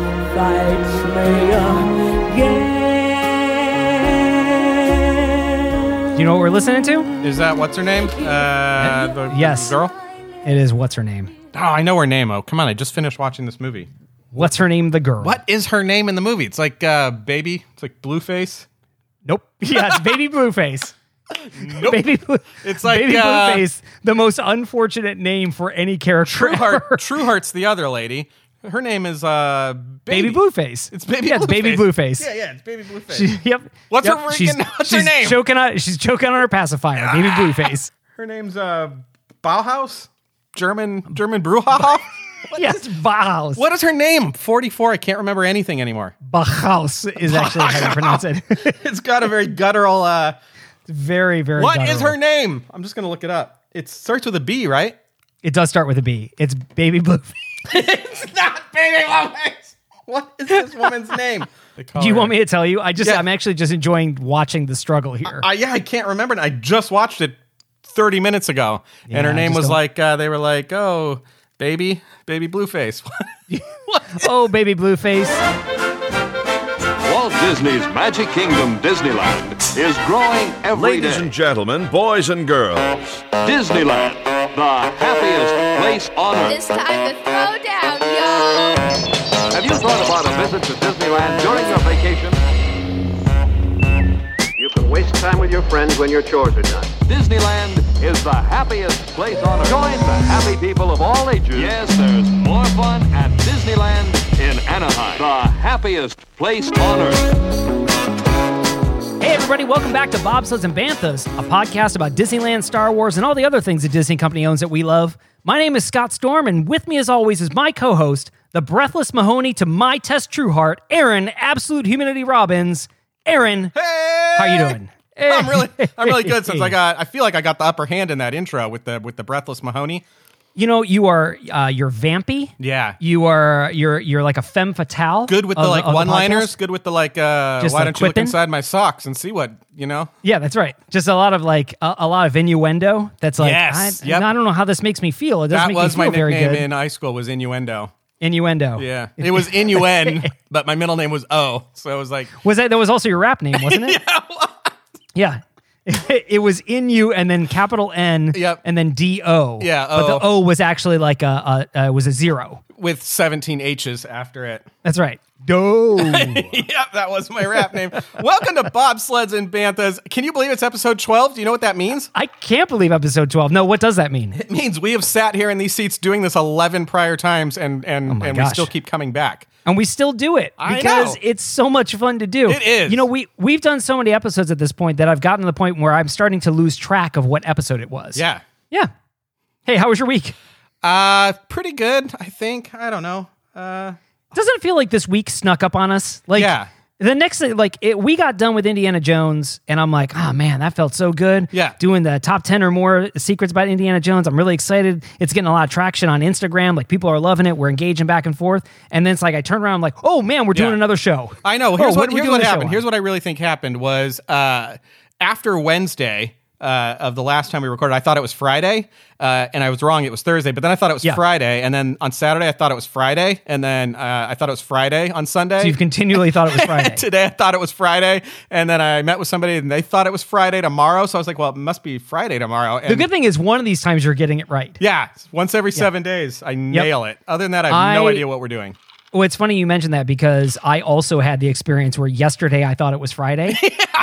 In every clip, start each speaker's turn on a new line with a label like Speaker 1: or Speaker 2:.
Speaker 1: lights me up. Yeah.
Speaker 2: You know what we're listening to?
Speaker 3: Is that what's her name? Uh, the, the
Speaker 2: Yes.
Speaker 3: girl.
Speaker 2: It is what's her name?
Speaker 3: Oh, I know her name. Oh, come on! I just finished watching this movie.
Speaker 2: What's her name? The girl.
Speaker 3: What is her name in the movie? It's like uh, baby. It's like Blueface.
Speaker 2: Nope. Yes, baby blueface.
Speaker 3: Nope.
Speaker 2: Baby blue.
Speaker 3: It's like,
Speaker 2: baby
Speaker 3: uh,
Speaker 2: blueface. The most unfortunate name for any character. ever.
Speaker 3: Trueheart. Trueheart's the other lady. Her name is uh, baby.
Speaker 2: Baby blueface.
Speaker 3: It's baby.
Speaker 2: Yeah, it's baby blueface.
Speaker 3: Yeah, yeah, it's baby Blueface.
Speaker 2: She- yep.
Speaker 3: What's
Speaker 2: Yep.
Speaker 3: her freaking-
Speaker 2: She's,
Speaker 3: what's her
Speaker 2: she's
Speaker 3: name? Ah.
Speaker 2: Choking on, she's choking on her pacifier. Baby blueface.
Speaker 3: her name's uh, Bauhaus. German German brouhaha.
Speaker 2: yes, Bauhaus.
Speaker 3: what is her name? Forty four. I can't remember anything anymore.
Speaker 2: Bauhaus is actually how you pronounce it.
Speaker 3: It's got a very guttural. Uh,
Speaker 2: very, very.
Speaker 3: What is
Speaker 2: guttural.
Speaker 3: her name? I'm just gonna look it up. It starts with a B, right?
Speaker 2: It does start with a B. It's baby blueface.
Speaker 3: It's not Baby Blueface. What is this woman's name?
Speaker 2: Do you want me to tell you? I just,
Speaker 3: Yeah.
Speaker 2: I'm actually just enjoying watching the struggle here.
Speaker 3: I, Uh, yeah, I can't remember. I just watched it 30 minutes ago, and
Speaker 2: I
Speaker 3: her name
Speaker 2: just
Speaker 3: was
Speaker 2: don't-
Speaker 3: like uh, they were like, "Oh, baby, baby Blueface." what?
Speaker 2: oh, baby blueface.
Speaker 4: Walt Disney's Magic Kingdom Disneyland is growing every day.
Speaker 5: Ladies and gentlemen, boys and girls,
Speaker 4: Disneyland, the happiest place on earth.
Speaker 6: This time the throwdown, y'all.
Speaker 4: Have you thought about a visit to Disneyland during your vacation?
Speaker 7: You can waste time with your friends when your chores are done.
Speaker 4: Disneyland is the happiest place on earth. Join the happy people of all ages. Yes, there's more fun at Disneyland in Anaheim, the happiest place on earth.
Speaker 2: Hey, everybody, welcome back to Bobsleds and Banthas, a podcast about Disneyland, Star Wars, and all the other things the Disney Company owns that we love. My name is Scott Storm, and with me, as always, is my co host, the breathless Mahoney to my test true heart, Aaron Absolute Humanity Robbins. Aaron, how you doing?
Speaker 3: I'm really, I'm really good since I got. I feel like I got the upper hand in that intro with the with the breathless Mahoney.
Speaker 2: You know, you are, uh, you're vampy.
Speaker 3: Yeah.
Speaker 2: You are, you're, you're like a femme fatale.
Speaker 3: Good with the
Speaker 2: of
Speaker 3: like
Speaker 2: of podcast.
Speaker 3: one liners. Good with the like. uh
Speaker 2: Just
Speaker 3: Why
Speaker 2: like
Speaker 3: don't you look
Speaker 2: quipping?
Speaker 3: inside my socks and see what you know?
Speaker 2: Yeah, that's right. Just a lot of like a, a lot of innuendo. That's like
Speaker 3: Yes,
Speaker 2: I,
Speaker 3: yep.
Speaker 2: I don't know how this makes me feel. It doesn't
Speaker 3: That
Speaker 2: make
Speaker 3: was
Speaker 2: me
Speaker 3: my
Speaker 2: feel very
Speaker 3: nickname
Speaker 2: good.
Speaker 3: in high school was innuendo.
Speaker 2: innuendo.
Speaker 3: Yeah, it was innuendo, but my middle name was O, so it was like
Speaker 2: Was that that was also your rap name, wasn't it? yeah. it was in you and then capital N
Speaker 3: Yep.
Speaker 2: and then D O.
Speaker 3: Yeah,
Speaker 2: But the
Speaker 3: O.
Speaker 2: O was actually like a, a, a was a zero.
Speaker 3: with 17 H's after it.
Speaker 2: That's right. Do.
Speaker 3: yep, that was my rap name. Welcome to Bobsleds and Banthas. Can you believe it's episode 12? Do you know what that means?
Speaker 2: I can't believe episode 12. No, what does that mean?
Speaker 3: It means we have sat here in these seats doing this 11 prior times and and and we
Speaker 2: gosh.
Speaker 3: still keep coming back.
Speaker 2: And we still do it
Speaker 3: I
Speaker 2: because
Speaker 3: know.
Speaker 2: it's so much fun to do.
Speaker 3: It is.
Speaker 2: You know, we we've done so many episodes at this point that I've gotten to the point where I'm starting to lose track of what episode it was.
Speaker 3: Yeah.
Speaker 2: Yeah. Hey, how was your week?
Speaker 3: Uh pretty good, I think. I don't know. Uh
Speaker 2: doesn't it feel like this week snuck up on us? Like
Speaker 3: Yeah.
Speaker 2: the next thing, like it, we got done with Indiana Jones, and I'm like, oh man, that felt so good.
Speaker 3: Yeah.
Speaker 2: doing the top ten or more secrets about Indiana Jones. I'm really excited. It's getting a lot of traction on Instagram. Like people are loving it. We're engaging back and forth, and then it's like I turn around, I'm like, oh man, we're doing
Speaker 3: Yeah.
Speaker 2: another show.
Speaker 3: I know.
Speaker 2: Oh,
Speaker 3: Here's
Speaker 2: are
Speaker 3: what,
Speaker 2: we
Speaker 3: here's
Speaker 2: doing
Speaker 3: what
Speaker 2: the show
Speaker 3: happened.
Speaker 2: on?
Speaker 3: Here's what I really think happened was uh, after Wednesday uh, of the last time we recorded, I thought it was Friday, uh, and I was wrong. It was Thursday, but then I thought it was
Speaker 2: Yeah.
Speaker 3: Friday, and then on Saturday I thought it was Friday, and then uh, I thought it was Friday on Sunday.
Speaker 2: So you've continually thought it was Friday.
Speaker 3: Today I thought it was Friday, and then I met with somebody and they thought it was Friday tomorrow. So I was like, "Well, it must be Friday tomorrow." And
Speaker 2: the good thing is, one of these times you're getting it right.
Speaker 3: yeah, once every seven days I nail it. Other than that, I have no
Speaker 2: I-
Speaker 3: idea what we're doing.
Speaker 2: Well, it's funny you mentioned that because I also had the experience where yesterday I thought it was Friday,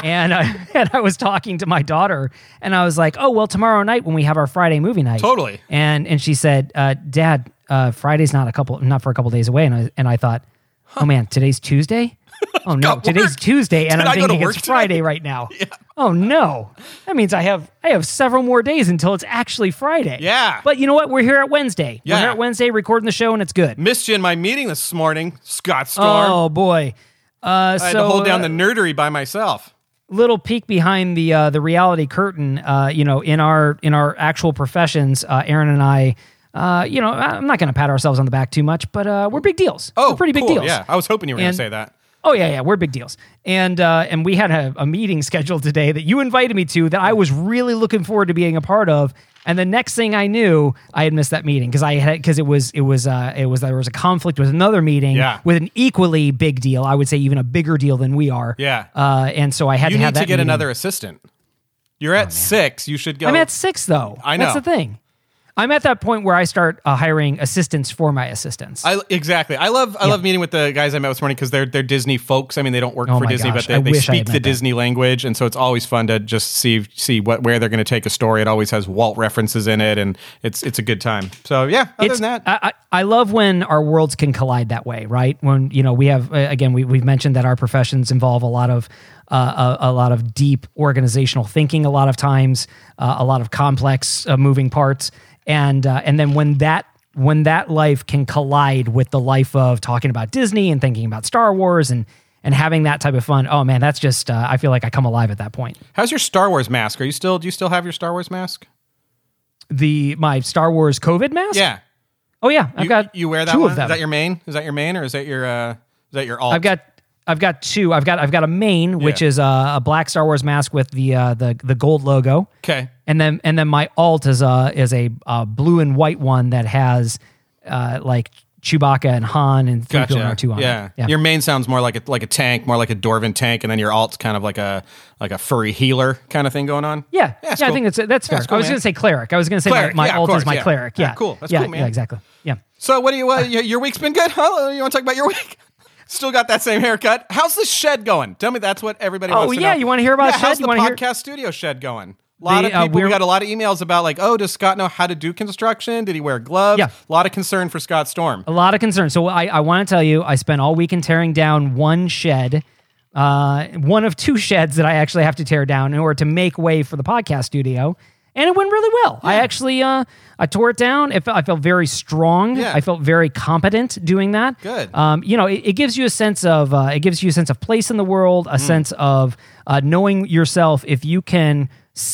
Speaker 2: and I, and I was talking to my daughter, and I was like, "Oh, well, tomorrow night when we have our Friday movie night,
Speaker 3: Totally.
Speaker 2: And and she said, uh, "Dad, uh, Friday's not a couple, not for a couple days away." And I and I thought, "Oh man, today's Tuesday. Oh no,
Speaker 3: got
Speaker 2: today's
Speaker 3: work.
Speaker 2: Tuesday, and
Speaker 3: Did I
Speaker 2: I'm
Speaker 3: go to
Speaker 2: thinking
Speaker 3: work
Speaker 2: it's
Speaker 3: today?
Speaker 2: Friday right now. Oh no, that means I have I have several more days until it's actually Friday.
Speaker 3: Yeah.
Speaker 2: but you know what? We're here at Wednesday. We're here
Speaker 3: Yeah.
Speaker 2: at Wednesday recording the show, and it's good.
Speaker 3: Missed you in my meeting this morning, Scott Storm.
Speaker 2: Oh boy. Uh,
Speaker 3: I had
Speaker 2: so
Speaker 3: to hold down
Speaker 2: uh,
Speaker 3: the nerdery by myself.
Speaker 2: little peek behind the uh, the reality curtain. Uh, you know, in our in our actual professions, uh, Aaron and I. Uh, you know, I'm not going to pat ourselves on the back too much, but uh, we're big deals.
Speaker 3: Oh,
Speaker 2: we're pretty big
Speaker 3: cool.
Speaker 2: deals.
Speaker 3: Yeah, I was hoping you were going
Speaker 2: And-
Speaker 3: to say that.
Speaker 2: Oh yeah, yeah, we're big deals. And uh, and we had a, a meeting scheduled today that you invited me to that I was really looking forward to being a part of. And the next thing I knew, I had missed that meeting because I had because it was it was uh, it was there was a conflict with another meeting
Speaker 3: Yeah.
Speaker 2: with an equally big deal. I would say even a bigger deal than we are.
Speaker 3: Yeah.
Speaker 2: Uh, and so I had
Speaker 3: You
Speaker 2: to have
Speaker 3: need to
Speaker 2: that
Speaker 3: get
Speaker 2: meeting. Oh,
Speaker 3: another assistant. You're at six. You should go.
Speaker 2: I'm at six though.
Speaker 3: I
Speaker 2: That's
Speaker 3: know.
Speaker 2: the thing. I'm at that point where I start uh, hiring assistants for my assistants.
Speaker 3: I exactly. I love I love meeting with the guys I met this morning because they're they're Disney folks. I mean, they don't work
Speaker 2: Oh
Speaker 3: for
Speaker 2: my
Speaker 3: Disney,
Speaker 2: gosh, I
Speaker 3: but they, they
Speaker 2: wish I had
Speaker 3: speak the
Speaker 2: met them.
Speaker 3: Disney language, and so it's always fun to just see see what where they're going to take a story. It always has Walt references in it, and it's it's a good time. So yeah, other than that,
Speaker 2: I, I, I love when our worlds can collide that way, right? When you know we have uh, again we we've mentioned that our professions involve a lot of uh, a, a lot of deep organizational thinking, a lot of times uh, a lot of complex uh, moving parts, and uh, and then when that when that life can collide with the life of talking about Disney and thinking about Star Wars and and having that type of fun, oh man, that's just uh, I feel like I come alive at that point.
Speaker 3: how's your Star Wars mask? Are you still do you still have your Star Wars mask?
Speaker 2: The my Star Wars COVID mask,
Speaker 3: Yeah,
Speaker 2: oh yeah, I've
Speaker 3: you,
Speaker 2: got
Speaker 3: you wear that
Speaker 2: two
Speaker 3: one.
Speaker 2: of them.
Speaker 3: Is that your main? Is that your main, or is that your uh, is that your alt?
Speaker 2: I've got I've got two. I've got I've got a main, which is uh, a, a black Star Wars mask with the uh, the the gold logo.
Speaker 3: okay.
Speaker 2: And then and then my alt is a is a, uh blue and white one that has uh, like Chewbacca and Han and three
Speaker 3: Gotcha.
Speaker 2: R two on
Speaker 3: yeah.
Speaker 2: it.
Speaker 3: your main sounds more like a like a tank, more like a Dorvan tank, and then your alt's kind of like a like a furry healer kind of thing going on.
Speaker 2: Yeah, yeah,
Speaker 3: it's
Speaker 2: I
Speaker 3: cool.
Speaker 2: think that's that's fair.
Speaker 3: it's cool,
Speaker 2: I was
Speaker 3: man.
Speaker 2: going to say cleric. I was going to say
Speaker 3: Cleric,
Speaker 2: my, my
Speaker 3: yeah, of
Speaker 2: alt
Speaker 3: course,
Speaker 2: is my
Speaker 3: yeah.
Speaker 2: cleric.
Speaker 3: Yeah,
Speaker 2: Yeah,
Speaker 3: cool. That's
Speaker 2: yeah,
Speaker 3: cool, man.
Speaker 2: Yeah, exactly. Yeah.
Speaker 3: So, what do you? Uh, your, your week's been good, huh? You want to talk about your week? Still got that same haircut. How's the shed going? Tell me that's what everybody.
Speaker 2: Oh,
Speaker 3: wants to
Speaker 2: yeah,
Speaker 3: know.
Speaker 2: you wanna hear about
Speaker 3: yeah,
Speaker 2: shed?
Speaker 3: How's
Speaker 2: You
Speaker 3: the
Speaker 2: wanna hear-
Speaker 3: podcast studio shed going? A lot
Speaker 2: The,
Speaker 3: of
Speaker 2: uh,
Speaker 3: people. we
Speaker 2: we're-
Speaker 3: got a lot of emails about like, oh, does Scott know how to do construction? Did he wear gloves?
Speaker 2: Yeah.
Speaker 3: A lot of concern for Scott Storm.
Speaker 2: A lot of concern. So I, I want to tell you, I spent all weekend tearing down one shed, uh, one of two sheds that I actually have to tear down in order to make way for the podcast studio. And it went really well. I actually, uh, I tore it down. It felt, I felt very strong.
Speaker 3: Yeah.
Speaker 2: I felt very competent doing that.
Speaker 3: Good.
Speaker 2: Um, you know, it, it gives you a sense of, uh, it gives you a sense of place in the world, a
Speaker 3: Hmm.
Speaker 2: sense of uh, knowing yourself. If you can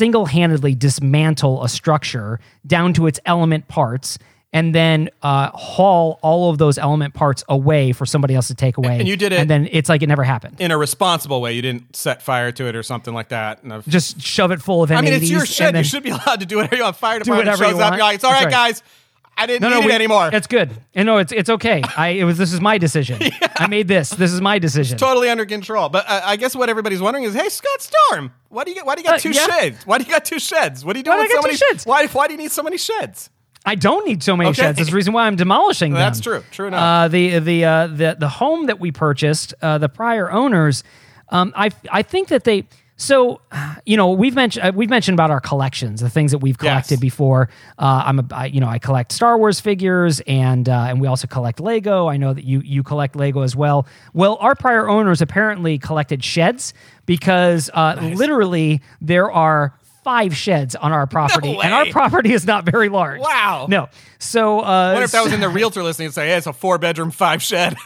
Speaker 2: single-handedly dismantle a structure down to its element parts, and then uh, haul all of those element parts away for somebody else to take away,
Speaker 3: and you did it-
Speaker 2: and then it's like it never happened.
Speaker 3: In a responsible way, you didn't set fire to it or something like that. And I've-
Speaker 2: Just shove it full of M80s.
Speaker 3: I mean, it's your shed.
Speaker 2: and then-
Speaker 3: you should be allowed to do whatever you want. Fire department
Speaker 2: whatever you
Speaker 3: shows up.
Speaker 2: want.
Speaker 3: You're like, it's all
Speaker 2: That's
Speaker 3: right,
Speaker 2: right.
Speaker 3: guys. I didn't
Speaker 2: No,
Speaker 3: need
Speaker 2: no,
Speaker 3: it
Speaker 2: we-
Speaker 3: anymore.
Speaker 2: It's good. And no, it's it's okay. I it was this is my decision. I made this. This is my decision.
Speaker 3: totally under control. But uh, I guess what everybody's wondering is, hey, Scott Storm, why do you get, why do you got
Speaker 2: Uh,
Speaker 3: two
Speaker 2: yeah.
Speaker 3: sheds? Why do you got two sheds? What are you doing
Speaker 2: Why do
Speaker 3: with
Speaker 2: I
Speaker 3: so
Speaker 2: got
Speaker 3: many
Speaker 2: two sheds?
Speaker 3: Why why do you need so many sheds?
Speaker 2: I don't need so many
Speaker 3: Okay.
Speaker 2: sheds. That's the reason why I'm demolishing them.
Speaker 3: That's true. True enough.
Speaker 2: Uh, the the uh, the the home that we purchased, uh, the prior owners, um, I I think that they so you know we've mentioned uh, we've mentioned about our collections, the things that we've collected
Speaker 3: Yes.
Speaker 2: before. Uh, I'm a I, you know I collect Star Wars figures and uh, and we also collect Lego. I know that you you collect Lego as well. Well, our prior owners apparently collected sheds because uh, literally there are. Five sheds on our property, and our
Speaker 3: way.
Speaker 2: property is not very large.
Speaker 3: Wow.
Speaker 2: No, so uh,
Speaker 3: I wonder if that was in the realtor listing and say, hey, it's a four bedroom, five shed.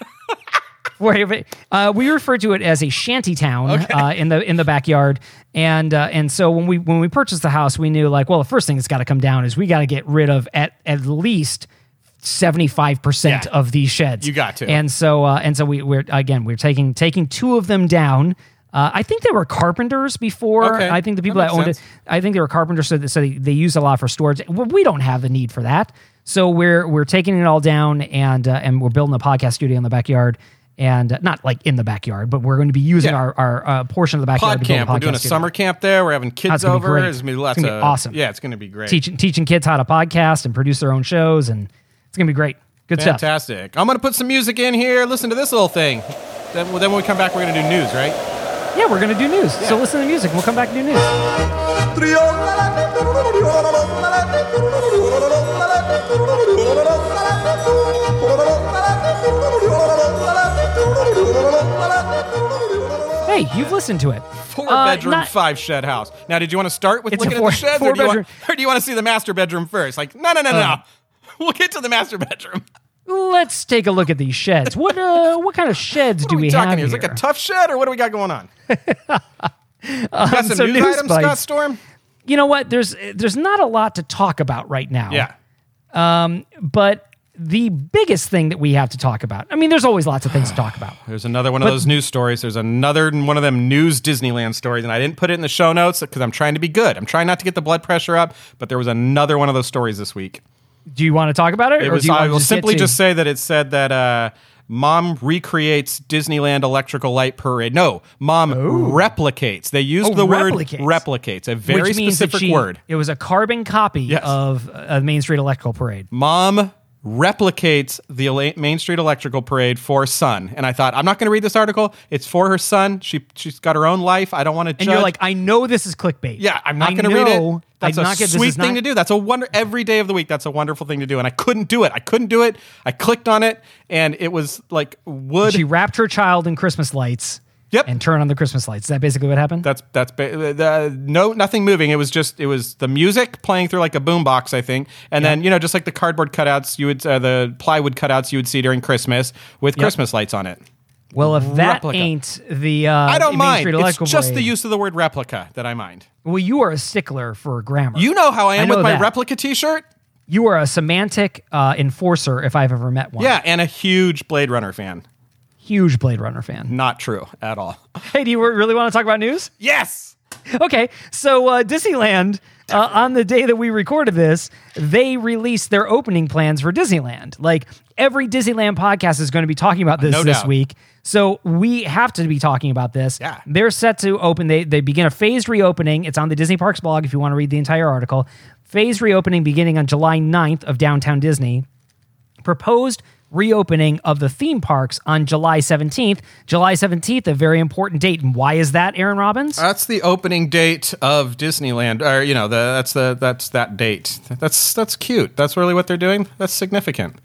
Speaker 2: where uh, we refer to it as a shanty town uh, in the in the backyard, and uh, and so when we when we purchased the house, we knew like well the first thing that's got to come down is we got to get rid of at at least. 75%
Speaker 3: Yeah.
Speaker 2: of these sheds.
Speaker 3: You got to.
Speaker 2: And so uh, and so we we're again we're taking taking two of them down. Uh, I think they were carpenters before.
Speaker 3: Okay.
Speaker 2: I think the people
Speaker 3: That
Speaker 2: that, owned
Speaker 3: makes sense.
Speaker 2: it I think they were carpenters, so, that, so they, they used a lot for storage. Well, we don't have the need for that, so we're we're taking it all down and uh, and we're building a podcast studio in the backyard, and uh, not like in the backyard, but we're going to be using
Speaker 3: Yeah.
Speaker 2: our our uh, portion of the backyard
Speaker 3: Pod
Speaker 2: to build
Speaker 3: camp.
Speaker 2: a podcast
Speaker 3: We're doing a
Speaker 2: studio.
Speaker 3: summer camp there. We're having kids
Speaker 2: That's gonna be
Speaker 3: over.
Speaker 2: great.
Speaker 3: It's gonna be lots
Speaker 2: It's gonna be
Speaker 3: of
Speaker 2: awesome.
Speaker 3: Yeah, it's gonna be great.
Speaker 2: teaching teaching kids how to podcast and produce their own shows, and it's going to be great. Good stuff.
Speaker 3: Fantastic. I'm gonna put some music in here. Listen to this little thing. Then, then when we come back, we're gonna do news, right?
Speaker 2: Yeah, we're going to do news. So listen to the music. and We'll come back and do news. Hey, you've listened to it.
Speaker 3: Four
Speaker 2: Uh,
Speaker 3: bedroom,
Speaker 2: not-
Speaker 3: five shed house. Now, did you want to start with
Speaker 2: It's a
Speaker 3: looking
Speaker 2: four-
Speaker 3: at the sheds,
Speaker 2: four
Speaker 3: or, do you want,
Speaker 2: bedroom. Uh.
Speaker 3: or do you want to see the master bedroom first? Like, no, no, no, no. We'll get to the master bedroom.
Speaker 2: Let's take a look at these sheds. What uh, what kind of sheds
Speaker 3: What
Speaker 2: do
Speaker 3: are we,
Speaker 2: we,
Speaker 3: talking
Speaker 2: have
Speaker 3: here? Is it like a tough shed, or what do we got going on? You got some
Speaker 2: Um, so
Speaker 3: news,
Speaker 2: news
Speaker 3: items,
Speaker 2: bites.
Speaker 3: Scott Storm. Oh,
Speaker 2: you know what? There's there's not a lot to talk about right now.
Speaker 3: Yeah,
Speaker 2: but the biggest thing that we have to talk about. I mean, there's always lots of things to talk about.
Speaker 3: There's another one of those news stories. There's another one of them news Disneyland stories, and I didn't put it in the show notes because I'm trying to be good. I'm trying not to get the blood pressure up, but there was another one of those stories this week.
Speaker 2: Do you want to talk about it?
Speaker 3: It
Speaker 2: or do
Speaker 3: was.
Speaker 2: you
Speaker 3: I
Speaker 2: wanna
Speaker 3: will
Speaker 2: get
Speaker 3: simply
Speaker 2: to-
Speaker 3: just say that it said that uh, mom recreates Disneyland electrical light parade. No, mom replicates. They used
Speaker 2: Oh,
Speaker 3: the
Speaker 2: replicates.
Speaker 3: word replicates, a very
Speaker 2: which means that
Speaker 3: specific
Speaker 2: she-
Speaker 3: word.
Speaker 2: It was a carbon copy
Speaker 3: Yes.
Speaker 2: of uh, Main Street Electrical Parade.
Speaker 3: Mom replicates the ele- Main Street Electrical Parade for son. And I thought, I'm not going to read this article. It's for her son. She she's got her own life. I don't want to.
Speaker 2: And you're like, I know this is clickbait.
Speaker 3: Yeah, I'm not
Speaker 2: I
Speaker 3: going to read
Speaker 2: know-
Speaker 3: it. That's
Speaker 2: I'm
Speaker 3: a
Speaker 2: not gonna- this
Speaker 3: sweet
Speaker 2: is
Speaker 3: thing
Speaker 2: not-
Speaker 3: to do. That's a wonder every day of the week. That's a wonderful thing to do, and I couldn't do it. I couldn't do it. I clicked on it, and it was like wood.
Speaker 2: She wrapped her child in Christmas lights.
Speaker 3: Yep.
Speaker 2: And turned on the Christmas lights. Is that basically what happened?
Speaker 3: that's that's ba- the, no nothing moving. It was just it was the music playing through like a boombox, I think, and then you know just like the cardboard cutouts you would uh, the plywood cutouts you would see during Christmas with Christmas lights on it.
Speaker 2: well, if that
Speaker 3: replica.
Speaker 2: ain't the uh, I
Speaker 3: I don't
Speaker 2: Main
Speaker 3: mind.
Speaker 2: Street
Speaker 3: It's
Speaker 2: Electrical
Speaker 3: just the
Speaker 2: Parade-
Speaker 3: use of the word replica that I mind.
Speaker 2: Well, you are a stickler for grammar.
Speaker 3: You know how I am
Speaker 2: know
Speaker 3: with my
Speaker 2: that.
Speaker 3: replica T-shirt.
Speaker 2: You are a semantic uh, enforcer if I've ever met one.
Speaker 3: Yeah, and a huge Blade Runner fan.
Speaker 2: Huge Blade Runner fan.
Speaker 3: Not true at all.
Speaker 2: Hey, do you really want to talk about news?
Speaker 3: Yes.
Speaker 2: Okay, so uh, Disneyland, uh, on the day that we recorded this, they released their opening plans for Disneyland. Like every Disneyland podcast is going to be talking about this
Speaker 3: Uh, No
Speaker 2: this
Speaker 3: doubt.
Speaker 2: week. So we have to be talking about this.
Speaker 3: Yeah.
Speaker 2: They're set to open, they, they begin a phased reopening. It's on the Disney Parks blog if you want to read the entire article. Phased reopening beginning on July 9th of downtown Disney proposed reopening of the theme parks on July 17th. July 17th, a very important date. And why is that, Aaron Robbins?
Speaker 3: That's the opening date of Disneyland, or you know, the, that's the that's that date. That's that's cute. That's really what they're doing. That's significant.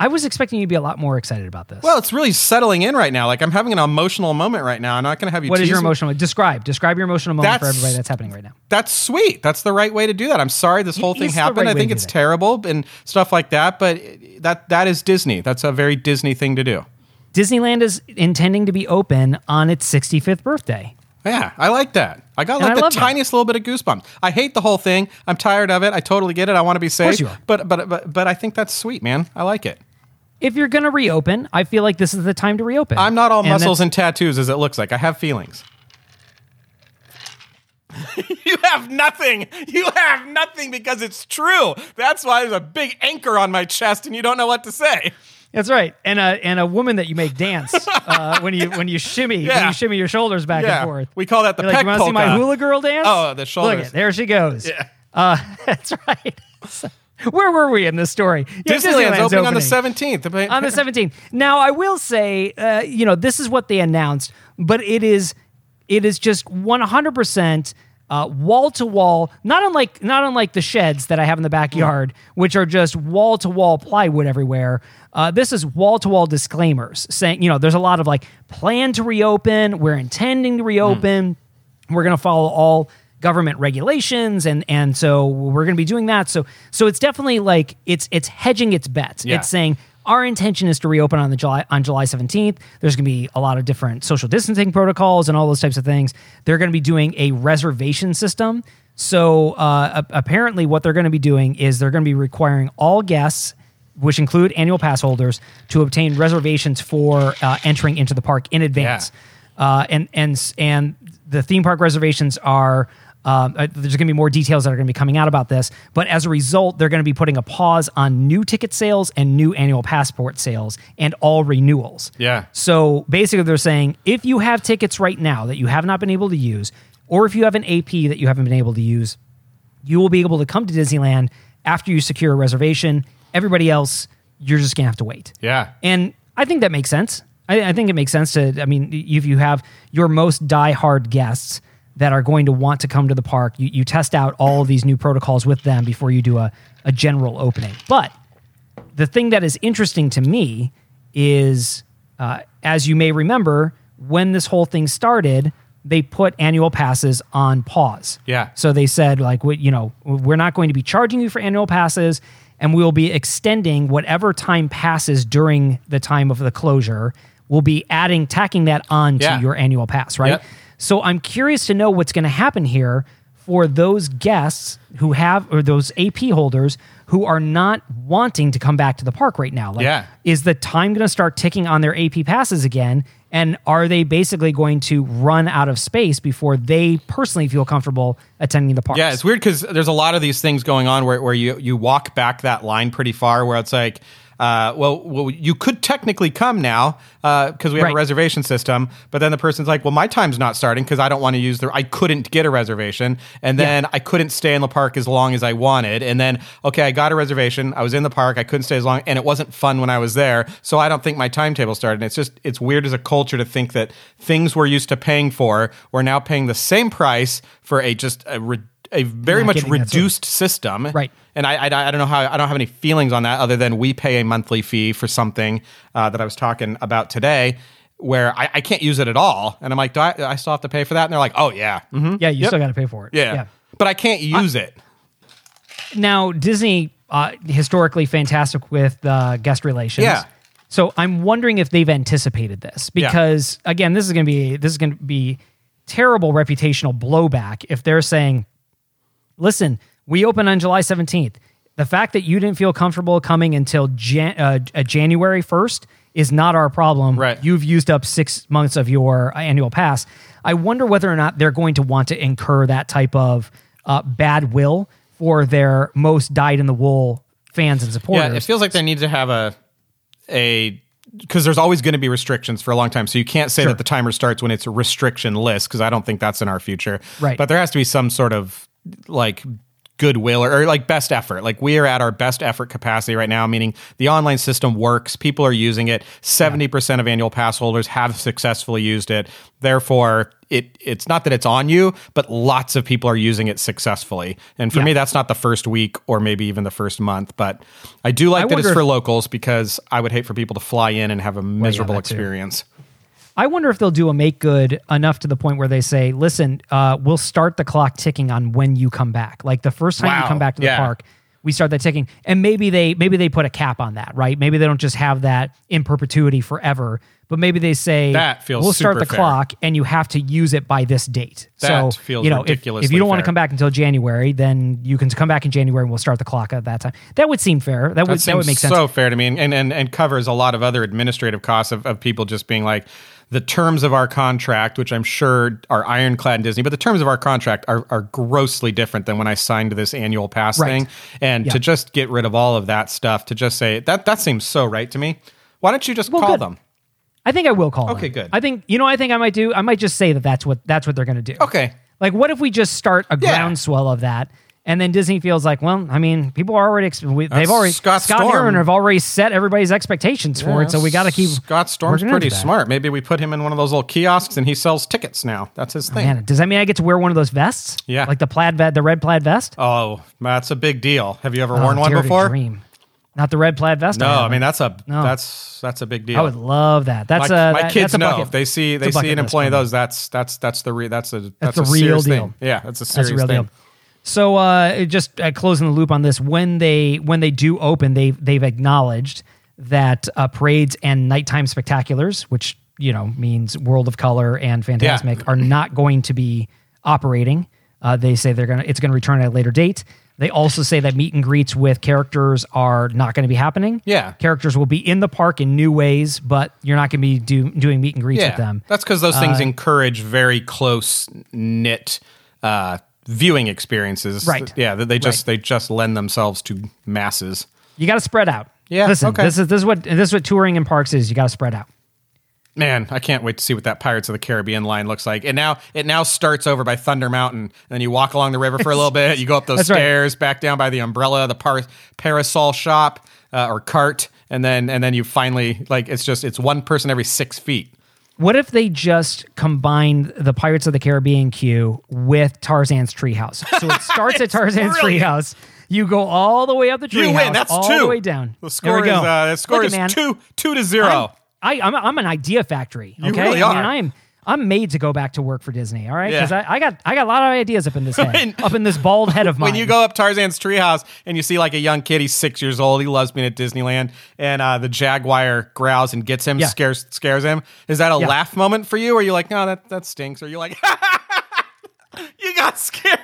Speaker 2: I was expecting you to be a lot more excited about this.
Speaker 3: Well, it's really settling in right now. Like I'm having an emotional moment right now. I'm not going to have you.
Speaker 2: what is your
Speaker 3: tease me.
Speaker 2: emotional? Describe. Describe your emotional moment for
Speaker 3: That's-
Speaker 2: everybody that's happening right now.
Speaker 3: That's sweet. That's the right way to do that. I'm sorry this whole thing
Speaker 2: is the
Speaker 3: happened.
Speaker 2: right
Speaker 3: I
Speaker 2: way
Speaker 3: think
Speaker 2: to do
Speaker 3: it's
Speaker 2: that.
Speaker 3: terrible and stuff like that. But that that is Disney. That's a very Disney thing to do.
Speaker 2: Disneyland is intending to be open on its 65th birthday.
Speaker 3: Yeah, I like that. I got
Speaker 2: And I
Speaker 3: like the
Speaker 2: love that.
Speaker 3: tiniest little bit of goosebumps. I hate the whole thing. I'm tired of it. I totally get it. I want to be safe.
Speaker 2: you are.
Speaker 3: But but but but I think that's sweet, man. I like it.
Speaker 2: If you're going to reopen, I feel like this is the time to reopen.
Speaker 3: I'm not all
Speaker 2: And
Speaker 3: muscles
Speaker 2: that's-
Speaker 3: and tattoos as it looks like. I have feelings. you have nothing. You have nothing because it's true. That's why there's a big anchor on my chest and you don't know what to say.
Speaker 2: That's right. And a and a woman that you make dance uh, when you when you shimmy when
Speaker 3: Yeah.
Speaker 2: you shimmy your shoulders back
Speaker 3: Yeah.
Speaker 2: and forth.
Speaker 3: We call that the
Speaker 2: You're like,
Speaker 3: peck
Speaker 2: you want to see my
Speaker 3: polka."
Speaker 2: hula girl dance?
Speaker 3: Oh, the
Speaker 2: Look
Speaker 3: shoulders.
Speaker 2: at there she goes. Yeah. Uh, that's right. So, where were we in this story? Yeah,
Speaker 3: Disneyland's opening, on the
Speaker 2: opening.
Speaker 3: 17th.
Speaker 2: on the 17th. Now, I will say, uh, you know, this is what they announced, but it is it is just 100% wall to wall, uh, not unlike not unlike the sheds that I have in the backyard, which are just wall to wall plywood everywhere. Uh, this is wall to wall disclaimers saying, you know, there's a lot of like plan to reopen, we're intending to reopen we're going to follow all government regulations and and so we're going to be doing that so so it's definitely like it's it's hedging its bets
Speaker 3: Yeah.
Speaker 2: it's saying our intention is to reopen on the July on July 17th there's going to be a lot of different social distancing protocols and all those types of things they're going to be doing a reservation system so uh, a- apparently what they're going to be doing is they're going to be requiring all guests which include annual pass holders to obtain reservations for uh, entering into the park in advance
Speaker 3: Yeah.
Speaker 2: uh, and and and the theme park reservations are. Um, uh, there's going to be more details that are going to be coming out about this, but as a result, they're going to be putting a pause on new ticket sales and new annual passport sales and all renewals.
Speaker 3: Yeah.
Speaker 2: So basically, they're saying if you have tickets right now that you have not been able to use, or if you have an AP that you haven't been able to use, you will be able to come to Disneyland after you secure a reservation. Everybody else, you're just going to have to wait.
Speaker 3: Yeah.
Speaker 2: And I think that makes sense. I, I think it makes sense to, I mean, if you have your most diehard guests that are going to want to come to the park, you, you test out all of these new protocols with them before you do a, a general opening. But the thing that is interesting to me is, uh, as you may remember, when this whole thing started, they put annual passes on pause.
Speaker 3: Yeah.
Speaker 2: So they said, like, we, you know, we're not going to be charging you for annual passes, and we'll be extending whatever time passes during the time of the closure. We'll be adding, tacking that on
Speaker 3: Yeah.
Speaker 2: to your annual pass, right?
Speaker 3: Yep.
Speaker 2: So I'm curious to know what's going to happen here for those guests who have or those AP holders who are not wanting to come back to the park right now. Like,
Speaker 3: Yeah.
Speaker 2: is the time going to start ticking on their AP passes again? And are they basically going to run out of space before they personally feel comfortable attending the park?
Speaker 3: Yeah, it's weird because there's a lot of these things going on where, where you, you walk back that line pretty far, where it's like, uh, well, well, you could technically come now because we have
Speaker 2: Right.
Speaker 3: a reservation system. But then the person's like, well, my time's not starting because I don't want to use the, I couldn't get a reservation. And then I couldn't stay in the park as long as I wanted. And then, okay, I got a reservation. I was in the park. I couldn't stay as long. And it wasn't fun when I was there. So I don't think my timetable started. And it's just, it's weird as a culture to think that things we're used to paying for, we're now paying the same price for a just a ridiculous a very
Speaker 2: Not
Speaker 3: much
Speaker 2: getting that service.
Speaker 3: reduced system,
Speaker 2: Right.
Speaker 3: And I, I, I don't know how I don't have any feelings on that other than we pay a monthly fee for something uh, that I was talking about today, where I, I can't use it at all, and I'm like, do I, I still have to pay for that? And they're like, oh yeah, hmm
Speaker 2: Yeah, you
Speaker 3: Yep.
Speaker 2: still got to pay for it.
Speaker 3: yeah, but I can't use it.
Speaker 2: Now, Disney uh, historically fantastic with uh, guest relations.
Speaker 3: Yeah.
Speaker 2: So I'm wondering if they've anticipated this because again, this is going to be this is going to be terrible reputational blowback if they're saying, "Listen, we open on July 17th. The fact that you didn't feel comfortable coming until Jan- uh, uh, January 1st is not our problem.
Speaker 3: Right.
Speaker 2: You've used up six months of your uh, annual pass. I wonder whether or not they're going to want to incur that type of uh, bad will for their most dyed in the wool fans and supporters.
Speaker 3: Yeah, it feels like they need to have a a because there's always going to be restrictions for a long time, so you can't say
Speaker 2: Sure.
Speaker 3: that the timer starts when it's a restriction list because I don't think that's in our future.
Speaker 2: Right.
Speaker 3: But there has to be some sort of like goodwill or, or like best effort. Like we are at our best effort capacity right now, meaning the online system works, people are using it. Seventy percent of annual pass holders have successfully used it. Therefore, it it's not that it's on you, but lots of people are using it successfully. And for
Speaker 2: Yeah.
Speaker 3: me, that's not the first week or maybe even the first month, but I do like
Speaker 2: I
Speaker 3: that it's
Speaker 2: wonder
Speaker 3: for
Speaker 2: if-
Speaker 3: locals because I would hate for people to fly in and have a miserable
Speaker 2: that too.
Speaker 3: experience.
Speaker 2: I wonder if they'll do a make good enough to the point where they say, listen, uh, we'll start the clock ticking on when you come back. Like the first time you
Speaker 3: Wow.
Speaker 2: come back to the
Speaker 3: Yeah.
Speaker 2: park, we start that ticking. And maybe they maybe they put a cap on that, right? Maybe they don't just have that in perpetuity forever, but maybe they say
Speaker 3: That feels
Speaker 2: we'll start
Speaker 3: super
Speaker 2: the
Speaker 3: fair.
Speaker 2: clock and you have to use it by this date.
Speaker 3: That
Speaker 2: so
Speaker 3: feels
Speaker 2: you know, if- if,
Speaker 3: ridiculously
Speaker 2: you don't want to
Speaker 3: fair.
Speaker 2: come back until January, then you can come back in January and we'll start the clock at that time. That would seem fair. That would
Speaker 3: That
Speaker 2: that would
Speaker 3: seems
Speaker 2: make sense.
Speaker 3: So fair to me, and, and and and covers a lot of other administrative costs of, of people just being like the terms of our contract, which I'm sure are ironclad in Disney, but the terms of our contract are are grossly different than when I signed this annual pass
Speaker 2: Right.
Speaker 3: thing. And
Speaker 2: Yeah.
Speaker 3: to just get rid of all of that stuff, to just say that that seems so right to me. Why don't you just
Speaker 2: Well,
Speaker 3: call
Speaker 2: good.
Speaker 3: them?
Speaker 2: I think I will call.
Speaker 3: Okay,
Speaker 2: them.
Speaker 3: good.
Speaker 2: I think you know. I think I might do. I might just say that that's what that's what they're going to do.
Speaker 3: Okay.
Speaker 2: Like, what if we just start a
Speaker 3: Yeah.
Speaker 2: groundswell of that, and then Disney feels like, well, I mean, people are already ex- we, they've
Speaker 3: That's
Speaker 2: already
Speaker 3: Scott Storm.
Speaker 2: Aaron have already set everybody's expectations for it, so we got to keep
Speaker 3: Scott Storm's
Speaker 2: working into
Speaker 3: pretty
Speaker 2: that.
Speaker 3: smart. Maybe we put him in one of those little kiosks and he sells tickets now. That's his thing.
Speaker 2: Oh, Man, does that mean I get to wear one of those vests?
Speaker 3: Yeah.
Speaker 2: like the plaid vest, the red plaid vest.
Speaker 3: Oh, that's a big deal. Have you ever
Speaker 2: Oh,
Speaker 3: worn one
Speaker 2: dare to
Speaker 3: before?
Speaker 2: dream. Not the red plaid vest.
Speaker 3: No, I
Speaker 2: haven't.
Speaker 3: mean that's a
Speaker 2: No.
Speaker 3: that's that's a big deal.
Speaker 2: I would love that. That's
Speaker 3: my,
Speaker 2: a
Speaker 3: my
Speaker 2: that-
Speaker 3: kids
Speaker 2: that's a
Speaker 3: know
Speaker 2: bucket-
Speaker 3: if they see
Speaker 2: that's a
Speaker 3: they see
Speaker 2: bucket list for
Speaker 3: an employee of
Speaker 2: me.
Speaker 3: those. That's that's that's the re, that's a that's,
Speaker 2: the
Speaker 3: a
Speaker 2: real
Speaker 3: serious
Speaker 2: deal.
Speaker 3: Thing. Yeah, that's a serious
Speaker 2: That's a real
Speaker 3: thing.
Speaker 2: deal. So uh, just uh, closing the loop on this, when they when they do open, they have they've acknowledged that uh, parades and nighttime spectaculars, which you know means World of Color and Fantasmic, are not going to be operating. Uh, they say they're gonna it's gonna return at a later date. They also say that meet and greets with characters are not going to be happening.
Speaker 3: Yeah.
Speaker 2: characters will be in the park in new ways, but you're not going to be do, doing meet and greets
Speaker 3: Yeah,
Speaker 2: with them. Uh,
Speaker 3: that's because those things encourage very close knit uh, viewing experiences.
Speaker 2: Right.
Speaker 3: Yeah, that they just
Speaker 2: Right.
Speaker 3: they just lend themselves to masses.
Speaker 2: You got to spread out.
Speaker 3: Yeah,
Speaker 2: Listen,
Speaker 3: okay.
Speaker 2: this is this is what this is what touring in parks is. You got to spread out.
Speaker 3: Man, I can't wait to see what that Pirates of the Caribbean line looks like. And now it now starts over by Thunder Mountain, and then you walk along the river for a little bit. You go up those
Speaker 2: That's right.
Speaker 3: stairs, back down by the umbrella, the par- parasol shop uh, or cart, and then and then you finally like it's just it's one person every six feet.
Speaker 2: What if they just combined the Pirates of the Caribbean queue with Tarzan's treehouse? So it starts at Tarzan's
Speaker 3: brilliant.
Speaker 2: treehouse. You go all the way up the treehouse.
Speaker 3: you win. That's
Speaker 2: all
Speaker 3: two.
Speaker 2: the way down.
Speaker 3: The
Speaker 2: There
Speaker 3: score
Speaker 2: we
Speaker 3: is
Speaker 2: go.
Speaker 3: uh, the score
Speaker 2: Look at
Speaker 3: is
Speaker 2: man,
Speaker 3: two two to 0
Speaker 2: I'm, I, I'm, I'm an idea factory. Okay,
Speaker 3: really
Speaker 2: I mean,
Speaker 3: are.
Speaker 2: I'm I'm made to go back to work for Disney. All right, because
Speaker 3: Yeah.
Speaker 2: I, I got I got a lot of ideas up in this head,
Speaker 3: When-
Speaker 2: up in this bald head of mine.
Speaker 3: When you go up Tarzan's treehouse and you see like a young kid, he's six years old. He loves being at Disneyland, and uh, the jaguar growls and gets him,
Speaker 2: Yeah.
Speaker 3: scares scares him. Is that a
Speaker 2: Yeah.
Speaker 3: laugh moment for you? Or are you like, no, that that stinks? Or you are like, you got scared?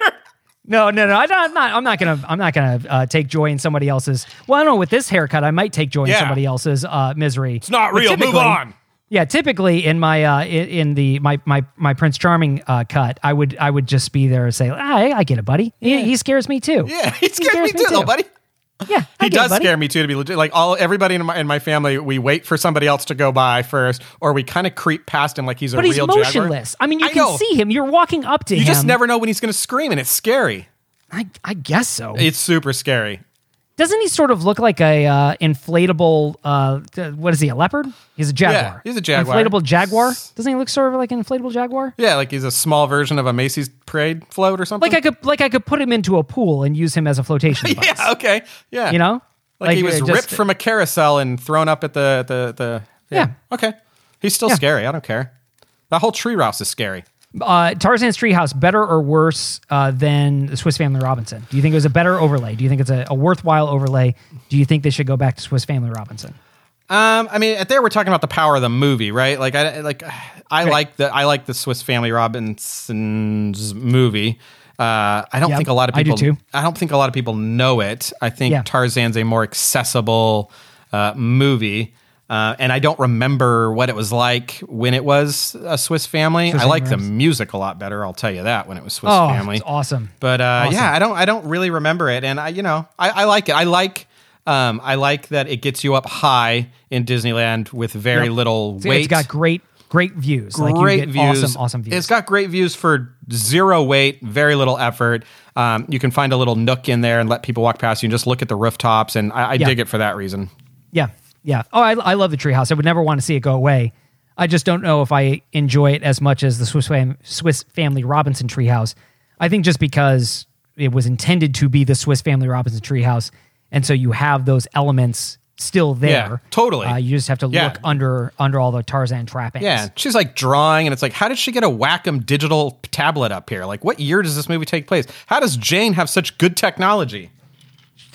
Speaker 2: No, no, no. I don't- I'm not. I'm not gonna. I'm not gonna uh, take joy in somebody else's. Well, I don't know. With this haircut, I might take joy in
Speaker 3: Yeah.
Speaker 2: somebody else's uh, misery.
Speaker 3: It's not
Speaker 2: But
Speaker 3: real. Move
Speaker 2: typically-
Speaker 3: on.
Speaker 2: Yeah, typically in my uh, i- in the my my my Prince Charming uh, cut, I would I would just be there and say, ah, I, I get it, buddy. He, he scares me too.
Speaker 3: Yeah, he scares me too, little buddy.
Speaker 2: Yeah, I
Speaker 3: He
Speaker 2: get it,
Speaker 3: does
Speaker 2: buddy.
Speaker 3: scare me too. To be legit, like all everybody in my in my family, we wait for somebody else to go by first, or we kind of creep past him like he's a
Speaker 2: But
Speaker 3: real
Speaker 2: he's
Speaker 3: jaguar.
Speaker 2: motionless. I mean, you
Speaker 3: I
Speaker 2: can
Speaker 3: know.
Speaker 2: see him. You're walking up to
Speaker 3: You
Speaker 2: him.
Speaker 3: just never know when he's going to scream, and it's scary.
Speaker 2: I, I guess so.
Speaker 3: It's super scary.
Speaker 2: Doesn't he sort of look like a uh, inflatable? Uh, th- what is he? A leopard? He's a jaguar.
Speaker 3: he's a jaguar.
Speaker 2: Inflatable jaguar. Doesn't he look sort of like an inflatable jaguar?
Speaker 3: Yeah, like he's a small version of a Macy's parade float or something.
Speaker 2: Like I could like I could put him into a pool and use him as a flotation device.
Speaker 3: yeah, okay, yeah.
Speaker 2: You know,
Speaker 3: like, he was
Speaker 2: uh, just-
Speaker 3: ripped from a carousel and thrown up at the the the.
Speaker 2: Yeah.
Speaker 3: Okay, he's still
Speaker 2: Yeah.
Speaker 3: scary. I don't care. That whole tree rouse is scary.
Speaker 2: uh, Tarzan's Treehouse. Better or worse uh, than the Swiss Family Robinson? Do you think it was a better overlay? Do you think it's a, a worthwhile overlay? Do you think they should go back to Swiss Family Robinson?
Speaker 3: Um, I mean, there we're talking about the power of the movie, right? Like, I like, I like the I like the Swiss Family Robinson's movie. Uh, I don't
Speaker 2: Yeah,
Speaker 3: think a lot of
Speaker 2: I do
Speaker 3: people.
Speaker 2: too.
Speaker 3: not think a lot of people know it. I think
Speaker 2: Yeah.
Speaker 3: Tarzan's a more accessible uh, movie, uh, and I don't remember what it was like when it was a Swiss Family. I like the music a lot better. I'll tell you that when it was Swiss
Speaker 2: Oh,
Speaker 3: Family.
Speaker 2: it's awesome.
Speaker 3: But uh,
Speaker 2: Awesome.
Speaker 3: yeah, I don't I don't really remember it, and I you know I, I like it. I like um, I like that it gets you up high in Disneyland with very little
Speaker 2: It's-
Speaker 3: weight.
Speaker 2: It's got great great views.
Speaker 3: great
Speaker 2: like you get
Speaker 3: views,
Speaker 2: Awesome, awesome views.
Speaker 3: It's got great views for zero weight, very little effort. Um, you can find a little nook in there and let people walk past you and just look at the rooftops, and I, I
Speaker 2: Yeah.
Speaker 3: dig it for that reason.
Speaker 2: Yeah, yeah. Oh, I, I love the treehouse. I would never want to see it go away. I just don't know if I enjoy it as much as the Swiss, fam- Swiss Family Robinson treehouse. I think just because it was intended to be the Swiss Family Robinson treehouse, and so you have those elements still there.
Speaker 3: Yeah, totally.
Speaker 2: Uh, you just have to
Speaker 3: Yeah.
Speaker 2: look under under all the Tarzan trappings.
Speaker 3: Yeah, she's like drawing, and it's like, how did she get a Wacom digital tablet up here? Like, what year does this movie take place? How does Jane have such good technology?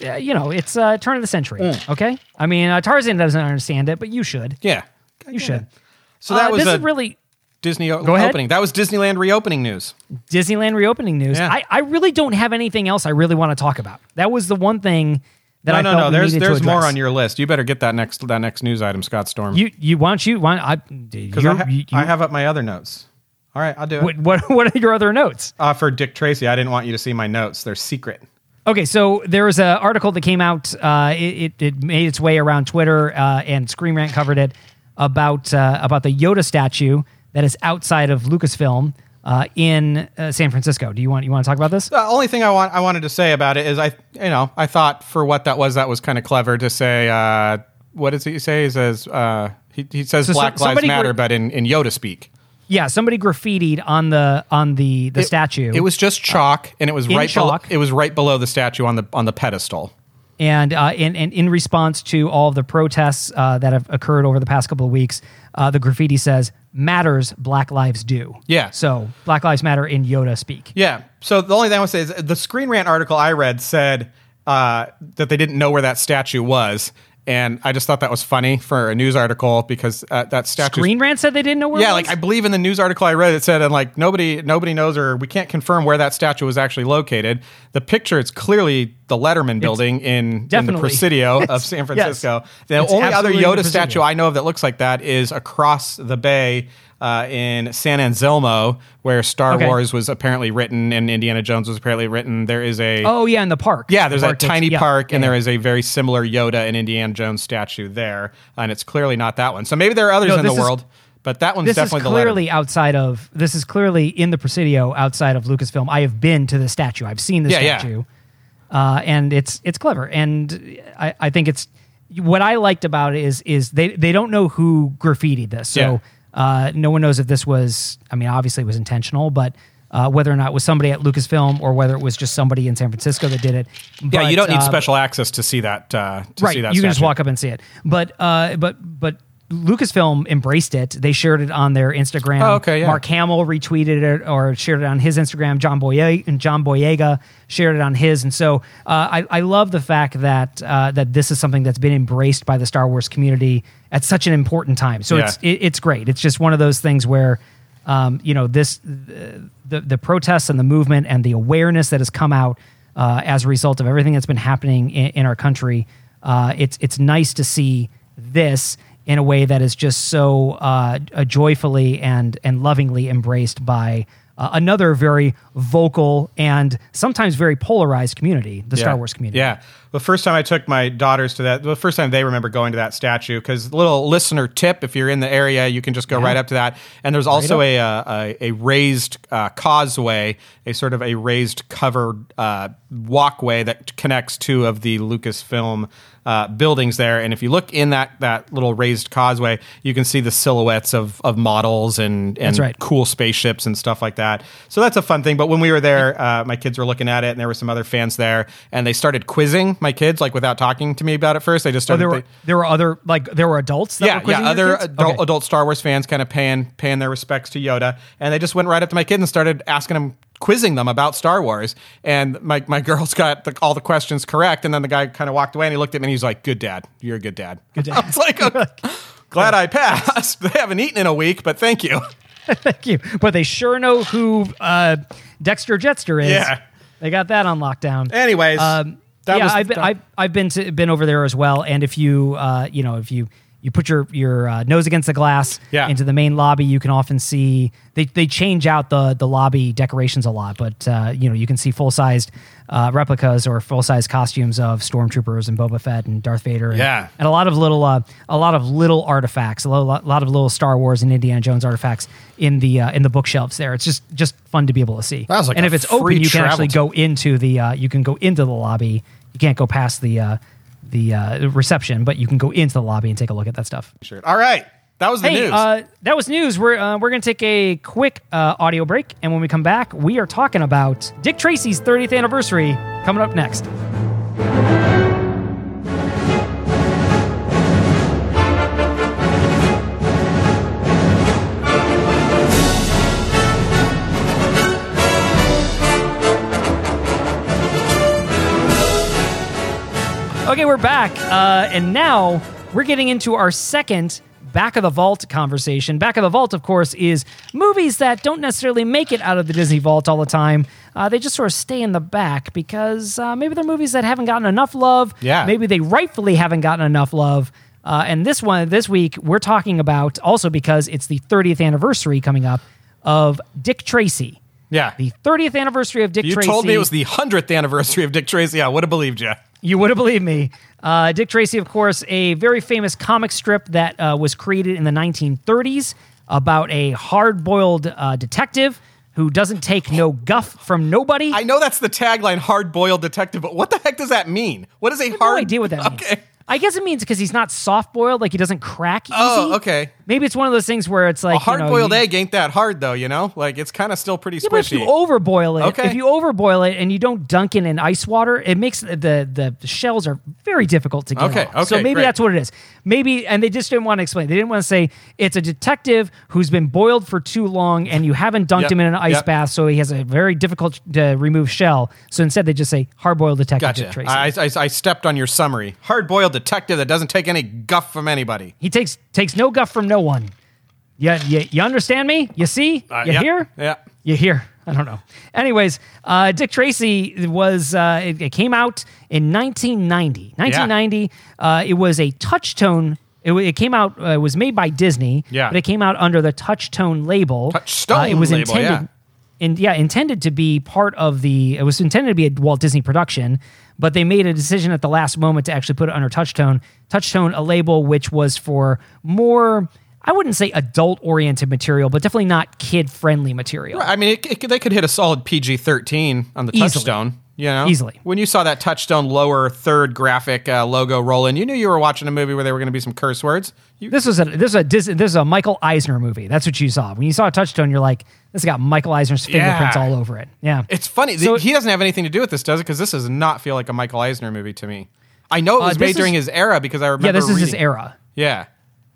Speaker 2: Uh, you know, it's uh, turn of the century.
Speaker 3: Mm.
Speaker 2: Okay, I mean uh, Tarzan doesn't understand it, but you should.
Speaker 3: Yeah,
Speaker 2: You should.
Speaker 3: so that
Speaker 2: Uh,
Speaker 3: was
Speaker 2: this
Speaker 3: a
Speaker 2: is really
Speaker 3: Disney o-
Speaker 2: ahead.
Speaker 3: opening. That was Disneyland reopening news.
Speaker 2: Disneyland reopening news.
Speaker 3: Yeah.
Speaker 2: I, I really don't have anything else I really want to talk about. That was the one thing that I
Speaker 3: no,
Speaker 2: felt
Speaker 3: no, no.
Speaker 2: we
Speaker 3: There's
Speaker 2: needed to
Speaker 3: there's more
Speaker 2: address.
Speaker 3: on your list. You better get that next that next news item, Scott Storm.
Speaker 2: You you why don't you why I
Speaker 3: because
Speaker 2: you're-
Speaker 3: I, ha-
Speaker 2: you-
Speaker 3: I have up my other notes. All right, I'll do it.
Speaker 2: what, what what are your other notes?
Speaker 3: Uh, for Dick Tracy, I didn't want you to see my notes. They're secret.
Speaker 2: Okay, so there was an article that came out. Uh, it, it it made its way around Twitter, uh, and Scream Rant covered it about uh, about the Yoda statue that is outside of Lucasfilm uh, in uh, San Francisco. Do you want you want to talk about this?
Speaker 3: The only thing I want I wanted to say about it is I you know I thought for what that was that was kind of clever to say. Uh, what does he say? He says uh, he, he says
Speaker 2: So- so-
Speaker 3: Black Lives
Speaker 2: somebody
Speaker 3: Matter,
Speaker 2: were-
Speaker 3: but in, in Yoda speak.
Speaker 2: Yeah, somebody graffitied on the on the the statue.
Speaker 3: It was just chalk, and it was
Speaker 2: in
Speaker 3: right below-
Speaker 2: chalk.
Speaker 3: it was right below the statue on the on the pedestal.
Speaker 2: And, uh, and and in response to all of the protests uh, that have occurred over the past couple of weeks, uh, the graffiti says "Matters, Black Lives Do."
Speaker 3: Yeah.
Speaker 2: So Black Lives Matter in Yoda speak.
Speaker 3: Yeah. So the only thing I want to say is the Screen Rant article I read said uh, that they didn't know where that statue was, and I just thought that was funny for a news article because uh, that statue.
Speaker 2: Green Rant said they didn't know where.
Speaker 3: yeah,
Speaker 2: it
Speaker 3: like I
Speaker 2: was?
Speaker 3: believe in the news article I read, it said, and like nobody, nobody knows or we can't confirm where that statue was actually located. The picture, it's clearly the Letterman building in, in the
Speaker 2: definitely.
Speaker 3: Presidio of San
Speaker 2: Yes.
Speaker 3: Francisco. The
Speaker 2: It's
Speaker 3: only other
Speaker 2: absolutely in the
Speaker 3: Yoda statue
Speaker 2: Presidio.
Speaker 3: I know of that looks like that is across the bay uh, in San Anselmo, where Star
Speaker 2: Okay.
Speaker 3: Wars was apparently written and Indiana Jones was apparently written. There is a
Speaker 2: Oh yeah, in the park.
Speaker 3: yeah, there's
Speaker 2: The
Speaker 3: a
Speaker 2: that's-
Speaker 3: tiny
Speaker 2: yeah,
Speaker 3: park,
Speaker 2: yeah,
Speaker 3: and
Speaker 2: yeah.
Speaker 3: there is a very similar Yoda and Indiana Jones statue there, and it's clearly not that one. So maybe there are others
Speaker 2: No,
Speaker 3: in the
Speaker 2: this is-
Speaker 3: world, but that one's
Speaker 2: This is
Speaker 3: definitely the letter.
Speaker 2: clearly outside of. This is clearly in the Presidio outside of Lucasfilm. I have been to the statue. I've seen the
Speaker 3: Yeah, yeah.
Speaker 2: statue. uh, and it's it's clever. And I, I think it's what I liked about it is is they they don't know who graffitied this, so
Speaker 3: Yeah.
Speaker 2: uh, no one knows if this was. I mean, obviously it was intentional, but. Uh, whether or not it was somebody at Lucasfilm or whether it was just somebody in San Francisco that did it.
Speaker 3: Yeah,
Speaker 2: But,
Speaker 3: you don't need
Speaker 2: uh,
Speaker 3: special access to see that. Uh, to
Speaker 2: right.
Speaker 3: see that
Speaker 2: you can just
Speaker 3: statue.
Speaker 2: walk up and see it. But uh, but but Lucasfilm embraced it. They shared it on their Instagram.
Speaker 3: Oh, okay, yeah.
Speaker 2: Mark Hamill retweeted it or shared it on his Instagram. John Boyega and John Boyega shared it on his. And so uh, I I love the fact that uh, that this is something that's been embraced by the Star Wars community at such an important time. So
Speaker 3: Yeah.
Speaker 2: it's it, it's great. It's just one of those things where. um, you know this the the protests and the movement and the awareness that has come out uh, as a result of everything that's been happening in, in our country. Uh, it's it's nice to see this in a way that is just so uh, uh, joyfully and and lovingly embraced by uh, another very vocal and sometimes very polarized community, the Star Wars community.
Speaker 3: Yeah. The first time I took my daughters to that, the first time they remember going to that statue, because little listener tip, if you're in the area, you can just go right up to that. And there's also a, uh, a a raised uh, causeway, a sort of a raised covered uh, walkway that connects two of the Lucasfilm uh, buildings there. And if you look in that that little raised causeway, you can see the silhouettes of of models and and
Speaker 2: That's right.
Speaker 3: cool spaceships and stuff like that. So that's a fun thing. But when we were there, uh, my kids were looking at it, and there were some other fans there, and they started quizzing my kids like without talking to me about it first. They just
Speaker 2: So
Speaker 3: started.
Speaker 2: there Oh, were
Speaker 3: thi-
Speaker 2: there were other like there were adults. That were
Speaker 3: yeah,
Speaker 2: quizzing
Speaker 3: yeah.
Speaker 2: your
Speaker 3: Other
Speaker 2: kids?
Speaker 3: adult,
Speaker 2: Okay.
Speaker 3: adult Star Wars fans kind of paying paying their respects to Yoda, and they just went right up to my kid and started asking him, quizzing them about Star Wars. And my my girls got the, all the questions correct, and then the guy kind of walked away and he looked at me and he's like, "Good dad, you're a good dad." Good
Speaker 2: dad.
Speaker 3: I was like, "Glad I passed." they haven't eaten in a week, but thank you.
Speaker 2: Thank you. But they sure know who uh, Dexter Jetster is.
Speaker 3: Yeah.
Speaker 2: They got that on lockdown. Um,
Speaker 3: Anyways, that
Speaker 2: yeah,
Speaker 3: was
Speaker 2: I've, been, I've I've been to, been over there as well. And if you uh, you know if you you put your your uh, nose against the glass
Speaker 3: Yeah.
Speaker 2: into the main lobby, you can often see they, they change out the the lobby decorations a lot, but uh, you know you can see full sized uh, replicas or full size costumes of stormtroopers and Boba Fett and Darth Vader. And,
Speaker 3: Yeah.
Speaker 2: and a lot of little uh, a lot of little artifacts, a lo- lot, lot of little Star Wars and Indiana Jones artifacts in the uh, in the bookshelves there. It's just just fun to be able to see.
Speaker 3: That was like
Speaker 2: and
Speaker 3: a
Speaker 2: if it's
Speaker 3: free
Speaker 2: open, you can
Speaker 3: travel
Speaker 2: actually
Speaker 3: tip.
Speaker 2: go into the uh, you can go into the lobby. You can't go past the uh, the uh, reception, but you can go into the lobby and take a look at that stuff.
Speaker 3: shirt. All right, that was the
Speaker 2: Hey,
Speaker 3: news.
Speaker 2: uh, that was news. We're uh, we're gonna take a quick uh, audio break, and when we come back, we are talking about Dick Tracy's 30th anniversary coming up next. Okay, we're back. Uh, and now we're getting into our second Back of the Vault conversation. Back of the Vault, of course, is movies that don't necessarily make it out of the Disney Vault all the time. Uh, they just sort of stay in the back because uh, maybe they're movies that haven't gotten enough love.
Speaker 3: Yeah.
Speaker 2: Maybe they rightfully haven't gotten enough love. Uh, and this one, this week, we're talking about also because it's the 30th anniversary coming up of Dick Tracy.
Speaker 3: yeah,
Speaker 2: The 30th anniversary of Dick
Speaker 3: you
Speaker 2: Tracy.
Speaker 3: told me it was the hundredth anniversary of Dick Tracy. I would have believed you.
Speaker 2: You would have believed me. Uh, Dick Tracy, of course, a very famous comic strip that uh, was created in the 1930s about a hard boiled uh, detective who doesn't take no guff from nobody.
Speaker 3: I know that's the tagline, "Hard Boiled Detective," but what the heck does that mean? What is a
Speaker 2: have
Speaker 3: hard?
Speaker 2: no idea what that means.
Speaker 3: okay.
Speaker 2: I guess it means because he's not soft boiled, like he doesn't crack easy.
Speaker 3: Oh, okay.
Speaker 2: Maybe it's one of those things where it's like
Speaker 3: A hard boiled
Speaker 2: you know, you-
Speaker 3: egg ain't that hard though, you know. Like it's kind of still pretty
Speaker 2: Yeah, but if you
Speaker 3: squishy.
Speaker 2: overboil it,
Speaker 3: Okay.
Speaker 2: if you overboil it and you don't dunk it in ice water, it makes the the, the shells are very difficult to get.
Speaker 3: Okay,
Speaker 2: off. so
Speaker 3: okay,
Speaker 2: maybe
Speaker 3: great.
Speaker 2: that's what it is. Maybe and they just didn't want to explain. They didn't want to say it's a detective who's been boiled for too long and you haven't dunked
Speaker 3: Yep,
Speaker 2: him in an ice
Speaker 3: yep.
Speaker 2: bath, so he has a very difficult to remove shell. So instead, they just say hard boiled detective Dick
Speaker 3: Gotcha.
Speaker 2: Tracy.
Speaker 3: I, I, I stepped on your summary. Hard boiled detective that doesn't take any guff from anybody.
Speaker 2: he takes takes no guff from no one. Yeah, you, you understand me? You see?
Speaker 3: Uh,
Speaker 2: you
Speaker 3: yeah,
Speaker 2: hear?
Speaker 3: yeah.
Speaker 2: You hear? I don't know. Anyways, uh, Dick Tracy was uh, it, it came out in 1990. 1990. Uh, it was a Touchstone. It, wa- it came out. Uh, it was made by Disney.
Speaker 3: Yeah.
Speaker 2: But it came out under the Touchstone label. Uh,
Speaker 3: Touchstone
Speaker 2: it was
Speaker 3: label,
Speaker 2: intended.
Speaker 3: yeah.
Speaker 2: In, yeah, intended to be part of the. It was intended to be a Walt Disney production, but they made a decision at the last moment to actually put it under Touchstone. Touchstone, a label which was for more. I wouldn't say adult-oriented material, but definitely not kid-friendly material.
Speaker 3: I mean, it, it, could- they could hit a solid PG thirteen on the
Speaker 2: Easily.
Speaker 3: touchstone. You know,
Speaker 2: Easily.
Speaker 3: When you saw that touchstone lower third graphic uh, logo rolling, you knew you were watching a movie where there were going to be some curse words. You,
Speaker 2: This was a this was a Dis- this is a Michael Eisner movie. That's what you saw when you saw a Touchstone. You're like, this has got Michael Eisner's fingerprints all over it. Yeah,
Speaker 3: it's funny.
Speaker 2: So-
Speaker 3: he doesn't have anything to do with this, does it? Because this does not feel like a Michael Eisner movie to me. I know it was
Speaker 2: Uh, this
Speaker 3: made during
Speaker 2: is-
Speaker 3: his era because I remember.
Speaker 2: yeah. This is his
Speaker 3: reading-
Speaker 2: era.
Speaker 3: Yeah.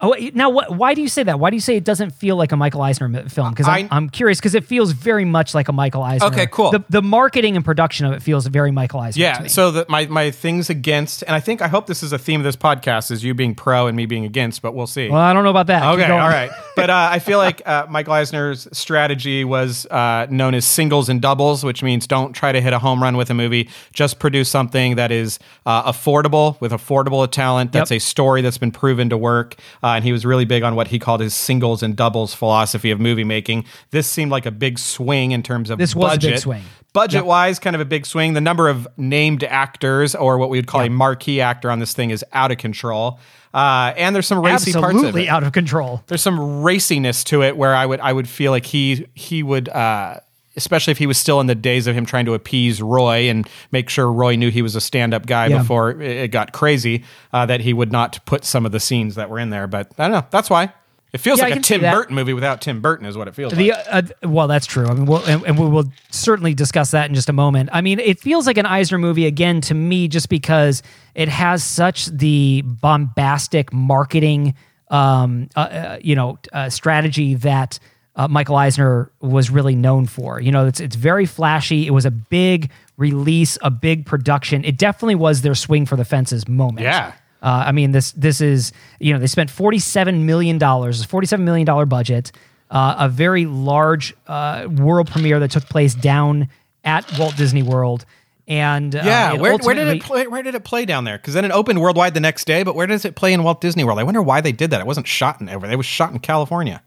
Speaker 2: Oh, wait, now what? Why do you say that? Why do you say it doesn't feel like a Michael Eisner mi- film? Because I'm,
Speaker 3: I-
Speaker 2: I'm curious. Because it feels very much like a Michael Eisner.
Speaker 3: Okay, cool.
Speaker 2: The, the marketing and production of it feels very Michael Eisner. to
Speaker 3: Yeah.
Speaker 2: me.
Speaker 3: So that my my things against, and I think I hope this is a theme of this podcast is you being pro and me being against, but we'll see.
Speaker 2: well, I don't know about that. Keep
Speaker 3: Okay,
Speaker 2: going.
Speaker 3: all right. But uh, I feel like uh, Michael Eisner's strategy was uh, known as singles and doubles, which means don't try to hit a home run with a movie. Just produce something that is uh, affordable with affordable talent. That's
Speaker 2: Yep.
Speaker 3: a story that's been proven to work. Uh, and he was really big on what he called his singles and doubles philosophy of movie making. This seemed like a big swing in terms of
Speaker 2: This was a big
Speaker 3: budget.
Speaker 2: swing.
Speaker 3: Budget wise, kind of a big swing. The number of named actors, or what we would call a marquee actor on this thing, is out of control. Uh, and there's some racy parts of it
Speaker 2: Absolutely out of control.
Speaker 3: there's some raciness to it where I would I would feel like he he would uh especially if he was still in the days of him trying to appease Roy and make sure Roy knew he was a stand-up guy
Speaker 2: Yeah.
Speaker 3: before it- it got crazy uh, that he would not put some of the scenes that were in there but I don't know that's why it feels
Speaker 2: Yeah, I
Speaker 3: like a
Speaker 2: can see
Speaker 3: Tim
Speaker 2: that.
Speaker 3: Burton movie without Tim Burton is what it feels
Speaker 2: The
Speaker 3: like
Speaker 2: uh, well, that's true. I mean, we'll, and, and we will certainly discuss that in just a moment. I mean, it feels like an Eisner movie again to me, just because it has such the bombastic marketing, um, uh, uh, you know, uh, strategy that uh, Michael Eisner was really known for. You know, it's it's very flashy. It was a big release, a big production. It definitely was their swing for the fences moment.
Speaker 3: Yeah.
Speaker 2: Uh, I mean, this this is you know they spent forty seven million dollars, forty seven million dollar budget, uh, a very large uh, world premiere that took place down at Walt Disney World, and uh,
Speaker 3: yeah, where, where did
Speaker 2: ultimately-
Speaker 3: it play? Where did it play down there? Because then it opened worldwide the next day. But where does it play in Walt Disney World? I wonder why they did that. It wasn't shot in everywhere. It was shot in California.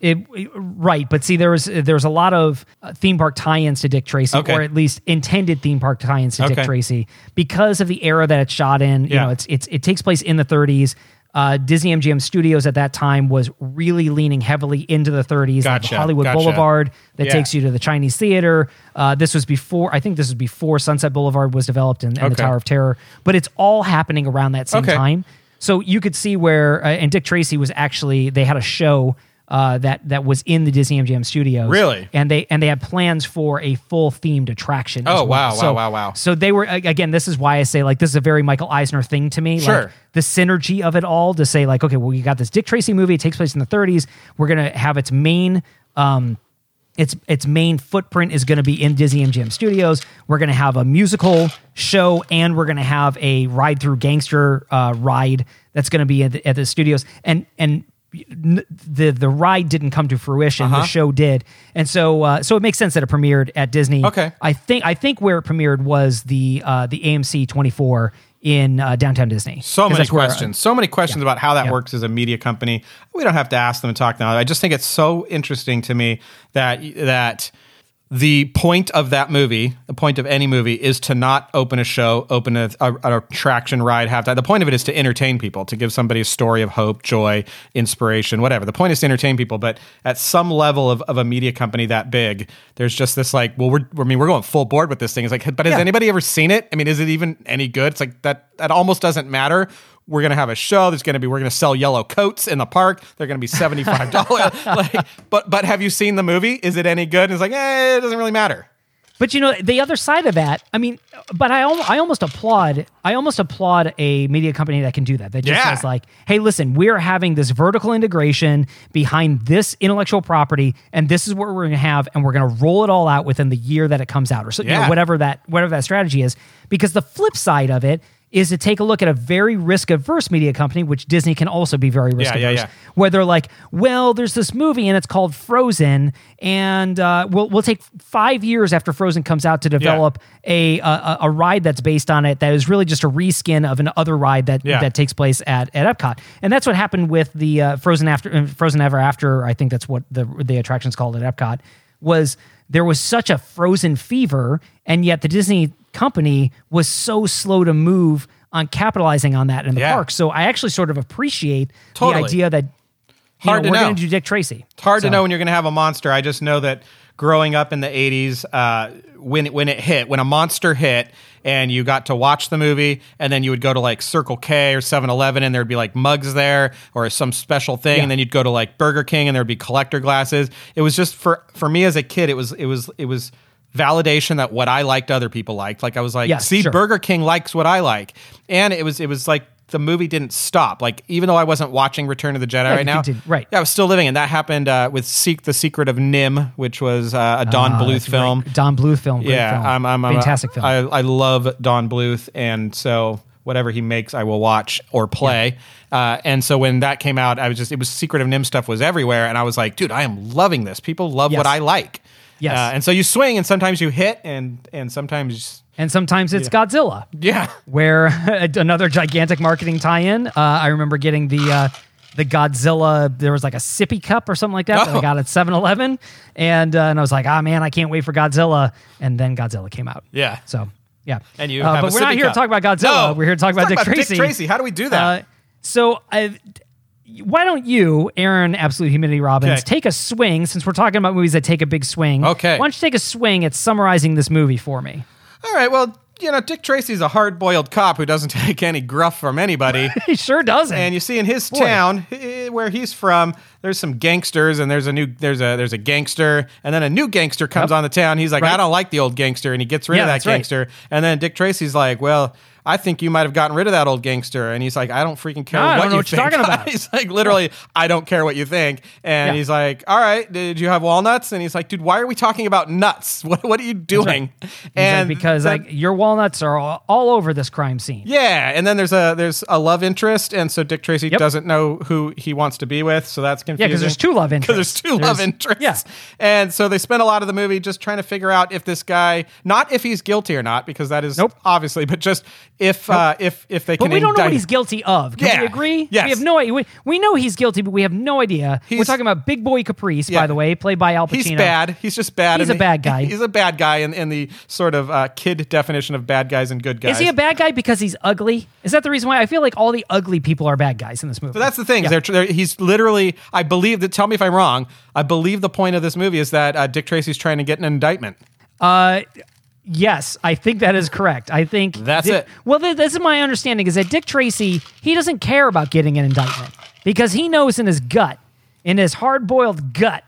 Speaker 2: it, right but see there was there was a lot of uh, theme park tie-ins to dick tracy
Speaker 3: Okay.
Speaker 2: or at least intended theme park tie-ins to dick
Speaker 3: Okay.
Speaker 2: tracy because of the era that it's shot in you
Speaker 3: Yeah.
Speaker 2: know it's it's it takes place in the 30s uh, Disney MGM Studios at that time was really leaning heavily into the 30s, like
Speaker 3: Gotcha,
Speaker 2: Hollywood
Speaker 3: gotcha.
Speaker 2: Boulevard that
Speaker 3: Yeah.
Speaker 2: takes you to the Chinese Theater. Uh, this was before, I think this was before Sunset Boulevard was developed and, and the
Speaker 3: Okay.
Speaker 2: Tower of Terror, but it's all happening around that same
Speaker 3: Okay.
Speaker 2: time. So you could see where, uh, and Dick Tracy was actually they had a show uh, that that was in the Disney MGM studios.
Speaker 3: Really?
Speaker 2: and they and they had plans for a full themed attraction. as
Speaker 3: Oh,
Speaker 2: well.
Speaker 3: wow, wow,
Speaker 2: So-
Speaker 3: wow, wow.
Speaker 2: So they were a- again. This is why I say like this is a very Michael Eisner thing to me. Like,
Speaker 3: Sure.
Speaker 2: the synergy of it all to say like, okay, well, you got this Dick Tracy movie. It takes place in the 30s. We're gonna have its main. Um, its its main footprint is going to be in Disney MGM Studios. We're going to have a musical show, and we're going to have a ride through gangster uh, ride that's going to be at the, at the studios. And and n- the the ride didn't come to fruition. The show did, and so uh, so it makes sense that it premiered at Disney.
Speaker 3: Okay.
Speaker 2: I think I think where it premiered was the uh, the AMC 24 in uh, downtown Disney.
Speaker 3: So
Speaker 2: 'Cause
Speaker 3: many
Speaker 2: that's where- uh,
Speaker 3: questions. so many questions about how that
Speaker 2: Yeah.
Speaker 3: works as a media company. We don't have to ask them and talk now. I just think it's so interesting to me that that the point of that movie, the point of any movie, is to not open a show, open a, a, an attraction ride, have that. The point of it is to entertain people, to give somebody a story of hope, joy, inspiration, whatever. The point is to entertain people. But at some level of, of a media company that big, there's just this like, well, we're, I mean, we're going full board with this thing. It's like, but has anybody ever seen it? I mean, is it even any good? It's like that, that almost doesn't matter. We're going to have a show. There's going to be, we're going to sell yellow coats in the park. They're going to be $75. like, but, but have you seen the movie? Is it any good? And it's like, eh, it doesn't really matter.
Speaker 2: But you know the other side of that. I mean, but I al- I almost applaud I almost applaud a media company that can do that. That just
Speaker 3: Yeah.
Speaker 2: says like, hey, listen, we're having this vertical integration behind this intellectual property, and this is what we're going to have, and we're going to roll it all out within the year that it comes out, or so, you know,
Speaker 3: Yeah.
Speaker 2: whatever that whatever that strategy is. Because the flip side of it is to take a look at a very risk averse media company, which Disney can also be very risk
Speaker 3: Yeah,
Speaker 2: averse
Speaker 3: yeah, yeah.
Speaker 2: where they're like, well, there's this movie and it's called Frozen, and uh, we'll we'll take five years after Frozen comes out to develop a, a a- a ride that's based on it that is really just a reskin of an other ride that
Speaker 3: Yeah.
Speaker 2: that takes place at at Epcot, and that's what happened with the uh, Frozen after uh, Frozen Ever After. I think that's what the the attraction's called at Epcot was there was such a Frozen fever, and yet the Disney company was so slow to move on capitalizing on that in the
Speaker 3: Yeah.
Speaker 2: park. So I actually sort of appreciate
Speaker 3: Totally.
Speaker 2: the idea that you
Speaker 3: Hard
Speaker 2: know,
Speaker 3: to
Speaker 2: we're
Speaker 3: know.
Speaker 2: going to do Dick Tracy.
Speaker 3: It's hard to know when you're going to have a monster. I just know that growing up in the 80s, uh, when it- when it hit, when a monster hit, and you got to watch the movie, and then you would go to like Circle K or 7-Eleven, and there'd be like mugs there or some special thing,
Speaker 2: Yeah.
Speaker 3: and then you'd go to like Burger King, and there'd be collector glasses. It was just for for me as a kid, it was it was it was validation that what I liked other people liked. Like I was like,
Speaker 2: Yes,
Speaker 3: see,
Speaker 2: sure.
Speaker 3: Burger King likes what I like, and it was it was like the movie didn't stop. Like even though I wasn't watching Return of the Jedi
Speaker 2: you
Speaker 3: right now,
Speaker 2: continued, right.
Speaker 3: Yeah, I was still living, and that happened uh, with Seek the Secret of Nim, which was uh, a
Speaker 2: Ah,
Speaker 3: Don Bluth film.
Speaker 2: Don Bluth film. Great
Speaker 3: Yeah,
Speaker 2: film.
Speaker 3: I'm, I'm, I'm-
Speaker 2: fantastic film.
Speaker 3: I, I love Don Bluth, and so whatever he makes, I will watch or play. Uh, and so when that came out, I was just it was Secret of Nim stuff was everywhere, and I was like, dude, I am loving this. People love
Speaker 2: Yes.
Speaker 3: what I like.
Speaker 2: Yes.
Speaker 3: Uh, and so you swing, and sometimes you hit, and and sometimes
Speaker 2: and sometimes it's Godzilla.
Speaker 3: yeah,
Speaker 2: where another gigantic marketing tie-in. Uh, I remember getting the uh, the Godzilla. There was like a sippy cup or something like that that I
Speaker 3: Oh.
Speaker 2: got at 7-Eleven, and uh, and I was like, ah man, I can't wait for Godzilla. And then Godzilla came out.
Speaker 3: Yeah.
Speaker 2: So yeah.
Speaker 3: and you.
Speaker 2: Uh,
Speaker 3: have
Speaker 2: but
Speaker 3: a
Speaker 2: we're not
Speaker 3: sippy
Speaker 2: here
Speaker 3: cup.
Speaker 2: to talk about Godzilla.
Speaker 3: No.
Speaker 2: We're here to talk
Speaker 3: Let's
Speaker 2: about Dick Tracy.
Speaker 3: Tracy. How do we do that?
Speaker 2: Uh, so I, why don't you, Aaron, Absolute Humidity Robbins,
Speaker 3: Okay.
Speaker 2: take a swing since we're talking about movies that take a big swing.
Speaker 3: Okay.
Speaker 2: Why don't you take a swing at summarizing this movie for me?
Speaker 3: All right. Well, you know, Dick Tracy's a hard-boiled cop who doesn't take any gruff from anybody.
Speaker 2: He sure doesn't.
Speaker 3: and you see in his town eh, where he's from there's some gangsters and there's a new there's a there's a gangster and then a new gangster comes on the town he's like
Speaker 2: Right.
Speaker 3: i don't like the old gangster and he gets rid
Speaker 2: Yeah,
Speaker 3: of that
Speaker 2: that's right.
Speaker 3: gangster and then dick tracy's like well I think you might have gotten rid of that old gangster, and he's like, "I don't freaking care
Speaker 2: No, I
Speaker 3: what
Speaker 2: don't know
Speaker 3: you
Speaker 2: what you're
Speaker 3: think."
Speaker 2: talking about.
Speaker 3: he's like, literally, "I don't care what you think," and
Speaker 2: Yeah.
Speaker 3: he's like, "All right, did you have walnuts?" And he's like, "Dude, why are we talking about nuts? What What are you doing?"
Speaker 2: He's like, because
Speaker 3: then-
Speaker 2: like your walnuts are all, all over this crime scene.
Speaker 3: yeah, and then there's a there's a love interest, and so Dick Tracy
Speaker 2: Yep.
Speaker 3: doesn't know who he wants to be with, so that's confusing.
Speaker 2: there's two love
Speaker 3: Because there's
Speaker 2: interests.
Speaker 3: two love
Speaker 2: There's-
Speaker 3: interests.
Speaker 2: yeah.
Speaker 3: and so they spend a lot of the movie just trying to figure out if this guy, not if he's guilty or not, because that is
Speaker 2: Nope.
Speaker 3: obviously, but just if uh, if if they
Speaker 2: But
Speaker 3: can.
Speaker 2: we don't know what
Speaker 3: indict-
Speaker 2: he's guilty of. Can we
Speaker 3: Yeah.
Speaker 2: agree?
Speaker 3: Yes.
Speaker 2: We have no idea. We, we know he's guilty, but we have no idea. We're
Speaker 3: He's-
Speaker 2: talking about Big Boy Caprice, by
Speaker 3: Yeah.
Speaker 2: the way, played by Al Pacino.
Speaker 3: He's bad. He's just bad.
Speaker 2: He's a
Speaker 3: in the-
Speaker 2: bad guy.
Speaker 3: He's a bad guy in, in the sort of uh, kid definition of bad guys and good guys.
Speaker 2: Is he a bad guy because he's ugly? Is that the reason why? I feel like all the ugly people are bad guys in this movie.
Speaker 3: But that's the thing.
Speaker 2: Yeah.
Speaker 3: They're, they're, he's literally. I believe that. Tell me if I'm wrong. I believe the point of this movie is that uh, Dick Tracy's trying to get an indictment.
Speaker 2: Uh, Yes, I think that is correct. I think
Speaker 3: That's
Speaker 2: Dick-
Speaker 3: it.
Speaker 2: Well, th- this is my understanding is that Dick Tracy he doesn't care about getting an indictment because he knows in his gut, in his hard-boiled gut,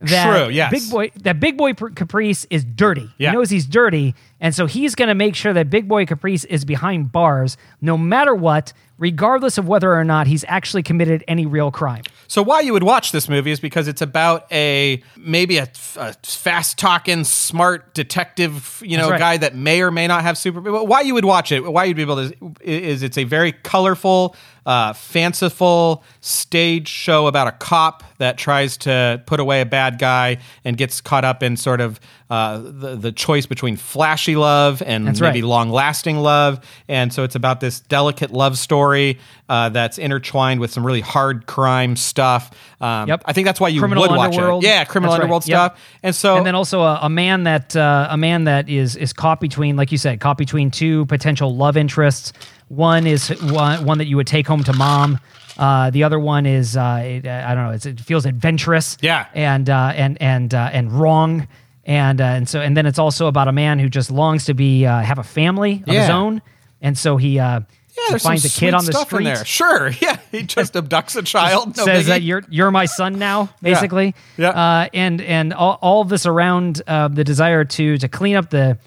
Speaker 2: that
Speaker 3: True, yes.
Speaker 2: big boy that big boy Pr- Caprice is dirty.
Speaker 3: Yeah.
Speaker 2: He knows he's dirty, and so he's going to make sure that big boy Caprice is behind bars no matter what, regardless of whether or not he's actually committed any real crime.
Speaker 3: So why you would watch this movie is because it's about a maybe a, fast talking, smart detective, you know,
Speaker 2: That's right.
Speaker 3: guy that may or may not have super. but Why you would watch it? Why you'd be able to is it's a very colorful, uh, fanciful stage show about a cop that tries to put away a bad guy and gets caught up in sort of uh, the the choice between flashy love and
Speaker 2: That's
Speaker 3: Mm-hmm. maybe
Speaker 2: right.
Speaker 3: long lasting love. And so it's about this delicate love story uh, that's intertwined with some really hard crime stuff. Um,
Speaker 2: Yep.
Speaker 3: I think that's why you
Speaker 2: Criminal
Speaker 3: would
Speaker 2: underworld.
Speaker 3: watch it. Yeah, criminal
Speaker 2: That's right.
Speaker 3: underworld
Speaker 2: Yep.
Speaker 3: stuff. And so,
Speaker 2: and then also a, a man that uh, a man that is is caught between, like you said, caught between two potential love interests. One is one, one that you would take home to mom. Uh, the other one is uh, it, uh, I don't know. It's, it feels adventurous.
Speaker 3: Yeah.
Speaker 2: and uh, and and uh, and wrong. And uh, and so and then it's also about a man who just longs to be uh, have a family of his
Speaker 3: Yeah.
Speaker 2: own, and so he uh,
Speaker 3: yeah,
Speaker 2: he
Speaker 3: there's
Speaker 2: finds
Speaker 3: some
Speaker 2: a kid
Speaker 3: sweet
Speaker 2: on the
Speaker 3: stuff
Speaker 2: street
Speaker 3: in there. Sure. Yeah, he just abducts a child. No
Speaker 2: says
Speaker 3: biggie.
Speaker 2: that you're you're my son now, basically.
Speaker 3: Yeah.
Speaker 2: Uh, and and all, all this around uh, the desire to to clean up the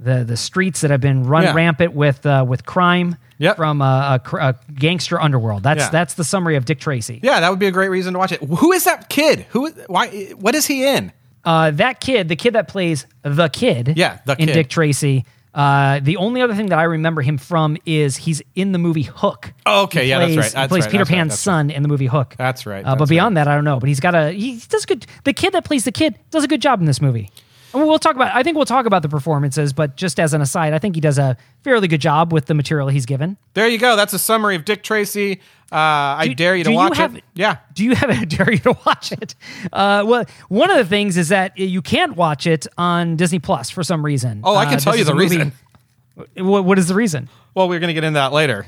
Speaker 2: the the streets that have been run
Speaker 3: Yeah.
Speaker 2: rampant with uh, with crime
Speaker 3: Yep.
Speaker 2: from a, a, cr- a gangster underworld. That's
Speaker 3: Yeah.
Speaker 2: that's the summary of Dick Tracy.
Speaker 3: Yeah, that would be a great reason to watch it. Who is that kid? Who? Why? What is he in?
Speaker 2: Uh, that kid, the kid that plays the kid,
Speaker 3: Yeah, the
Speaker 2: in
Speaker 3: kid.
Speaker 2: Dick Tracy. Uh, the only other thing that I remember him from is he's in the movie Hook.
Speaker 3: Oh, okay,
Speaker 2: He
Speaker 3: yeah, that's
Speaker 2: plays-
Speaker 3: right,
Speaker 2: He
Speaker 3: that's
Speaker 2: plays
Speaker 3: right,
Speaker 2: Peter
Speaker 3: that's right,
Speaker 2: Pan's
Speaker 3: that's
Speaker 2: son in the movie Hook.
Speaker 3: That's right,
Speaker 2: Uh, but
Speaker 3: that's
Speaker 2: beyond that, I don't know. But he's got a he does good. The kid that plays the kid does a good job in this movie. And we'll talk about. I think we'll talk about the performances. But just as an aside, I think he does a fairly good job with the material he's given.
Speaker 3: There you go. That's a summary of Dick Tracy. Uh, I dare you to
Speaker 2: do
Speaker 3: watch
Speaker 2: have,
Speaker 3: it. Yeah.
Speaker 2: Do you have a dare you to watch it? Uh, well, one of the things is that you can't watch it on Disney Plus for some reason.
Speaker 3: Oh, I
Speaker 2: Uh,
Speaker 3: can tell
Speaker 2: this
Speaker 3: you
Speaker 2: is
Speaker 3: the
Speaker 2: a movie-
Speaker 3: reason.
Speaker 2: Wh- what is the reason?
Speaker 3: Well, we're going to get into that later.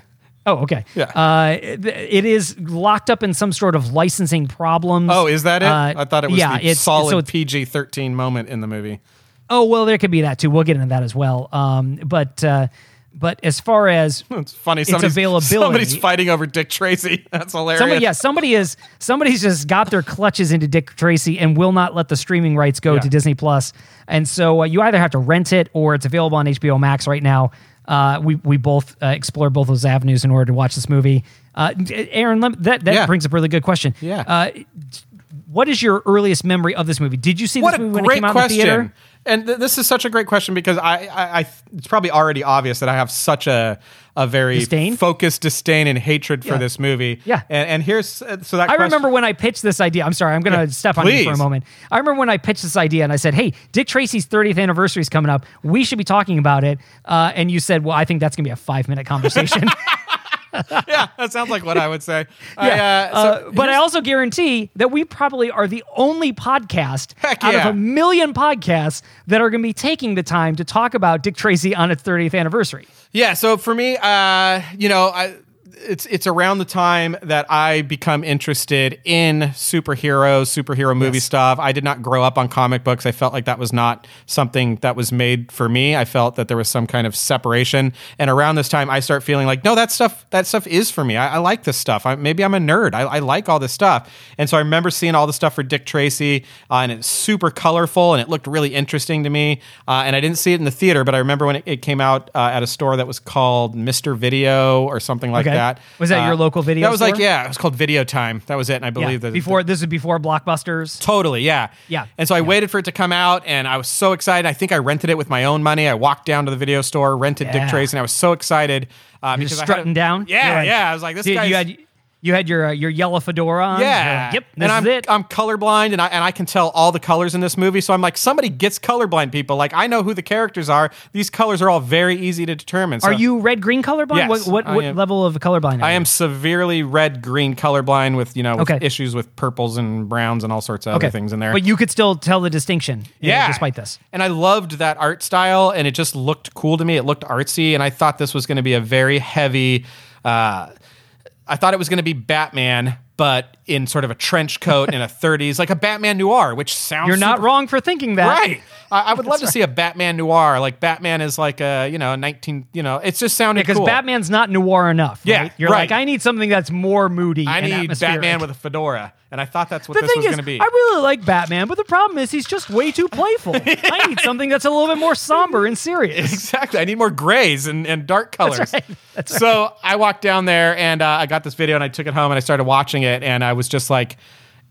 Speaker 2: Oh, okay.
Speaker 3: Yeah.
Speaker 2: Uh, it- it is locked up in some sort of licensing problems.
Speaker 3: Oh, is that it?
Speaker 2: Uh,
Speaker 3: I thought it was
Speaker 2: yeah,
Speaker 3: the
Speaker 2: it's,
Speaker 3: solid
Speaker 2: so it's-
Speaker 3: PG thirteen moment in the movie.
Speaker 2: Oh well, there could be that too. We'll get into that as well. Um, but uh, But as far as
Speaker 3: It's funny.
Speaker 2: It's
Speaker 3: Somebody's,
Speaker 2: availability.
Speaker 3: Somebody's fighting over Dick Tracy. That's hilarious.
Speaker 2: somebody, yeah, somebody is somebody's just got their clutches into Dick Tracy and will not let the streaming rights go
Speaker 3: Yeah.
Speaker 2: to Disney Plus. And so uh, you either have to rent it or it's available on HBO Max right now. Uh, we we both uh, explore both those avenues in order to watch this movie. Uh, Aaron, lem- that that
Speaker 3: Yeah.
Speaker 2: brings up a really good question.
Speaker 3: Yeah.
Speaker 2: Uh, what is your earliest memory of this movie? Did you see
Speaker 3: what
Speaker 2: this
Speaker 3: a
Speaker 2: movie when it
Speaker 3: great
Speaker 2: came out
Speaker 3: question.
Speaker 2: in the theater?
Speaker 3: And th- this is such a great question because I, I, I, it's probably already obvious that I have such a, a very
Speaker 2: Disdain?
Speaker 3: focused disdain and hatred for
Speaker 2: Yeah.
Speaker 3: this movie.
Speaker 2: Yeah.
Speaker 3: And, and here's uh, so that
Speaker 2: I
Speaker 3: question-
Speaker 2: remember when I pitched this idea. I'm sorry, I'm going to step on you for a
Speaker 3: please.
Speaker 2: moment. I remember when I pitched this idea and I said, "Hey, Dick Tracy's 30th anniversary is coming up. We should be talking about it." Uh, and you said, "Well, I think that's going to be a five minute conversation."
Speaker 3: yeah, that sounds like what I would say. I,
Speaker 2: Yeah,
Speaker 3: uh, so
Speaker 2: uh, but I also guarantee that we probably are the only podcast
Speaker 3: Heck
Speaker 2: out
Speaker 3: yeah.
Speaker 2: of a million podcasts that are going to be taking the time to talk about Dick Tracy on its 30th anniversary.
Speaker 3: Yeah. So for me, uh, you know, I. It's it's around the time that I become interested in superheroes, superhero movie stuff. I did not grow up on comic books. I felt like that was not something that was made for me. I felt that there was some kind of separation. And around this time, I start feeling like, no, that stuff that stuff is for me. I, I like this stuff. I, maybe I'm a nerd. I, I like all this stuff. And so I remember seeing all the stuff for Dick Tracy, uh, and it's super colorful, and it looked really interesting to me. Uh, and I didn't see it in the theater, but I remember when it, it came out uh, at a store that was called Mr. Video or something like
Speaker 2: Okay.
Speaker 3: that.
Speaker 2: Was that
Speaker 3: Uh,
Speaker 2: your local video
Speaker 3: That was like
Speaker 2: store?
Speaker 3: yeah, it was called Video Time. That was it, and I believe
Speaker 2: yeah,
Speaker 3: that
Speaker 2: before this is before blockbusters.
Speaker 3: Totally, yeah.
Speaker 2: Yeah.
Speaker 3: And so I waited for it to come out and I was so excited. I think I rented it with my own money. I walked down to the video store, rented
Speaker 2: Yeah.
Speaker 3: Dick Tracy, and I was so excited. Uh,
Speaker 2: You're
Speaker 3: because I had
Speaker 2: strutting
Speaker 3: a-
Speaker 2: down. You're
Speaker 3: Yeah,
Speaker 2: like-
Speaker 3: yeah. I was like, this
Speaker 2: Dude,
Speaker 3: guy's
Speaker 2: you had you had your uh, your yellow fedora on. You're
Speaker 3: yeah.
Speaker 2: like, yep. This
Speaker 3: and I'm,
Speaker 2: is it.
Speaker 3: I'm colorblind, and I and I can tell all the colors in this movie. So I'm like, somebody gets colorblind people. Like I know who the characters are. These colors are all very easy to determine. So
Speaker 2: Are you red green colorblind?
Speaker 3: Yes,
Speaker 2: what what,
Speaker 3: I
Speaker 2: what
Speaker 3: am.
Speaker 2: level of colorblind? Are
Speaker 3: I
Speaker 2: you?
Speaker 3: am severely red green colorblind with you know with
Speaker 2: Okay.
Speaker 3: issues with purples and browns and all sorts of other things in there.
Speaker 2: But you could still tell the distinction. you know,
Speaker 3: yeah,
Speaker 2: despite this.
Speaker 3: And I loved that art style, and it just looked cool to me. It looked artsy, and I thought this was going to be a very heavy. Uh, I thought it was going to be Batman, but in sort of a trench coat in a 30s, like a Batman noir, which sounds
Speaker 2: You're not
Speaker 3: super-
Speaker 2: wrong for thinking that.
Speaker 3: Right. I, I would love to see a Batman noir. Like Batman is like a you know 19. You know, it's just sounded
Speaker 2: Because
Speaker 3: cool.
Speaker 2: Batman's not noir enough.
Speaker 3: Yeah,
Speaker 2: right? You're like,
Speaker 3: right.
Speaker 2: I need something that's more moody.
Speaker 3: I
Speaker 2: and
Speaker 3: need
Speaker 2: atmospheric.
Speaker 3: Batman with a fedora, and I thought that's what
Speaker 2: The
Speaker 3: this
Speaker 2: thing
Speaker 3: was
Speaker 2: is,
Speaker 3: going to be.
Speaker 2: I really like Batman, but the problem is he's just way too playful. I need something that's a little bit more somber and serious.
Speaker 3: Exactly. I need more grays and, and dark colors.
Speaker 2: right. That's
Speaker 3: so I walked down there and uh, I got this video and I took it home and I started watching it and I was just like,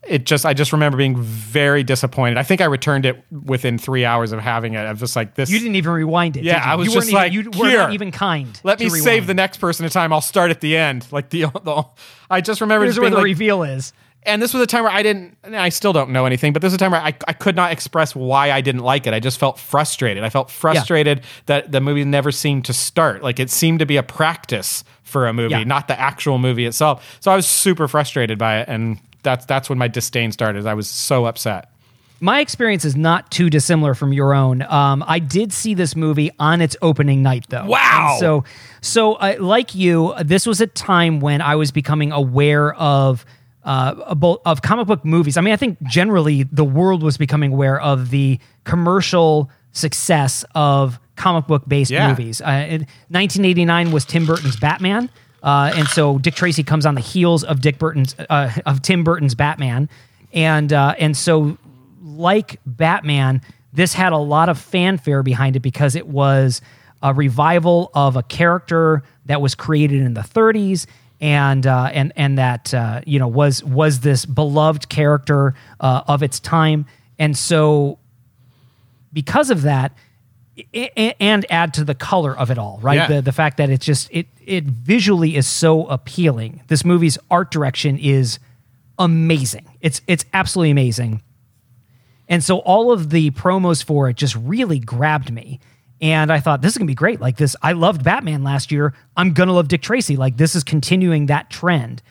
Speaker 3: it just I just remember being very disappointed. I think I returned it within three hours of having it. I was just like, this.
Speaker 2: You didn't even rewind it.
Speaker 3: Yeah,
Speaker 2: did you?
Speaker 3: I was
Speaker 2: You
Speaker 3: just
Speaker 2: weren't even-
Speaker 3: like,
Speaker 2: you were not
Speaker 3: here.
Speaker 2: even kind.
Speaker 3: Let
Speaker 2: to
Speaker 3: me save
Speaker 2: rewind.
Speaker 3: the next person a time. I'll start at the end. Like the, the I just remember
Speaker 2: Here's
Speaker 3: just
Speaker 2: where
Speaker 3: being
Speaker 2: the
Speaker 3: like,
Speaker 2: reveal is.
Speaker 3: and this was a time where I didn't, and I still don't know anything, but this is a time where I, I could not express why I didn't like it. I just felt frustrated. I felt frustrated that the movie never seemed to start. Like it seemed to be a practice for a movie,
Speaker 2: Yeah.
Speaker 3: not the actual movie itself. So I was super frustrated by it. And that's, that's when my disdain started. I was so upset.
Speaker 2: my experience is not too dissimilar from your own. Um, I did see this movie on its opening night, though.
Speaker 3: Wow.
Speaker 2: And so, so uh, like you, this was a time when I was becoming aware of. Uh, abo- of comic book movies. I mean, I think generally the world was becoming aware of the commercial success of comic book based
Speaker 3: Yeah.
Speaker 2: movies. Uh, in 1989 was Tim Burton's Batman, uh, and so Dick Tracy comes on the heels of Dick Burton's uh, of Tim Burton's Batman, and uh, and so like Batman, this had a lot of fanfare behind it because it was a revival of a character that was created in the 30s. And uh, and and that uh, you know was was this beloved character uh, of its time, and so because of that a- a- and add to the color of it all right
Speaker 3: Yeah.
Speaker 2: the the fact that it's just it it visually is so appealing this movie's art direction is amazing it's it's absolutely amazing and so all of the promos for it just really grabbed me and i thought this is going to be great like this i loved batman last year i'm going to love dick tracy like this is continuing that trend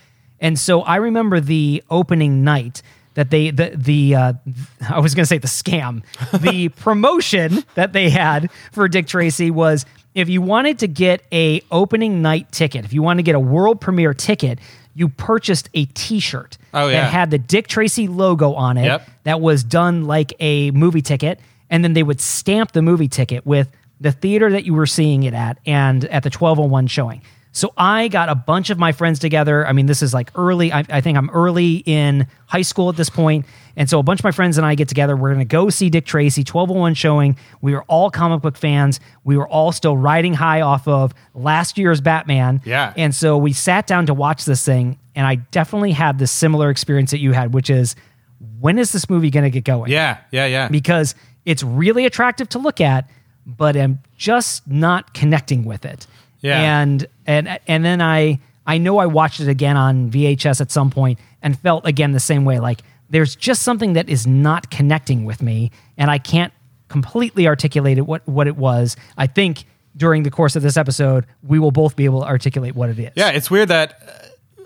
Speaker 2: and so i remember the opening night that they the the uh, I was going to say the scam the promotion that they had for Dick Tracy was if you wanted to get a opening night ticket if you wanted to get a world premiere ticket you purchased a T-shirt
Speaker 3: Oh, yeah.
Speaker 2: that had the Dick Tracy logo on it
Speaker 3: Yep.
Speaker 2: that was done like a movie ticket, and then they would stamp the movie ticket with the theater that you were seeing it at and at the 1201 showing. So I got a bunch of my friends together. I mean, this is like early, I, I think I'm early in high school at this point. And so a bunch of my friends and I get together. We're going to go see Dick Tracy, 1201 showing. We were all comic book fans. We were all still riding high off of last year's Batman.
Speaker 3: Yeah.
Speaker 2: And so we sat down to watch this thing. And I definitely had this similar experience that you had, which is when is this movie going to get going?
Speaker 3: Yeah, yeah, yeah.
Speaker 2: because it's really attractive to look at, but I'm just not connecting with it.
Speaker 3: Yeah.
Speaker 2: And and and then I I know I watched it again on VHS at some point and felt again the same way. Like there's just something that is not connecting with me, and I can't completely articulate it what what it was. I think during the course of this episode, we will both be able to articulate what it is.
Speaker 3: Yeah, it's weird that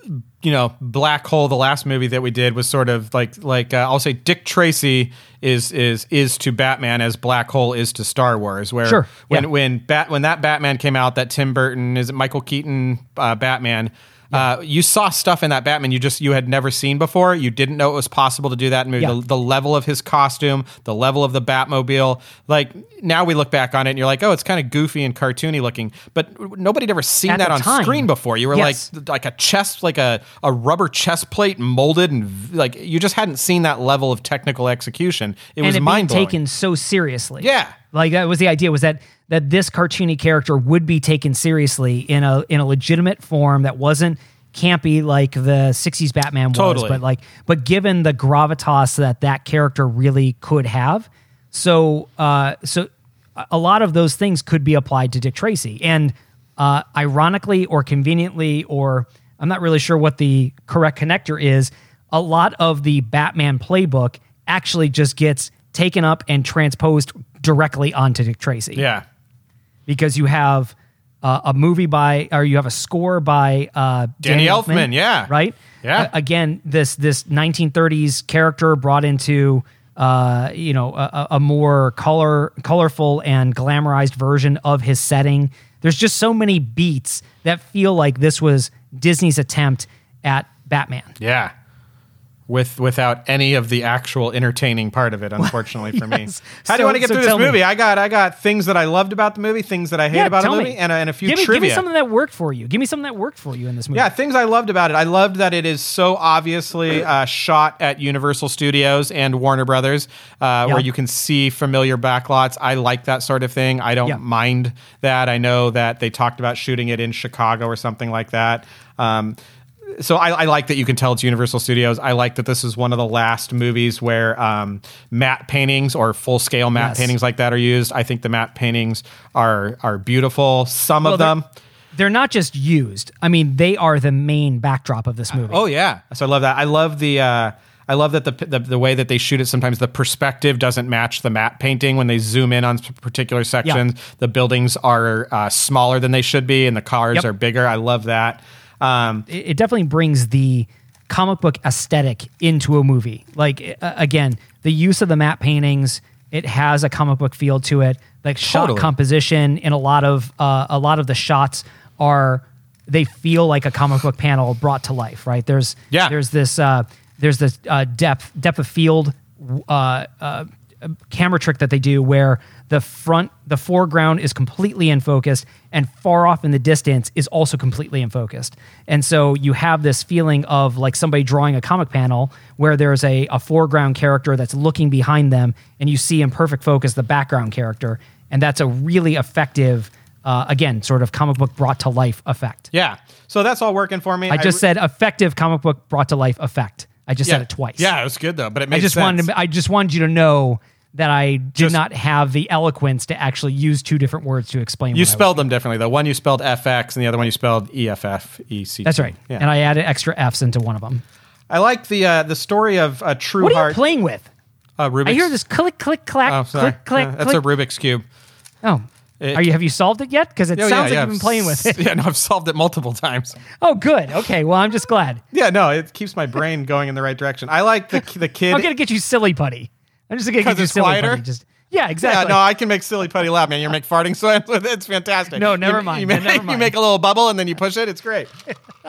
Speaker 3: uh, you know Black Hole, the last movie that we did, was sort of like like uh, I'll say Dick Tracy is is is to Batman as Black Hole is to Star Wars. Where
Speaker 2: Sure,
Speaker 3: when
Speaker 2: yeah.
Speaker 3: when bat when that Batman came out, that Tim Burton is it Michael Keaton uh, Batman. Uh, you saw stuff in that Batman you just you had never seen before. You didn't know it was possible to do that in a movie.
Speaker 2: Yeah.
Speaker 3: The, the level of his costume, the level of the Batmobile. Like now we look back on it and you're like, oh, it's kind of goofy and cartoony looking. But nobody'd ever seen
Speaker 2: At
Speaker 3: that
Speaker 2: the
Speaker 3: on
Speaker 2: time.
Speaker 3: screen before. You were
Speaker 2: Yes.
Speaker 3: like like a chest like a, a rubber chest plate molded and v- like you just hadn't seen that level of technical execution it
Speaker 2: and
Speaker 3: was
Speaker 2: it being
Speaker 3: mind blowing
Speaker 2: taken so seriously.
Speaker 3: Yeah.
Speaker 2: like that was the idea was that that this cartoony character would be taken seriously in a in a legitimate form that wasn't campy like the '60s Batman was,
Speaker 3: Totally.
Speaker 2: but like but given the gravitas that that character really could have, so uh, so a- a lot of those things could be applied to Dick Tracy, and uh, ironically or conveniently or I'm not really sure what the correct connector is. A lot of the Batman playbook actually just gets taken up and transposed directly onto Dick Tracy
Speaker 3: yeah
Speaker 2: because you have uh, a movie by or you have a score by uh,
Speaker 3: Danny Elfman, yeah.
Speaker 2: right,
Speaker 3: Yeah.
Speaker 2: A- again, this this 1930s character brought into uh, you know a, a a more color colorful and glamorized version of his setting. There's just so many beats that feel like this was Disney's attempt at Batman.
Speaker 3: yeah with without any of the actual entertaining part of it unfortunately for
Speaker 2: Yes.
Speaker 3: me how do you
Speaker 2: So-
Speaker 3: want to get
Speaker 2: so
Speaker 3: through this
Speaker 2: tell me.
Speaker 3: movie i got i got things that i loved about the movie things that i hate about the
Speaker 2: tell
Speaker 3: movie
Speaker 2: me.
Speaker 3: and, a- and a few
Speaker 2: give me,
Speaker 3: trivia
Speaker 2: Give me something that worked for you. Give me something that worked for you in this movie.
Speaker 3: Yeah, things I loved about it. I loved that it is so obviously uh, shot at Universal Studios and Warner Brothers,
Speaker 2: Yeah.
Speaker 3: uh, where you can see familiar backlots. I like that sort of thing. I don't
Speaker 2: Yeah.
Speaker 3: mind that. I know that they talked about shooting it in Chicago or something like that. Um, so I, I like that you can tell it's Universal Studios. I like that this is one of the last movies where um, matte paintings or full scale matte
Speaker 2: Yes.
Speaker 3: paintings like that are used. I think the matte paintings are are beautiful. Some of
Speaker 2: Well,
Speaker 3: them.
Speaker 2: they're- They're not just used. I mean, they are the main backdrop of this movie.
Speaker 3: Oh yeah, so I love that. I love the. Uh, I love that the, the the way that they shoot it. Sometimes the perspective doesn't match the matte painting when they zoom in on p- particular sections. The buildings are uh, smaller than they should be, and the cars
Speaker 2: Yep.
Speaker 3: are bigger. I love that. Um,
Speaker 2: It, it definitely brings the comic book aesthetic into a movie. Like uh, again, the use of the matte paintings, it has a comic book feel to it. Like shot
Speaker 3: Totally.
Speaker 2: composition in a lot of uh, a lot of the shots are they feel like a comic book panel brought to life. Right there's
Speaker 3: Yeah.
Speaker 2: there's this uh, there's this uh, depth depth of field uh, uh, camera trick that they do where the front the foreground is completely in focus and far off in the distance is also completely in focus and so you have this feeling of like somebody drawing a comic panel where there's a, a foreground character that's looking behind them and you see in perfect focus the background character and that's a really effective uh, again sort of comic book brought to life effect
Speaker 3: yeah, so that's all working for me.
Speaker 2: I just
Speaker 3: re-
Speaker 2: said effective comic book brought to life effect. I just
Speaker 3: yeah.
Speaker 2: said it twice.
Speaker 3: Yeah, it was good though, but it
Speaker 2: I
Speaker 3: makes
Speaker 2: just
Speaker 3: sense.
Speaker 2: wanted to, I just wanted you to know that I did
Speaker 3: Just-
Speaker 2: not have the eloquence to actually use two different words to explain.
Speaker 3: you
Speaker 2: what I was-
Speaker 3: spelled them differently though. One you spelled FX, and the other one you spelled E EFFEC.
Speaker 2: That's right.
Speaker 3: Yeah.
Speaker 2: And I added extra F's into one of them.
Speaker 3: I like the uh, the story of a true
Speaker 2: What are
Speaker 3: heart.
Speaker 2: you playing with?
Speaker 3: uh, Rubik's.
Speaker 2: I hear this click, click, clack,
Speaker 3: Oh, sorry.
Speaker 2: click, click,
Speaker 3: Yeah,
Speaker 2: click.
Speaker 3: that's a Rubik's cube.
Speaker 2: oh,
Speaker 3: It-
Speaker 2: are you? Have you solved it yet? Because it
Speaker 3: Oh,
Speaker 2: sounds like
Speaker 3: yeah,
Speaker 2: you've been playing with it.
Speaker 3: Yeah, no, I've solved it multiple times.
Speaker 2: Oh, good. Okay. Well, I'm just glad.
Speaker 3: Yeah, no, it keeps my brain going in the right direction. I like the the kid.
Speaker 2: I'm gonna get you silly putty. I'm just gonna
Speaker 3: 'Cause
Speaker 2: get you
Speaker 3: it's
Speaker 2: silly
Speaker 3: quieter?
Speaker 2: putty. Just Yeah, exactly.
Speaker 3: Yeah, no, I can make silly putty loud, man. You make farting sounds with it. It's fantastic.
Speaker 2: No, never
Speaker 3: You-
Speaker 2: mind,
Speaker 3: You
Speaker 2: man,
Speaker 3: make,
Speaker 2: never
Speaker 3: you
Speaker 2: mind.
Speaker 3: make a little bubble and then you push it. It's great.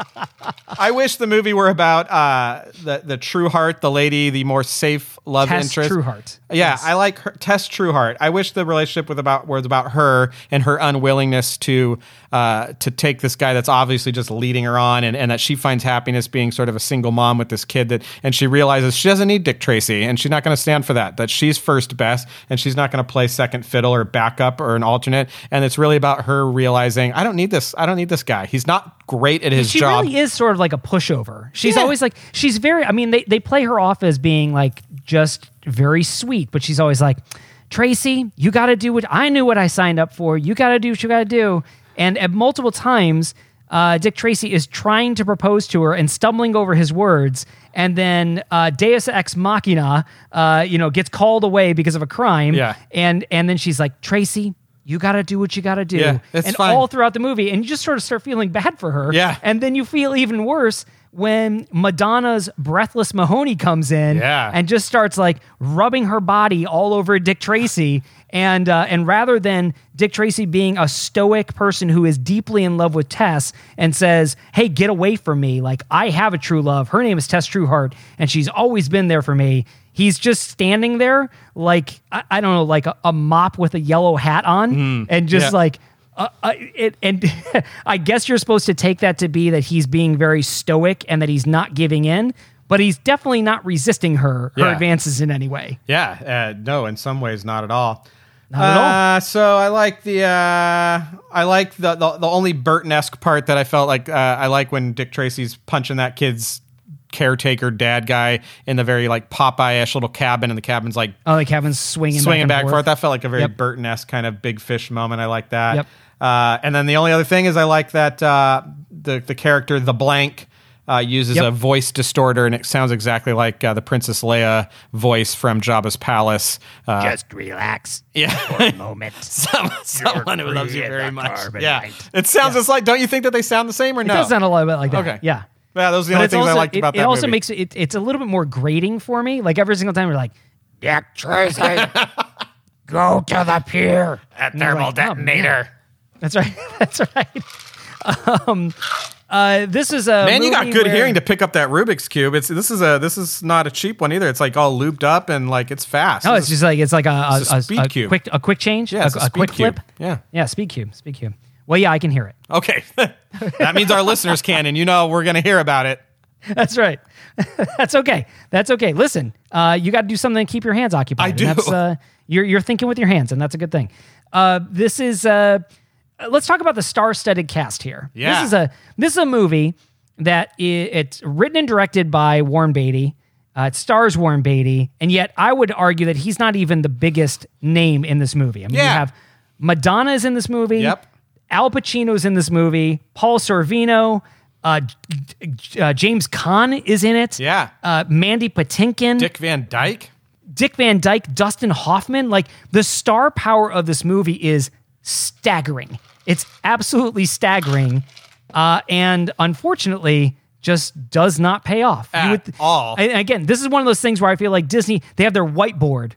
Speaker 3: I wish the movie were about uh, the the true heart, the lady, the more safe love
Speaker 2: Tess
Speaker 3: interest.
Speaker 2: Trueheart.
Speaker 3: Yeah,
Speaker 2: Yes.
Speaker 3: I like her, Tess Trueheart. I wish the relationship with about was about her and her unwillingness to uh, to take this guy that's obviously just leading her on, and, and that she finds happiness being sort of a single mom with this kid that, and she realizes she doesn't need Dick Tracy, and she's not going to stand for that. That she's first best, and she's not going to play second fiddle or backup or an alternate. And it's really about her realizing I don't need this. I don't need this guy. He's not great at his
Speaker 2: she
Speaker 3: job.
Speaker 2: really is sort of like a pushover. She's
Speaker 3: Yeah.
Speaker 2: always like she's very. I mean, they they play her off as being like just very sweet, but she's always like, Tracy, you got to do what I knew what I signed up for. You got to do what you got to do. And at multiple times, uh, Dick Tracy is trying to propose to her and stumbling over his words. And then uh, Deus ex machina, uh, you know, gets called away because of a crime.
Speaker 3: Yeah.
Speaker 2: And and then she's like, Tracy. You got to do what you got to do.
Speaker 3: Yeah, it's
Speaker 2: and
Speaker 3: fine.
Speaker 2: all throughout the movie. And you just sort of start feeling bad for her.
Speaker 3: Yeah.
Speaker 2: And then you feel even worse when Madonna's breathless Mahoney comes in
Speaker 3: Yeah.
Speaker 2: and just starts like rubbing her body all over Dick Tracy. And uh, and rather than Dick Tracy being a stoic person who is deeply in love with Tess and says, "Hey, get away from me! Like I have a true love. Her name is Tess Trueheart, and she's always been there for me." He's just standing there like I, I don't know, like a, a mop with a yellow hat on, and just
Speaker 3: yeah.
Speaker 2: like uh, uh, it, and I guess you're supposed to take that to be that he's being very stoic and that he's not giving in, but he's definitely not resisting her her
Speaker 3: Yeah.
Speaker 2: advances in any way.
Speaker 3: Yeah, uh, no, in some ways, not at all. Not
Speaker 2: at
Speaker 3: all. So I like the uh, I like the, the the only Burton-esque part that I felt like uh, I like when Dick Tracy's punching that kid's caretaker dad guy in the very like Popeye-ish little cabin, and the cabin's like
Speaker 2: Oh, like Kevin's swinging,
Speaker 3: swinging back
Speaker 2: back,
Speaker 3: and
Speaker 2: and
Speaker 3: forth. That felt like a very
Speaker 2: Yep.
Speaker 3: Burton-esque kind of big fish moment. I like that.
Speaker 2: Yep.
Speaker 3: Uh, and then the only other thing is I like that uh, the the character the blank. Uh, uses
Speaker 2: Yep.
Speaker 3: a voice distorter and it sounds exactly like uh, the Princess Leia voice from Jabba's palace. Uh,
Speaker 2: Just relax
Speaker 3: yeah,
Speaker 2: for a moment.
Speaker 3: Some, someone who loves you
Speaker 2: created
Speaker 3: very
Speaker 2: the
Speaker 3: much.
Speaker 2: carbonite.
Speaker 3: Yeah, it sounds just like. Don't you think that they sound the same or
Speaker 2: It
Speaker 3: no?
Speaker 2: does sound a little bit like that.
Speaker 3: Okay.
Speaker 2: Yeah.
Speaker 3: Yeah, those
Speaker 2: But
Speaker 3: are the only
Speaker 2: it's
Speaker 3: things I
Speaker 2: also-
Speaker 3: liked
Speaker 2: it-
Speaker 3: about
Speaker 2: it
Speaker 3: that
Speaker 2: also
Speaker 3: movie.
Speaker 2: makes it it's a little bit more grating for me. Like every single time you're like,
Speaker 8: Dick Tracy, go to the pier. A
Speaker 2: thermal detonator. That's right. That's right. Um, uh, this is a
Speaker 3: Man, you got
Speaker 2: movie
Speaker 3: good
Speaker 2: where-
Speaker 3: hearing to pick up that Rubik's cube. It's this is a this is not a cheap one either. It's like all looped up and like it's fast.
Speaker 2: No,
Speaker 3: This
Speaker 2: Oh, it's
Speaker 3: is-
Speaker 2: just like it's like a, a,
Speaker 3: It's a
Speaker 2: a-
Speaker 3: speed
Speaker 2: a
Speaker 3: cube.
Speaker 2: quick a quick change,
Speaker 3: Yeah,
Speaker 2: a,
Speaker 3: it's a
Speaker 2: a quick
Speaker 3: speed cube.
Speaker 2: flip.
Speaker 3: Yeah.
Speaker 2: yeah, speed cube, speed cube. Well, yeah, I can hear it.
Speaker 3: okay. that means our listeners can, and you know we're gonna hear about it.
Speaker 2: That's right. That's okay. That's okay. Listen, uh, you got to do something to keep your hands occupied.
Speaker 3: I
Speaker 2: and
Speaker 3: do.
Speaker 2: That's, uh, you're you're thinking with your hands, and that's a good thing. Uh, this is uh, let's talk about the star-studded cast here.
Speaker 3: Yeah.
Speaker 2: This is a this is a movie that i- it's written and directed by Warren Beatty. Uh, it stars Warren Beatty, and yet I would argue that he's not even the biggest name in this movie. I mean, you
Speaker 3: Yeah.
Speaker 2: have Madonna is in this movie.
Speaker 3: Yep.
Speaker 2: Al Pacino's in this movie. Paul Sorvino, uh, J- J- uh, James Caan is in it.
Speaker 3: Yeah.
Speaker 2: Uh, Mandy Patinkin, Dick.
Speaker 3: Dick Van Dyke.
Speaker 2: Van Dyke, Dustin Hoffman. Like the star power of this movie is staggering. It's absolutely staggering, uh, and unfortunately, just does not pay off
Speaker 3: At all.
Speaker 2: And again, this is one of those things where I feel like Disney they have their whiteboard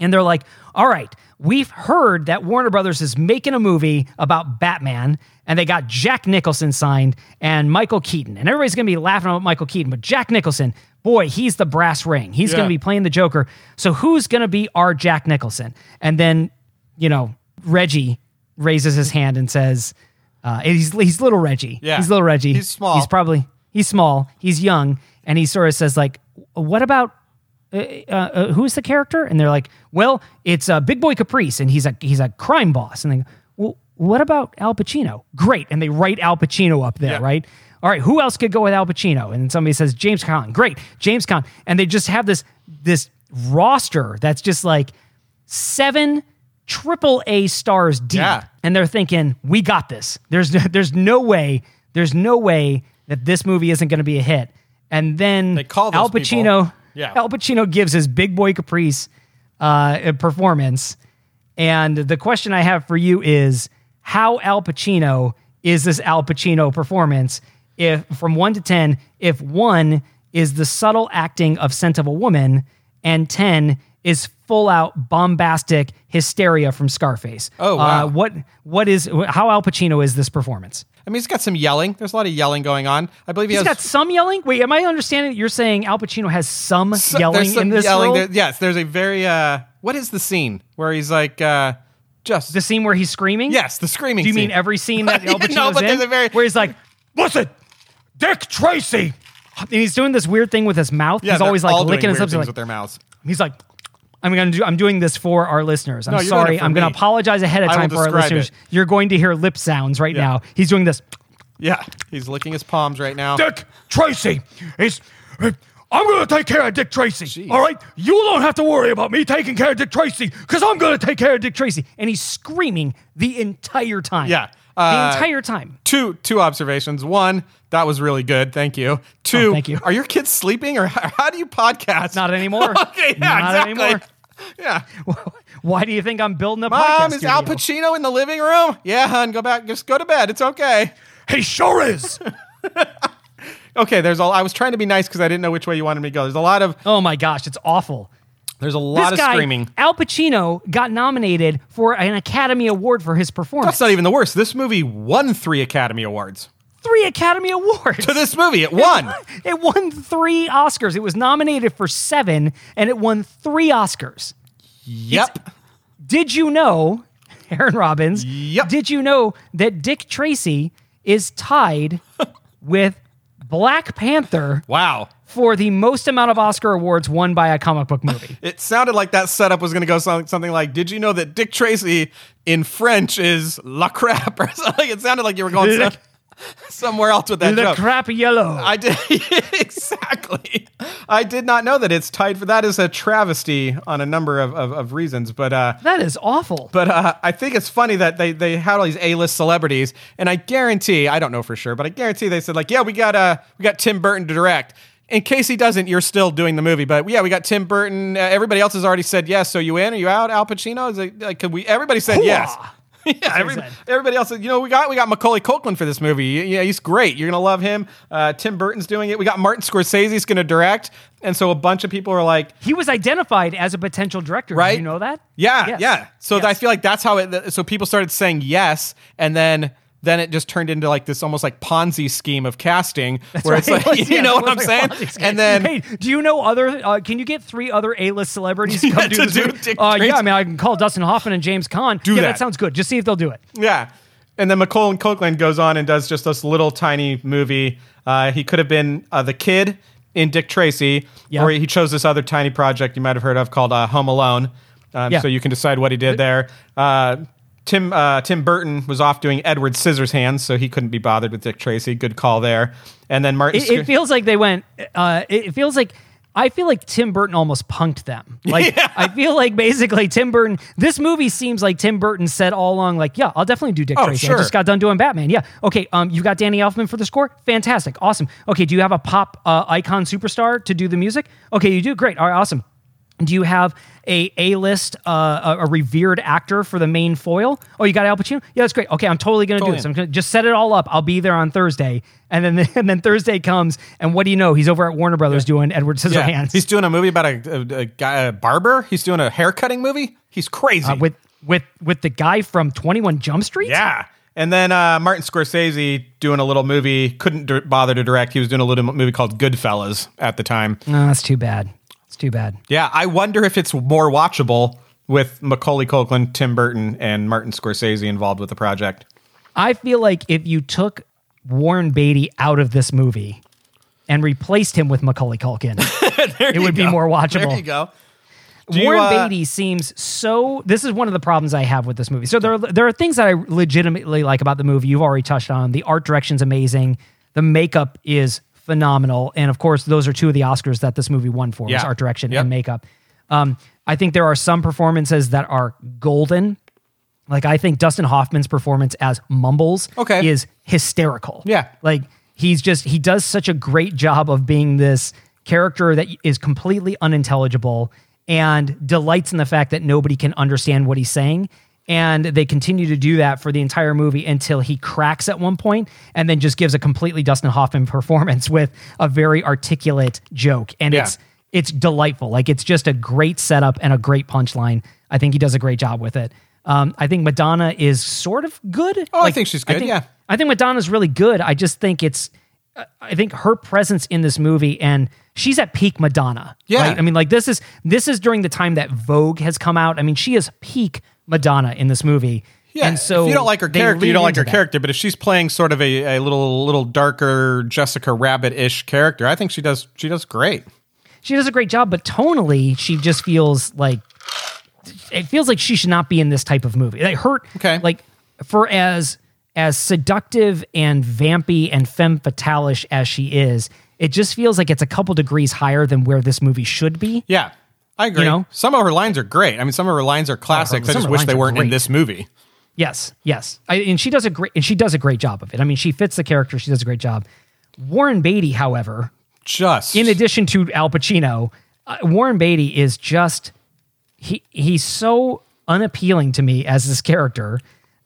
Speaker 2: and they're like, all right, we've heard that Warner Brothers is making a movie about Batman, and they got Jack Nicholson signed and Michael Keaton. And everybody's going to be laughing about Michael Keaton, but Jack Nicholson, boy, he's the brass ring. He's
Speaker 3: Yeah.
Speaker 2: going to be playing the Joker. So who's going to be our Jack Nicholson? And then, you know, Reggie raises his hand and says, uh, and he's, he's little Reggie.
Speaker 3: Yeah.
Speaker 2: He's little Reggie.
Speaker 3: He's small.
Speaker 2: He's probably, he's small, he's young, and he sort of says, like, what about uh, who's the character? And they're like, well, it's uh, Big Boy Caprice, and he's a he's a crime boss. And they go, well, what about Al Pacino? Great, and they write Al Pacino up there,
Speaker 3: Yeah.
Speaker 2: right? All right, who else could go with Al Pacino? And then somebody says James Caan. Great, James Caan, and they just have this this roster that's just like seven triple A stars deep,
Speaker 3: Yeah.
Speaker 2: and they're thinking, we got this. There's there's no way there's no way that this movie isn't going to be a hit. And then
Speaker 3: They call those
Speaker 2: Al Pacino.
Speaker 3: people. Yeah.
Speaker 2: Al Pacino gives his big boy caprice uh, performance. And the question I have for you is how Al Pacino is this Al Pacino performance? If from one to 10, if one is the subtle acting of scent of a woman and 10 is full out bombastic hysteria from Scarface.
Speaker 3: Oh, wow.
Speaker 2: Uh, what what is how Al Pacino is this performance?
Speaker 3: I mean, he's got some yelling. There's a lot of yelling going on. I believe he
Speaker 2: He's
Speaker 3: has
Speaker 2: got some yelling. Wait, am I understanding that you're saying Al Pacino has some
Speaker 3: So-
Speaker 2: yelling
Speaker 3: there's some
Speaker 2: in this
Speaker 3: yelling.
Speaker 2: role?
Speaker 3: There- yes, there's a very uh what is the scene where he's like uh just
Speaker 2: the scene where he's screaming?
Speaker 3: yes, the screaming
Speaker 2: Do you
Speaker 3: scene.
Speaker 2: mean every scene that Al Pacino's
Speaker 3: no, but
Speaker 2: in?
Speaker 3: there's a very
Speaker 2: where he's like, listen, Dick Tracy. And he's doing this weird thing with his mouth.
Speaker 3: yeah,
Speaker 2: he's
Speaker 3: they're
Speaker 2: always like
Speaker 3: all doing
Speaker 2: licking his lips.
Speaker 3: weird things
Speaker 2: Like,
Speaker 3: with their mouths.
Speaker 2: he's like, I'm gonna do. I'm doing this for our listeners. I'm
Speaker 3: No, you're doing
Speaker 2: sorry.
Speaker 3: it for
Speaker 2: I'm gonna
Speaker 3: me.
Speaker 2: apologize ahead of
Speaker 3: I will
Speaker 2: time for our
Speaker 3: describe
Speaker 2: listeners.
Speaker 3: it.
Speaker 2: You're going to hear lip sounds right
Speaker 3: Yeah.
Speaker 2: now. He's doing this.
Speaker 3: Yeah, he's licking his palms right now.
Speaker 2: Dick Tracy is. uh, I'm going to take care of Dick Tracy. All right? You don't have to worry about me taking care of Dick Tracy because I'm going to take care of Dick Tracy. And he's screaming the entire time.
Speaker 3: Yeah, uh,
Speaker 2: the entire time.
Speaker 3: Two two observations. One, that was really good. Thank you. Two,
Speaker 2: Oh, thank you.
Speaker 3: Are your kids sleeping or how, how do you podcast?
Speaker 2: Not anymore.
Speaker 3: okay, yeah,
Speaker 2: Not
Speaker 3: exactly.
Speaker 2: anymore.
Speaker 3: Yeah.
Speaker 2: Why do you think I'm building a podcast?
Speaker 3: Mom, is Al
Speaker 2: studio?
Speaker 3: Pacino in the living room? Yeah, hon, go back. Just go to bed. It's okay.
Speaker 2: He sure is.
Speaker 3: Okay, there's all. I was trying to be nice because I didn't know which way you wanted me to go. There's a lot of
Speaker 2: oh my gosh, it's awful.
Speaker 3: there's a lot
Speaker 2: this
Speaker 3: of
Speaker 2: guy,
Speaker 3: screaming.
Speaker 2: Al Pacino, got nominated for an Academy Award for his performance.
Speaker 3: That's not even the worst. This movie won three Academy Awards.
Speaker 2: Three Academy Awards.
Speaker 3: To this movie, it won.
Speaker 2: It won three Oscars. It was nominated for seven, and it won three Oscars.
Speaker 3: yep.
Speaker 2: Did you know, Aaron Robbins?
Speaker 3: Yep.
Speaker 2: Did you know that Dick Tracy is tied with Black Panther
Speaker 3: Wow.
Speaker 2: for the most amount of Oscar awards won by a comic book movie?
Speaker 3: It sounded like that setup was going to go something, something like, "Did you know that Dick Tracy in French is la crap?" Or something. It sounded like you were going
Speaker 2: Le-
Speaker 3: some- somewhere else with that
Speaker 2: the
Speaker 3: joke.
Speaker 2: crap yellow.
Speaker 3: I did exactly. I did not know that it's tied for that is a travesty on a number of, of, of reasons, but uh,
Speaker 2: that is awful.
Speaker 3: But uh, I think it's funny that they they had all these A list celebrities, and I guarantee I don't know for sure, but I guarantee they said like, yeah, we got uh we got Tim Burton to direct. In case he doesn't, you're still doing the movie. But yeah, we got Tim Burton. Uh, everybody else has already said yes. So you in? Are you out? Al Pacino? Is it, like, could we? Everybody said yes. yeah, every-
Speaker 2: said.
Speaker 3: everybody else said. You know, we got we got Macaulay Culkin for this movie. Yeah, he's great. You're gonna love him. Uh, Tim Burton's doing it. We got Martin Scorsese's gonna direct, and so a bunch of people are like,
Speaker 2: he was identified as a potential director. Did
Speaker 3: right?
Speaker 2: you know that?
Speaker 3: Yeah,
Speaker 2: Yes.
Speaker 3: yeah. So
Speaker 2: Yes.
Speaker 3: I feel like that's how it. th- So people started saying yes, and then then it just turned into like this almost like Ponzi scheme of casting, where it's
Speaker 2: Right?
Speaker 3: like
Speaker 2: Yeah,
Speaker 3: you know
Speaker 2: that
Speaker 3: what I'm
Speaker 2: was
Speaker 3: saying.
Speaker 2: like Ponzi scheme.
Speaker 3: And then
Speaker 2: hey, do you know other? Uh, can you get three other A-list celebrities to come
Speaker 3: Yeah,
Speaker 2: do
Speaker 3: to
Speaker 2: this?
Speaker 3: do
Speaker 2: movie?
Speaker 3: Dick
Speaker 2: uh,
Speaker 3: Tracy.
Speaker 2: yeah, I mean, I can call Dustin Hoffman and James Caan.
Speaker 3: Do
Speaker 2: yeah,
Speaker 3: that.
Speaker 2: sounds good. Just see if they'll do it.
Speaker 3: yeah, and then McCollum Copeland goes on and does just this little tiny movie. Uh, he could have been uh, the kid in Dick Tracy,
Speaker 2: Yeah.
Speaker 3: or he chose this other tiny project you might have heard of called uh, Home Alone. Um,
Speaker 2: Yeah.
Speaker 3: So you can decide what he did there. Uh, Tim uh, Tim Burton was off doing Edward Scissorhands, so he couldn't be bothered with Dick Tracy. Good call there. And then Martin.
Speaker 2: It, it
Speaker 3: Scorsese-
Speaker 2: feels like they went. Uh, it it feels like. I feel like Tim Burton almost punked them. Like I feel like basically Tim Burton. This movie seems like Tim Burton said all along, like, "Yeah, I'll definitely do Dick
Speaker 3: Oh,
Speaker 2: Tracy.
Speaker 3: sure.
Speaker 2: I just got uh, done doing Batman. Yeah, okay. Um, you got Danny Elfman for the score. Fantastic, awesome. Okay, do you have a pop uh, icon superstar to do the music? Okay, you do. Great. All right, awesome. Do you have a A list, uh, a, a revered actor for the main foil? Oh, you got Al Pacino? Yeah, that's great. Okay, I'm totally gonna do
Speaker 3: Totally
Speaker 2: this.
Speaker 3: in.
Speaker 2: I'm gonna just set it all up. I'll be there on Thursday, and then and then Thursday comes, and what do you know? He's over at Warner Brothers doing Edward
Speaker 3: Yeah.
Speaker 2: Scissorhands
Speaker 3: He's doing a movie about a, a, a guy, a barber. He's doing a haircutting movie. He's crazy.
Speaker 2: uh, with with with the guy from Twenty One Jump Street.
Speaker 3: yeah. And then uh, Martin Scorsese doing a little movie. Couldn't dir- bother to direct. He was doing a little movie called Goodfellas at the time.
Speaker 2: no, that's too bad. It's too bad.
Speaker 3: Yeah, I wonder if it's more watchable with Macaulay Culkin, Tim Burton, and Martin Scorsese involved with the project.
Speaker 2: I feel like if you took Warren Beatty out of this movie and replaced him with Macaulay Culkin, it would be more watchable.
Speaker 3: There you go. you,
Speaker 2: Warren
Speaker 3: uh,
Speaker 2: Beatty seems so. This is one of the problems I have with this movie. So there, are, there are things that I legitimately like about the movie. You've already touched on the art direction's amazing, the makeup is phenomenal, and of course, those are two of the Oscars that this movie won for: was
Speaker 3: Yeah.
Speaker 2: art direction
Speaker 3: Yep.
Speaker 2: and makeup. Um, I think there are some performances that are golden. Like I think Dustin Hoffman's performance as Mumbles
Speaker 3: Okay.
Speaker 2: is hysterical.
Speaker 3: Yeah.
Speaker 2: Like he's just he does such a great job of being this character that is completely unintelligible and delights in the fact that nobody can understand what he's saying. And they continue to do that for the entire movie until he cracks at one point and then just gives a completely Dustin Hoffman performance with a very articulate joke. And
Speaker 3: Yeah.
Speaker 2: it's it's delightful. Like it's just a great setup and a great punchline. I think he does a great job with it. Um, I think Madonna is sort of good.
Speaker 3: Oh, I think she's good, yeah.
Speaker 2: I think Madonna's really good. I just think it's, I- I think her presence in this movie and she's at peak Madonna.
Speaker 3: Yeah.
Speaker 2: right? I mean, like this is this is during the time that Vogue has come out. I mean, she is peak Madonna in this movie.
Speaker 3: Yeah,
Speaker 2: and so
Speaker 3: if you don't like her
Speaker 2: they
Speaker 3: character, you
Speaker 2: lean
Speaker 3: don't like
Speaker 2: into
Speaker 3: her
Speaker 2: that.
Speaker 3: character. But if she's playing sort of a, a little little darker Jessica Rabbit ish character, I think she does she does great.
Speaker 2: She does a great job, but tonally, she just feels like it feels like she should not be in this type of movie. Like her,
Speaker 3: Okay.
Speaker 2: like for as as seductive and vampy and femme fatalish as she is, it just feels like it's a couple degrees higher than where this movie should be.
Speaker 3: Yeah, I agree.
Speaker 2: You know?
Speaker 3: Some of her lines are great. I mean, some of her lines are classics. I
Speaker 2: some of
Speaker 3: just
Speaker 2: her
Speaker 3: wish
Speaker 2: lines
Speaker 3: they
Speaker 2: are
Speaker 3: weren't in
Speaker 2: great.
Speaker 3: this movie.
Speaker 2: Yes, yes, I, and she does a great and she does a great job of it. I mean, she fits the character. She does a great job. Warren Beatty, however,
Speaker 3: Just
Speaker 2: in addition to Al Pacino, uh, Warren Beatty is just he he's so unappealing to me as this character.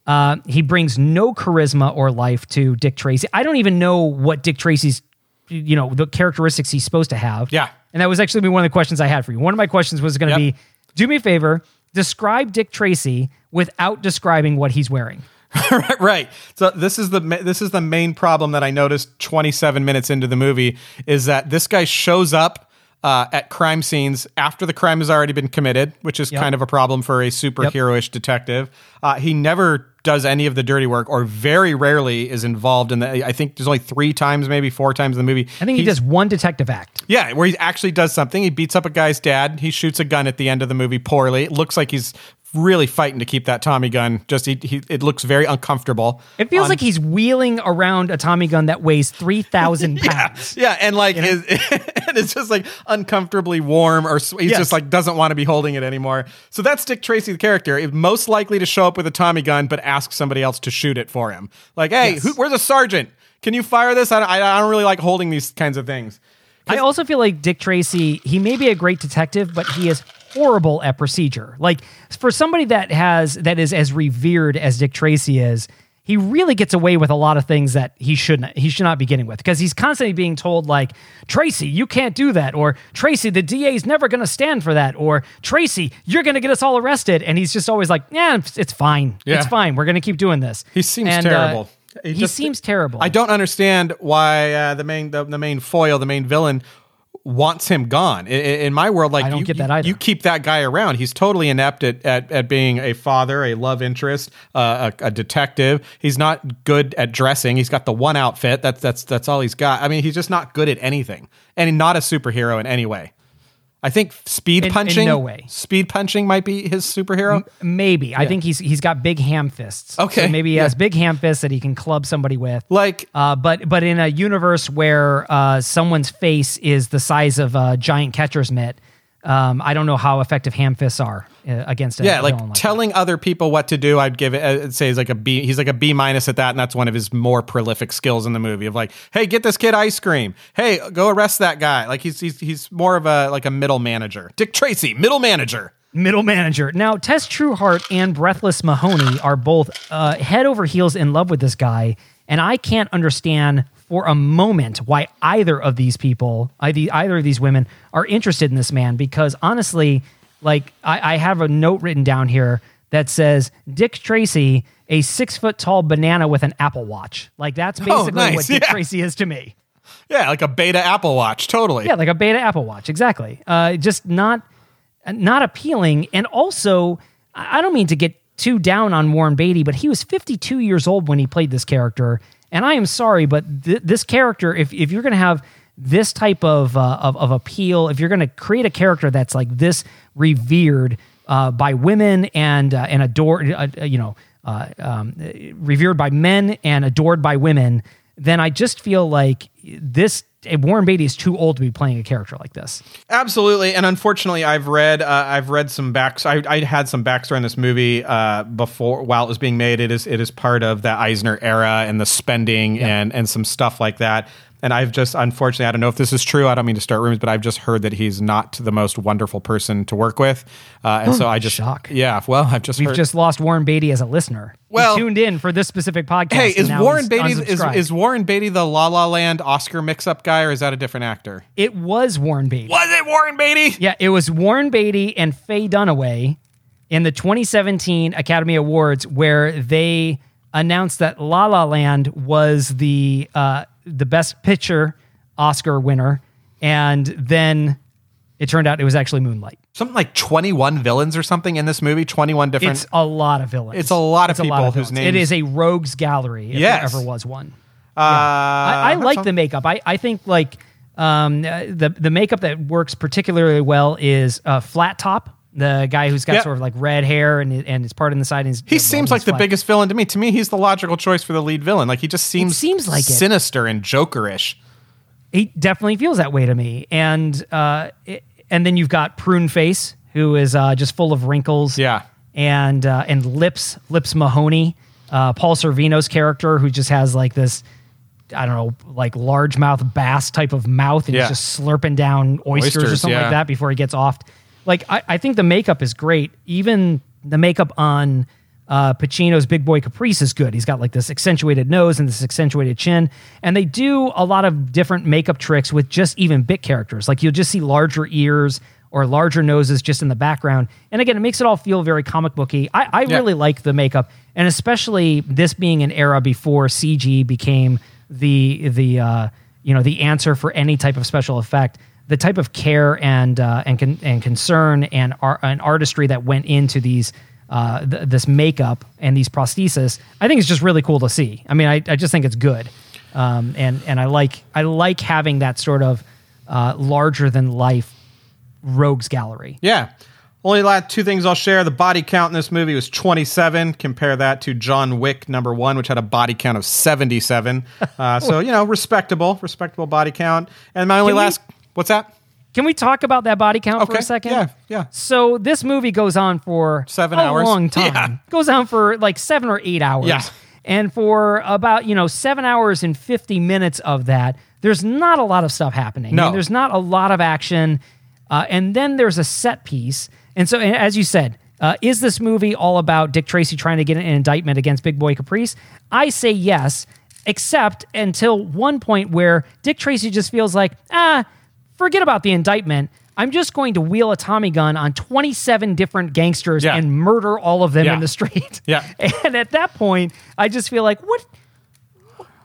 Speaker 2: Uh, he brings no charisma or life to Dick Tracy. I don't even know what Dick Tracy's you know the characteristics he's supposed to have.
Speaker 3: Yeah.
Speaker 2: and that was actually one of the questions I had for you. One of my questions was going to
Speaker 3: Yep.
Speaker 2: be, do me a favor, describe Dick Tracy without describing what he's wearing.
Speaker 3: right. So this is the ma- this is the main problem that I noticed 27 minutes into the movie is that this guy shows up uh, at crime scenes after the crime has already been committed, which is
Speaker 2: Yep.
Speaker 3: kind of a problem for a superheroish detective. Uh, he never does any of the dirty work, or very rarely is involved in the. I think there's only three times, maybe four times in the movie.
Speaker 2: I think he
Speaker 3: He's-
Speaker 2: does one detective act.
Speaker 3: yeah, where he actually does something. He beats up a guy's dad. He shoots a gun at the end of the movie poorly. It looks like he's really fighting to keep that Tommy gun. Just he, he it looks very uncomfortable.
Speaker 2: It feels like he's wheeling around a Tommy gun that weighs three thousand pounds.
Speaker 3: Yeah, and like his, and it's just like uncomfortably warm, or sw- he's
Speaker 2: Yes.
Speaker 3: just like doesn't want to be holding it anymore. So that's Dick Tracy, the character, is most likely to show up with a Tommy gun, but ask somebody else to shoot it for him. Like, hey,
Speaker 2: Yes.
Speaker 3: who, where's a sergeant? Can you fire this? I don't, I I don't really like holding these kinds of things.
Speaker 2: I also feel like Dick Tracy, he may be a great detective, but he is horrible at procedure. Like for somebody that has that is as revered as Dick Tracy is, he really gets away with a lot of things that he shouldn't he should not be getting with because he's constantly being told like Tracy, you can't do that or Tracy, the DA is never going to stand for that or Tracy, you're going to get us all arrested and he's just always like, "Yeah, it's it's fine.
Speaker 3: Yeah.
Speaker 2: It's fine. We're going to keep doing this."
Speaker 3: He seems
Speaker 2: And, uh,
Speaker 3: terrible.
Speaker 2: He,
Speaker 3: just-
Speaker 2: seems terrible.
Speaker 3: I don't understand why uh, the main the, the main foil, the main villain, wants him gone. I- I- In, my world, like
Speaker 2: I don't
Speaker 3: you,
Speaker 2: get that either.
Speaker 3: you keep that guy around. He's totally inept at at, at being a father, a love interest, uh, a, a detective. He's not good at dressing. He's got the one outfit. That's that's that's all he's got. I mean, he's just not good at anything, and not a superhero in any way. I think speed
Speaker 2: In- in
Speaker 3: punching.
Speaker 2: no way.
Speaker 3: Speed punching might be his superhero.
Speaker 2: Maybe I think he's he's got big ham fists.
Speaker 3: Okay.
Speaker 2: so maybe he
Speaker 3: Yeah.
Speaker 2: has big ham fists that he can club somebody with.
Speaker 3: Like
Speaker 2: uh, but but in a universe where uh, someone's face is the size of a giant catcher's mitt, um, I don't know how effective ham fists are uh, against. A
Speaker 3: yeah, like
Speaker 2: villain that.
Speaker 3: telling other people what to do. I'd give it. I'd say he's like a B. He's like a B minus at that, and that's one of his more prolific skills in the movie. Of like, hey, get this kid ice cream. Hey, go arrest that guy. Like he's he's he's more of a like a middle manager. Dick Tracy, middle manager.
Speaker 2: middle manager. Now, Tess Trueheart and Breathless Mahoney are both uh, head over heels in love with this guy, and I can't understand for a moment why either of these people, either either of these women, are interested in this man. Because honestly, like I, I have a note written down here that says Dick Tracy, a six foot tall banana with an Apple Watch. Like that's basically
Speaker 3: Oh, nice.
Speaker 2: what Dick
Speaker 3: Yeah.
Speaker 2: Tracy is to me.
Speaker 3: Yeah, like a beta Apple Watch. Totally.
Speaker 2: Yeah, like a beta Apple Watch, exactly. Uh, just not not appealing. And also, I I don't mean to get too down on Warren Beatty, but he was 52 years old when he played this character. And I am sorry, but th- this character, if, if you're going to have this type of, uh, of of appeal, if you're going to create a character that's like this revered uh, by women and uh, and adored, uh, uh, you know, uh, um, revered by men and adored by women, then I just feel like this eh, Warren Beatty is too old to be playing a character like this.
Speaker 3: Absolutely, and unfortunately, I've read uh, I've read some backs. I, I had some backstory on this movie uh, before while it was being made. It is it is part of the Eisner era and the spending and and some stuff like that. And I've just, unfortunately, I don't know if this is true. I don't mean to start rumors, but I've just heard that he's not the most wonderful person to work with. Uh, and so I just,
Speaker 2: Shock.
Speaker 3: yeah, well, I've just
Speaker 2: We've
Speaker 3: heard-
Speaker 2: just lost Warren Beatty as a listener. He
Speaker 3: Well-
Speaker 2: tuned in for this specific podcast.
Speaker 3: Hey,
Speaker 2: and
Speaker 3: is
Speaker 2: now
Speaker 3: Warren
Speaker 2: he's
Speaker 3: Beatty is,
Speaker 2: unsubscribed.
Speaker 3: is Warren Beatty the La La Land Oscar mix-up guy, or is that a different actor?
Speaker 2: it was Warren Beatty?
Speaker 3: Was it Warren Beatty?
Speaker 2: Yeah, it was Warren Beatty and Faye Dunaway in the 2017 Academy Awards where they announced that La La Land was the uh, the Best Picture Oscar winner, and then it turned out it was actually Moonlight.
Speaker 3: Something like twenty-one villains or something in this movie. Twenty-one different.
Speaker 2: It's a lot of villains.
Speaker 3: It's a lot of people whose
Speaker 2: villains. It
Speaker 3: names-
Speaker 2: is a rogues gallery. If
Speaker 3: Yes.
Speaker 2: there ever was one.
Speaker 3: uh,
Speaker 2: I, I like
Speaker 3: so-
Speaker 2: the makeup. I, I think like um, uh, the the makeup that works particularly well is uh, Flat Top, the guy who's got
Speaker 3: Yep.
Speaker 2: sort of like red hair and and his part in the side. And his,
Speaker 3: He seems like the
Speaker 2: flat.
Speaker 3: biggest villain to me. To me, he's the logical choice for the lead villain. Like he just seems
Speaker 2: seems like it.
Speaker 3: sinister and jokerish.
Speaker 2: He definitely feels that way to me. And uh, it- and then you've got Prune Face, who is uh, just full of wrinkles.
Speaker 3: Yeah.
Speaker 2: and uh, and Lips Lips Mahoney, uh, Paul Servino's character, who just has like this. I don't know, like largemouth bass type of mouth, and
Speaker 3: Yeah.
Speaker 2: he's just slurping down oysters, or
Speaker 3: Oysters,
Speaker 2: something
Speaker 3: yeah.
Speaker 2: like that before he gets off. Like I, I think the makeup is great. Even the makeup on uh, Pacino's Big Boy Caprice is good. He's got like this accentuated nose and this accentuated chin, and they do a lot of different makeup tricks with just even bit characters. Like you'll just see larger ears or larger noses just in the background, and again, it makes it all feel very comic booky. I, I
Speaker 3: Yeah.
Speaker 2: really like the makeup, and especially this being an era before CG became the the uh, you know the answer for any type of special effect. The type of care and uh, and con- and concern and ar- and artistry that went into these uh, th- this makeup and these prostheses, I think it's just really cool to see. I mean, I, I just think it's good, um, and and I like I like having that sort of uh, larger than life rogues gallery.
Speaker 3: Yeah. Only last two things I'll share. The body count in this movie was 27. Compare that to John Wick number one, which had a body count of 77. Uh, so you know, respectable, respectable body count. And my only
Speaker 2: Can we-
Speaker 3: last, what's that?
Speaker 2: Can we talk about that body count for
Speaker 3: Okay,
Speaker 2: a second?
Speaker 3: yeah, yeah.
Speaker 2: So this movie goes on for
Speaker 3: Seven
Speaker 2: a
Speaker 3: hours.
Speaker 2: long time.
Speaker 3: Yeah.
Speaker 2: Goes on for like seven or eight hours.
Speaker 3: Yeah.
Speaker 2: And for about you know seven hours and fifty minutes of that, there's not a lot of stuff happening. I
Speaker 3: No.
Speaker 2: mean, there's not a lot of action, uh, and then there's a set piece. And so, and as you said, uh, is this movie all about Dick Tracy trying to get an indictment against Big Boy Caprice? I say yes, except until one point where Dick Tracy just feels like ah, forget about the indictment. I'm just going to wheel a Tommy gun on 27 different gangsters
Speaker 3: Yeah.
Speaker 2: and murder all of them
Speaker 3: Yeah.
Speaker 2: in the street.
Speaker 3: Yeah.
Speaker 2: And at that point, I just feel like what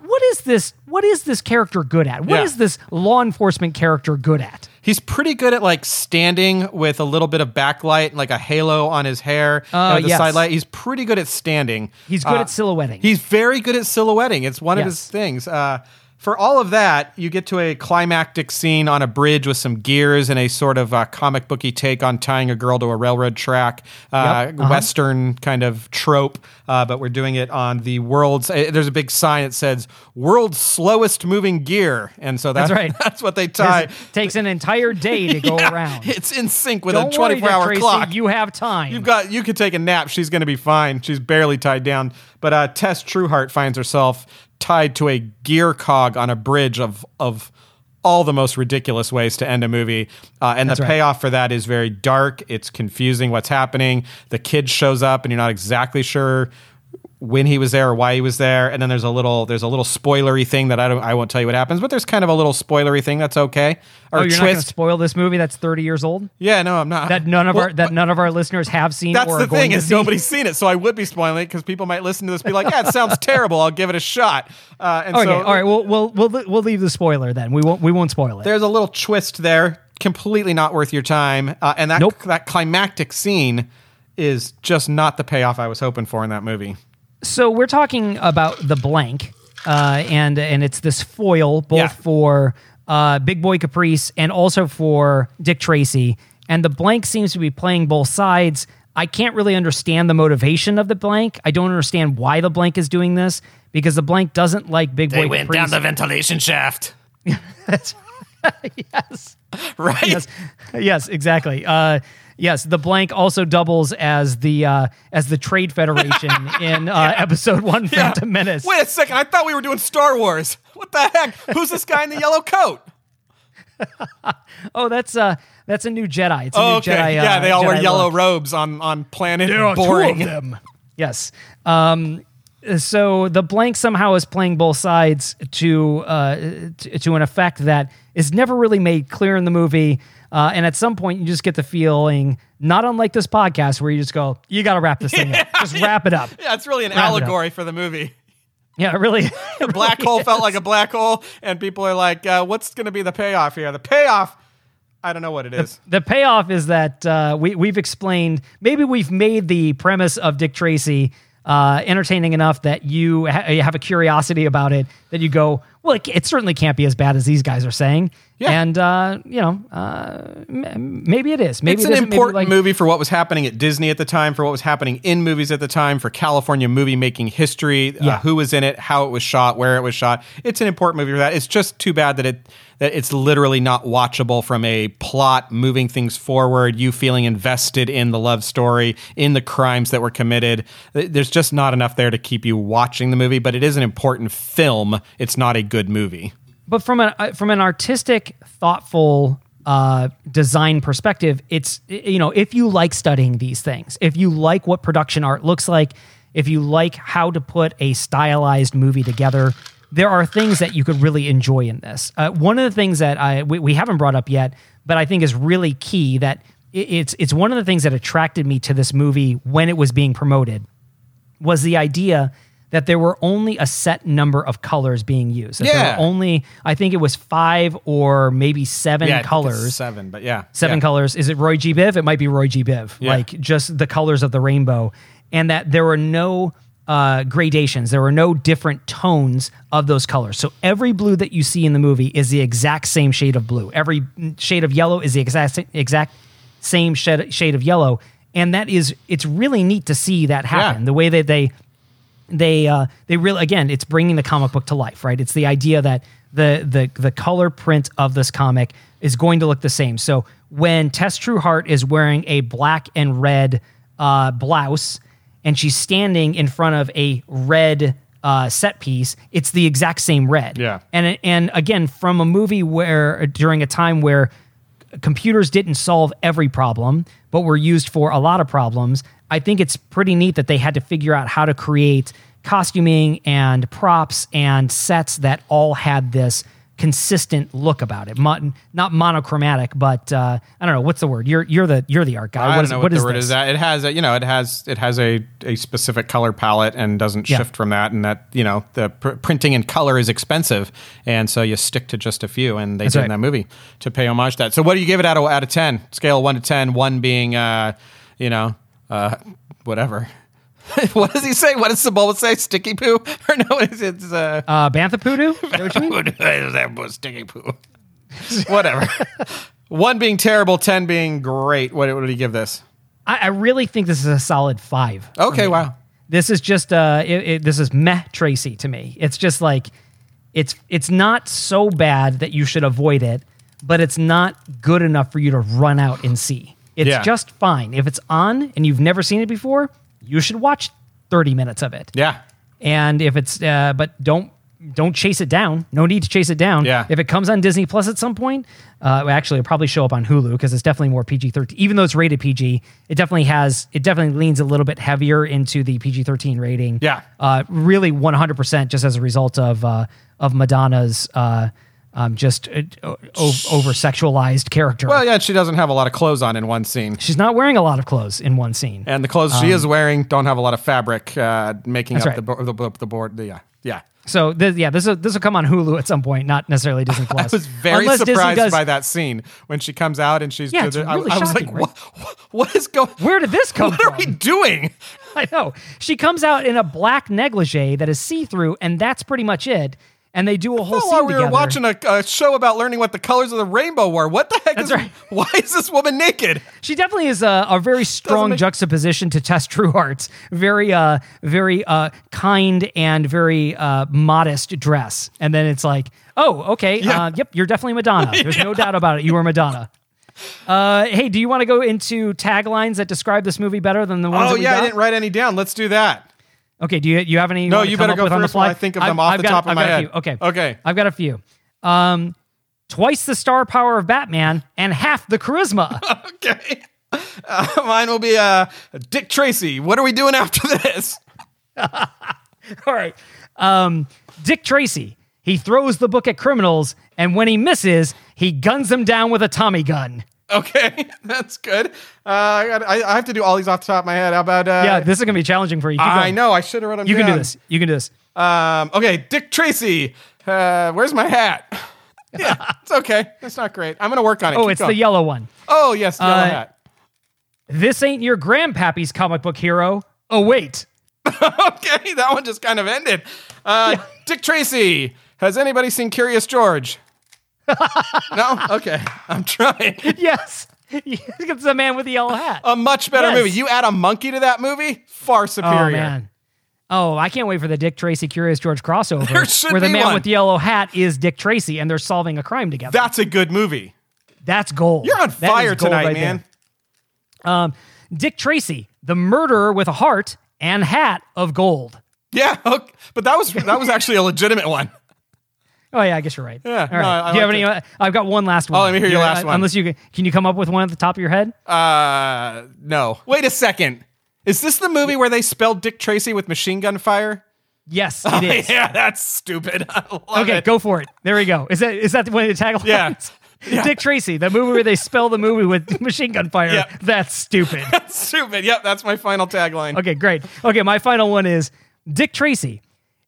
Speaker 2: what is this what is this character good at? What is
Speaker 3: Yeah.
Speaker 2: this law enforcement character good at?
Speaker 3: He's pretty good at like standing with a little bit of backlight and like a halo on his hair.
Speaker 2: Uh,
Speaker 3: you know, the
Speaker 2: yes.
Speaker 3: sidelight. He's pretty good at standing.
Speaker 2: He's good
Speaker 3: Uh,
Speaker 2: at silhouetting.
Speaker 3: He's very good at silhouetting. It's one of
Speaker 2: Yes.
Speaker 3: his things. Uh, for all of that, you get to a climactic scene on a bridge with some gears and a sort of uh, comic booky take on tying a girl to a railroad track, uh,
Speaker 2: Yep, uh-huh.
Speaker 3: Western kind of trope. Uh, but we're doing it on the world's. Uh, there's a big sign that says "World's Slowest Moving Gear," and so that,
Speaker 2: That's right.
Speaker 3: That's what they tie.
Speaker 2: This takes an entire day to go
Speaker 3: Yeah,
Speaker 2: around.
Speaker 3: It's in sync with
Speaker 2: Don't
Speaker 3: a
Speaker 2: worry,
Speaker 3: 24 hour
Speaker 2: Dick Tracy,
Speaker 3: clock.
Speaker 2: You have time.
Speaker 3: You've got you could take a nap. She's going to be fine. She's barely tied down. But uh, Tess Trueheart finds herself tied to a gear cog on a bridge of of all the most ridiculous ways to end a movie. Uh, and the
Speaker 2: right.
Speaker 3: payoff for that is very dark. It's confusing what's happening. The kid shows up, and you're not exactly sure when he was there or why he was there and then there's a little there's a little spoilery thing that I don't I won't tell you what happens but there's kind of a little spoilery thing that's okay or
Speaker 2: oh, you're not going to
Speaker 3: twist
Speaker 2: spoil this movie that's 30 years old
Speaker 3: yeah no I'm not
Speaker 2: that none of
Speaker 3: Well,
Speaker 2: our that none of our listeners have seen
Speaker 3: that's
Speaker 2: or
Speaker 3: the
Speaker 2: are going
Speaker 3: thing
Speaker 2: to
Speaker 3: is
Speaker 2: see.
Speaker 3: nobody's seen it, so I would be spoiling it because people might listen to this and be like, "Yeah, it sounds terrible. I'll give it a shot." Uh, and
Speaker 2: Okay,
Speaker 3: so,
Speaker 2: all right. Well, we'll we'll we'll leave the spoiler then. We won't we won't spoil it.
Speaker 3: there's a little twist there, completely not worth your time, uh, and that
Speaker 2: Nope.
Speaker 3: that climactic scene is just not the payoff I was hoping for in that movie.
Speaker 2: so we're talking about the blank, uh, and and it's this foil both
Speaker 3: Yeah.
Speaker 2: for uh, Big Boy Caprice and also for Dick Tracy. And the blank seems to be playing both sides. I can't really understand the motivation of the blank. I don't understand why the blank is doing this because the blank doesn't like Big Boy Caprice.
Speaker 9: ventilation shaft.
Speaker 2: yes.
Speaker 3: right?
Speaker 2: Yes. Yes, exactly. Uh, yes, the blank also doubles as the uh, as the Trade Federation in uh, episode one, Phantom Menace.
Speaker 3: Wait a second. I thought we were doing Star Wars. What the heck? Who's this guy in the yellow coat?
Speaker 2: Oh, that's uh, that's a new Jedi. It's a
Speaker 3: Oh,
Speaker 2: new
Speaker 3: okay.
Speaker 2: Jedi. uh,
Speaker 3: yeah, they all wear
Speaker 2: Jedi
Speaker 3: yellow
Speaker 2: look.
Speaker 3: robes on on planet boring.
Speaker 2: them. Yes. Um, so the blank somehow is playing both sides to uh, to, to an effect that is never really made clear in the movie. Uh, and at some point, you just get the feeling, not unlike this podcast, where you just go, "You got to wrap this thing up. Just wrap it up."
Speaker 3: Yeah, it's really an
Speaker 2: Round it up.
Speaker 3: allegory for the movie.
Speaker 2: Yeah, it really.
Speaker 3: The black hole felt like a black hole, and people are like, uh, "What's going to be the payoff here?" The payoff, I don't know what it is.
Speaker 2: the payoff is that uh, we we've explained maybe we've made the premise of Dick Tracy uh, entertaining enough that you, ha- you have a curiosity about it that you go well it, ca- it certainly can't be as bad as these guys are saying
Speaker 3: Yeah.
Speaker 2: and uh, you know uh, m- maybe it is maybe
Speaker 3: it's
Speaker 2: it
Speaker 3: an
Speaker 2: isn't. Maybe,
Speaker 3: important
Speaker 2: like-
Speaker 3: movie for what was happening at Disney at the time, for what was happening in movies at the time, for California movie making history, uh,
Speaker 2: Yeah.
Speaker 3: who was in it, how it was shot, where it was shot. It's an important movie for that. It's just too bad that it that it's literally not watchable from a plot moving things forward, you feeling invested in the love story, in the crimes that were committed. Th- There's just not enough there to keep you watching the movie, but it is an important film. It's not a good movie.
Speaker 2: but from an uh, from an artistic, thoughtful uh, design perspective, it's y- you know if you like studying these things, if you like what production art looks like, if you like how to put a stylized movie together, there are things that you could really enjoy in this. Uh, one of the things that I we, we haven't brought up yet, but I think is really key that i- it's it's one of the things that attracted me to this movie when it was being promoted was the idea that there were only a set number of colors being used. That There
Speaker 3: Yeah.
Speaker 2: were only, I think it was five or maybe seven
Speaker 3: Yeah, I think it's
Speaker 2: colors.
Speaker 3: seven, but yeah,
Speaker 2: Seven
Speaker 3: yeah.
Speaker 2: colors. Is it Roy G. Biv? It might be Roy G. Biv.
Speaker 3: Yeah.
Speaker 2: Like just the colors of the rainbow. And that there were no uh, gradations, there were no different tones of those colors. So every blue that you see in the movie is the exact same shade of blue. Every mm, shade of yellow is the exact, sa- exact same shed, shade of yellow. And that is, it's really neat to see that happen. The way that they they uh, they really again it's bringing the comic book to life right it's the idea that the the the color print of this comic is going to look the same so when tess trueheart is wearing a black and red uh, blouse and she's standing in front of a red uh, set piece it's the exact same red
Speaker 3: Yeah.
Speaker 2: and and again from a movie where during a time where computers didn't solve every problem, but were used for a lot of problems. I think it's pretty neat that they had to figure out how to create costuming and props and sets that all had this consistent look about it. Mon- not monochromatic, but uh, I don't know what's the word. You're you're the you're the art guy.
Speaker 3: I
Speaker 2: What
Speaker 3: don't
Speaker 2: is-
Speaker 3: know
Speaker 2: what
Speaker 3: what the
Speaker 2: is
Speaker 3: word
Speaker 2: this?
Speaker 3: is. That it has, a, you know, it has it has a, a specific color palette and doesn't
Speaker 2: Yeah.
Speaker 3: shift from that. And that you know, the pr- printing in color is expensive, and so you stick to just a few. And they
Speaker 2: That's
Speaker 3: did
Speaker 2: right.
Speaker 3: in that movie to pay homage to that. So what do you give it out of out of ten? Scale of one to ten, one being, uh, you know, uh, whatever. what does he say? What does Sebulba say? Sticky poo or no? It's, it's uh,
Speaker 2: Uh, Bantha Poodoo? Is that what you mean?
Speaker 3: that was sticky poo. whatever. one being terrible, ten being great. What, what do you give this?
Speaker 2: I, I really think this is a solid five.
Speaker 3: Okay, wow.
Speaker 2: this is just uh it, it, this is meh tracy to me it's just like it's it's not so bad that you should avoid it but it's not good enough for you to run out and see it's
Speaker 3: Yeah.
Speaker 2: just fine if it's on and you've never seen it before you should watch 30 minutes of it
Speaker 3: Yeah.
Speaker 2: and if it's uh but don't don't chase it down. No need to chase it down.
Speaker 3: Yeah.
Speaker 2: If it comes on Disney Plus at some point, uh, well, actually, it'll probably show up on Hulu because it's definitely more PG thirteen. Even though it's rated PG, it definitely has it definitely leans a little bit heavier into the PG thirteen rating.
Speaker 3: Yeah.
Speaker 2: Uh, really, one hundred percent, just as a result of uh, of Madonna's uh, um, just uh, over sexualized character.
Speaker 3: Well, yeah, she doesn't have a lot of clothes on in one scene.
Speaker 2: She's not wearing a lot of clothes in one scene.
Speaker 3: And the clothes she is wearing don't have a lot of fabric uh, making up
Speaker 2: Um, That's
Speaker 3: the, bo- the, bo- the board. The, yeah. Yeah.
Speaker 2: So th- yeah, this will this will come on Hulu at some point, not necessarily Disney Plus.
Speaker 3: I was very
Speaker 2: Unless Disney
Speaker 3: surprised
Speaker 2: does-
Speaker 3: by that scene when she comes out and she's.
Speaker 2: Yeah, it's
Speaker 3: I,
Speaker 2: really
Speaker 3: I was
Speaker 2: shocking,
Speaker 3: like,
Speaker 2: right?
Speaker 3: what, what- what is going
Speaker 2: Where did this come
Speaker 3: What are we
Speaker 2: from?
Speaker 3: doing?
Speaker 2: I know. She comes out in a black negligee that is see through, and that's pretty much it. and they do a whole
Speaker 3: Oh,
Speaker 2: scene
Speaker 3: while we
Speaker 2: together.
Speaker 3: were watching a, a show about learning what the colors of the rainbow were. What the heck
Speaker 2: That's
Speaker 3: is
Speaker 2: right.
Speaker 3: why is this woman naked?
Speaker 2: She definitely is a, a very strong
Speaker 3: make-
Speaker 2: juxtaposition to Tess Trueheart's very, uh, very uh, kind and very uh, modest dress. And then it's like, oh, okay, uh, yep, you're definitely Madonna. There's no doubt about it. You are Madonna. Uh, hey, do you want to go into taglines that describe this movie better than the ones?
Speaker 3: Oh
Speaker 2: that we
Speaker 3: yeah, I
Speaker 2: got?
Speaker 3: didn't write any down. Let's do that.
Speaker 2: Okay, do you you have any?
Speaker 3: No,
Speaker 2: wanna
Speaker 3: you
Speaker 2: come
Speaker 3: better
Speaker 2: up
Speaker 3: go
Speaker 2: with on the
Speaker 3: first while I
Speaker 2: fly?
Speaker 3: think of them off the
Speaker 2: got-
Speaker 3: top of
Speaker 2: I've
Speaker 3: my
Speaker 2: got a
Speaker 3: head.
Speaker 2: few. Okay,
Speaker 3: Okay.
Speaker 2: I've got a few. Um, twice the star power of Batman and half the charisma.
Speaker 3: Okay. Uh, mine will be uh, Dick Tracy. What are we doing after this?
Speaker 2: All right. Um, Dick Tracy. He throws the book at criminals, and when he misses, he guns them down with a Tommy gun.
Speaker 3: Okay, that's good. Uh, I, got- I, I have to do all these off the top of my head. How about? Uh,
Speaker 2: Yeah, this is gonna be challenging for you. Keep
Speaker 3: I
Speaker 2: going.
Speaker 3: know. I should have wrote them
Speaker 2: You
Speaker 3: down.
Speaker 2: can do this. You can do this.
Speaker 3: Um, okay, Dick Tracy. Uh, where's my hat? yeah, it's okay. It's not great. I'm gonna work on it.
Speaker 2: Oh,
Speaker 3: Keep
Speaker 2: it's the
Speaker 3: going.
Speaker 2: yellow one.
Speaker 3: Oh yes, the yellow
Speaker 2: Uh,
Speaker 3: hat.
Speaker 2: This ain't your grandpappy's comic book hero. Oh wait.
Speaker 3: Okay, that one just kind of ended. Uh, Dick Tracy. Has anybody seen Curious George? no. Okay, I'm trying.
Speaker 2: Yes. it's the man with the yellow hat.
Speaker 3: A much better
Speaker 2: Yes.
Speaker 3: movie. You add a monkey to that movie, far superior.
Speaker 2: Oh man. Oh, I can't wait for the Dick Tracy Curious George crossover
Speaker 3: There should
Speaker 2: where the
Speaker 3: be
Speaker 2: man
Speaker 3: one.
Speaker 2: with the yellow hat is Dick Tracy and they're solving a crime together.
Speaker 3: That's a good movie.
Speaker 2: That's gold.
Speaker 3: You're on
Speaker 2: That is
Speaker 3: fire
Speaker 2: gold
Speaker 3: tonight,
Speaker 2: right
Speaker 3: man.
Speaker 2: there. Dick Tracy, the murderer with a heart and hat of gold.
Speaker 3: Yeah, okay. but that was that was actually a legitimate one.
Speaker 2: Oh yeah, I guess you're right.
Speaker 3: Yeah,
Speaker 2: All right.
Speaker 3: no, I- I
Speaker 2: Do you have
Speaker 3: liked
Speaker 2: any? I've got one last one.
Speaker 3: let me hear your
Speaker 2: Yeah, I-
Speaker 3: last one.
Speaker 2: Unless you can, can you come up with one at the top of your head?
Speaker 3: Uh, no. Wait a second. Is this the movie where they spelled Dick Tracy with machine gun fire?
Speaker 2: yes, it is.
Speaker 3: oh, Yeah, that's stupid. I love
Speaker 2: Okay,
Speaker 3: it.
Speaker 2: go for it. There we go. Is that is that one of the taglines?
Speaker 3: Yeah.
Speaker 2: Dick Tracy, the movie where they spell the movie with machine gun fire.
Speaker 3: Yeah.
Speaker 2: That's stupid.
Speaker 3: Stupid. Yep, that's my final tagline.
Speaker 2: Okay, great. Okay, my final one is Dick Tracy.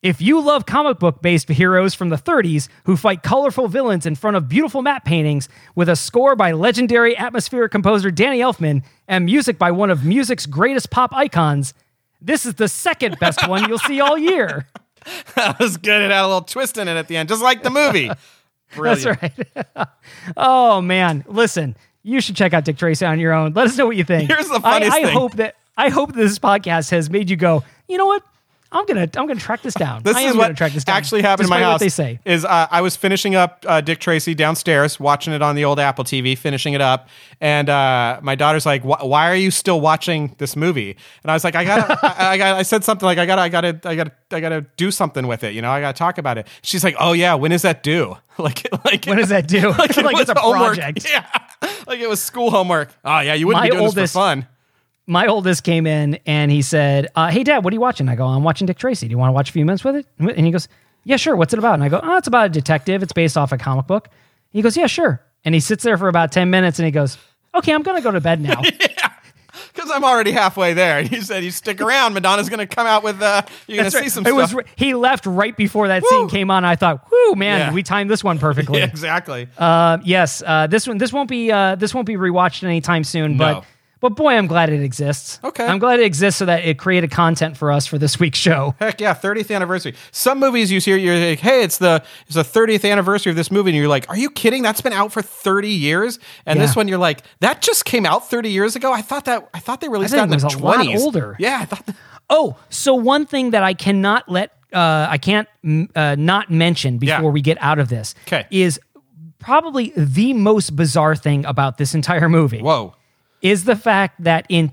Speaker 2: If you love comic book based heroes from the 30s who fight colorful villains in front of beautiful matte paintings with a score by legendary atmospheric composer Danny Elfman and music by one of music's greatest pop icons, this is the second best one you'll see all year.
Speaker 3: That was good. It had a little twist in it at the end, just like the movie. Brilliant.
Speaker 2: That's right. oh man, listen, you should check out Dick Tracy on your own. Let us know what you think.
Speaker 3: Here's the
Speaker 2: I-
Speaker 3: funniest
Speaker 2: I,
Speaker 3: thing.
Speaker 2: hope that I hope this podcast has made you go. You know what? I'm gonna I'm gonna track this down.
Speaker 3: This
Speaker 2: I am
Speaker 3: is
Speaker 2: gonna
Speaker 3: what
Speaker 2: track this down.
Speaker 3: actually happened in my
Speaker 2: Despite
Speaker 3: house.
Speaker 2: What they say.
Speaker 3: is uh, I was finishing up uh, Dick Tracy downstairs, watching it on the old Apple TV, finishing it up, and uh, my daughter's like, "Wh- "Why are you still watching this movie?" And I was like, "I gotta," I, I, gotta- I said something like, "I gotta, I gotta, I gotta, I gotta do something with it." You know, I gotta talk about it. She's like, "Oh yeah, when is that due?" like, like
Speaker 2: What does that do? like,
Speaker 3: it was
Speaker 2: it's a
Speaker 3: homework.
Speaker 2: project.
Speaker 3: Yeah, like it was school homework. Oh yeah, you wouldn't
Speaker 2: My
Speaker 3: be doing this
Speaker 2: oldest-
Speaker 3: for fun.
Speaker 2: My oldest came in and he said, uh, "Hey, Dad, what are you watching?" I go, "I'm watching Dick Tracy. Do you want to watch a few minutes with it?" And he goes, "Yeah, sure. What's it about?" And I go, "Oh, it's about a detective. It's based off a comic book." He goes, "Yeah, sure." And he sits there for about ten minutes and he goes, "Okay, I'm gonna go to bed now."
Speaker 3: Because I'm already halfway there. And you said you stick around. Madonna's going to come out with, uh, you're going
Speaker 2: That's
Speaker 3: to see
Speaker 2: right.
Speaker 3: some
Speaker 2: it
Speaker 3: stuff.
Speaker 2: Was, re- he left right before that scene
Speaker 3: Woo.
Speaker 2: came on. I thought, "Whoo, man,
Speaker 3: Yeah.
Speaker 2: we timed this one perfectly."
Speaker 3: Yeah, exactly.
Speaker 2: Uh, yes, uh, this one this won't be uh, this won't be rewatched anytime soon,
Speaker 3: No.
Speaker 2: but but boy, I'm glad it exists.
Speaker 3: Okay.
Speaker 2: I'm glad it exists so that it created content for us for this week's show.
Speaker 3: Heck yeah, 30th anniversary. Some movies you hear, you're like, hey, it's the it's the 30th anniversary of this movie, and you're like, are you kidding? That's been out for 30 years. And
Speaker 2: Yeah.
Speaker 3: this one, you're like, that just came out 30 years ago. I thought that I thought they released
Speaker 2: I
Speaker 3: that in
Speaker 2: think
Speaker 3: the
Speaker 2: it was a lot
Speaker 3: 20s.
Speaker 2: older.
Speaker 3: Yeah, I thought. That,
Speaker 2: Oh, so one thing that I cannot let uh, I can't mm, uh, not mention before
Speaker 3: Yeah.
Speaker 2: we get out of this
Speaker 3: 'Kay.
Speaker 2: is probably the most bizarre thing about this entire movie
Speaker 3: whoa.
Speaker 2: is the fact that in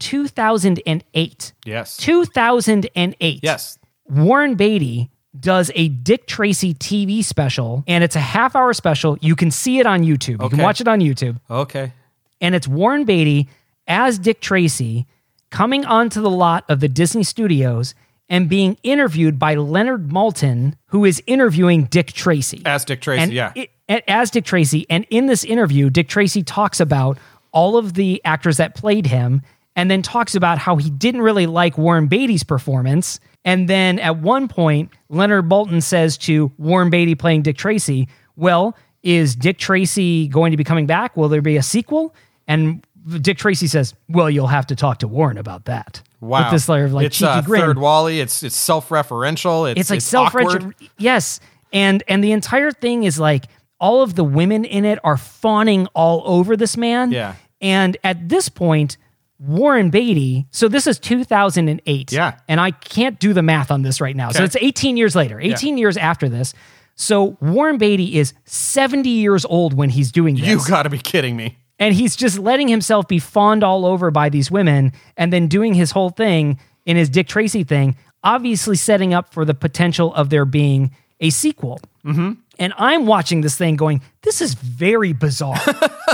Speaker 2: 2008
Speaker 3: Yes.
Speaker 2: 2008
Speaker 3: Yes.
Speaker 2: Warren Beatty does a Dick Tracy TV special, and it's a half hour special. You can see it on YouTube. You can
Speaker 3: Okay.
Speaker 2: watch it on YouTube.
Speaker 3: Okay.
Speaker 2: And it's Warren Beatty as Dick Tracy coming onto the lot of the Disney studios and being interviewed by Leonard Maltin, who is interviewing Dick Tracy.
Speaker 3: As Dick Tracy,
Speaker 2: And
Speaker 3: yeah.
Speaker 2: it- and- as Dick Tracy. And in this interview, Dick Tracy talks about all of the actors that played him and then talks about how he didn't really like Warren Beatty's performance. And then at one point, Leonard Bolton says to Warren Beatty playing Dick Tracy, Well, is Dick Tracy going to be coming back? Will there be a sequel? And Dick Tracy says, Well, you'll have to talk to Warren about that.
Speaker 3: wow.
Speaker 2: With this layer of like
Speaker 3: it's
Speaker 2: cheeky
Speaker 3: uh,
Speaker 2: grin
Speaker 3: third Wally. It's it's self referential.
Speaker 2: it's
Speaker 3: It's,
Speaker 2: like
Speaker 3: awkward.
Speaker 2: self-referential yes and and the entire thing is like all of the women in it are fawning all over this man.
Speaker 3: Yeah.
Speaker 2: And at this point, Warren Beatty. So this is 2008.
Speaker 3: Yeah.
Speaker 2: And I can't do the math on this right now. So
Speaker 3: Okay.
Speaker 2: it's 18 years later. 18 years after this. So Warren Beatty is 70 years old when he's doing this
Speaker 3: You got to be kidding me.
Speaker 2: and he's just letting himself be fawned all over by these women and then doing his whole thing in his Dick Tracy thing, obviously setting up for the potential of there being a sequel. Mm-hmm. And I'm watching this thing going, this is very bizarre.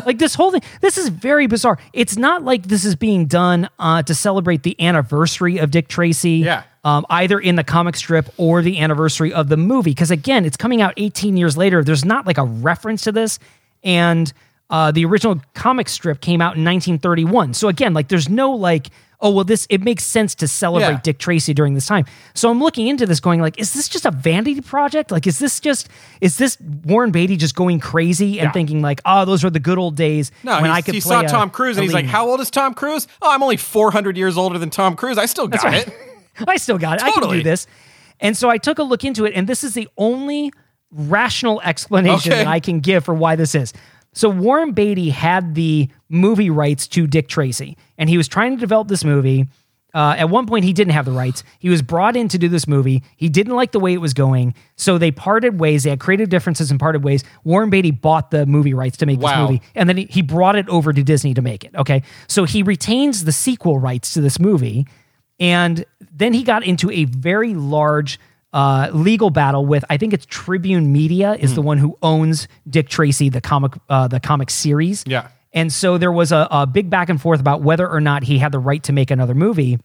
Speaker 2: like this whole thing, this is very bizarre. It's not like this is being done uh, to celebrate the anniversary of Dick Tracy.
Speaker 3: Yeah.
Speaker 2: Um, either in the comic strip or the anniversary of the movie. Because again, it's coming out 18 years later. There's not like a reference to this. And uh, the original comic strip came out in 1931. So again, like there's no like, oh, well, this, it makes sense to celebrate
Speaker 3: Yeah.
Speaker 2: Dick Tracy during this time. So I'm looking into this going like, is this just a vanity project? Like, is this just, is this Warren Beatty just going crazy and thinking like, oh, those were the good old days
Speaker 3: No,
Speaker 2: when
Speaker 3: he,
Speaker 2: I could
Speaker 3: he
Speaker 2: play
Speaker 3: saw
Speaker 2: a-
Speaker 3: Tom Cruise
Speaker 2: a
Speaker 3: and he's like,
Speaker 2: leading-
Speaker 3: "How old is Tom Cruise? Oh, I'm only 400 years older than Tom Cruise. I still got it."
Speaker 2: I still got it. I can
Speaker 3: Totally.
Speaker 2: do this. And so I took a look into it, and this is the only rational explanation
Speaker 3: Okay.
Speaker 2: that I can give for why this is. So Warren Beatty had the movie rights to Dick Tracy, and he was trying to develop this movie. Uh, at one point, he didn't have the rights. He was brought in to do this movie. He didn't like the way it was going, so they parted ways. They had creative differences and parted ways. Warren Beatty bought the movie rights to make
Speaker 3: Wow.
Speaker 2: this movie, and then he, he brought it over to Disney to make it. Okay, so he retains the sequel rights to this movie, and then he got into a very large uh, legal battle with I think it's Tribune Media is the one who owns Dick Tracy the comic uh, the comic series.
Speaker 3: Yeah.
Speaker 2: and so there was a, a big back and forth about whether or not he had the right to make another movie.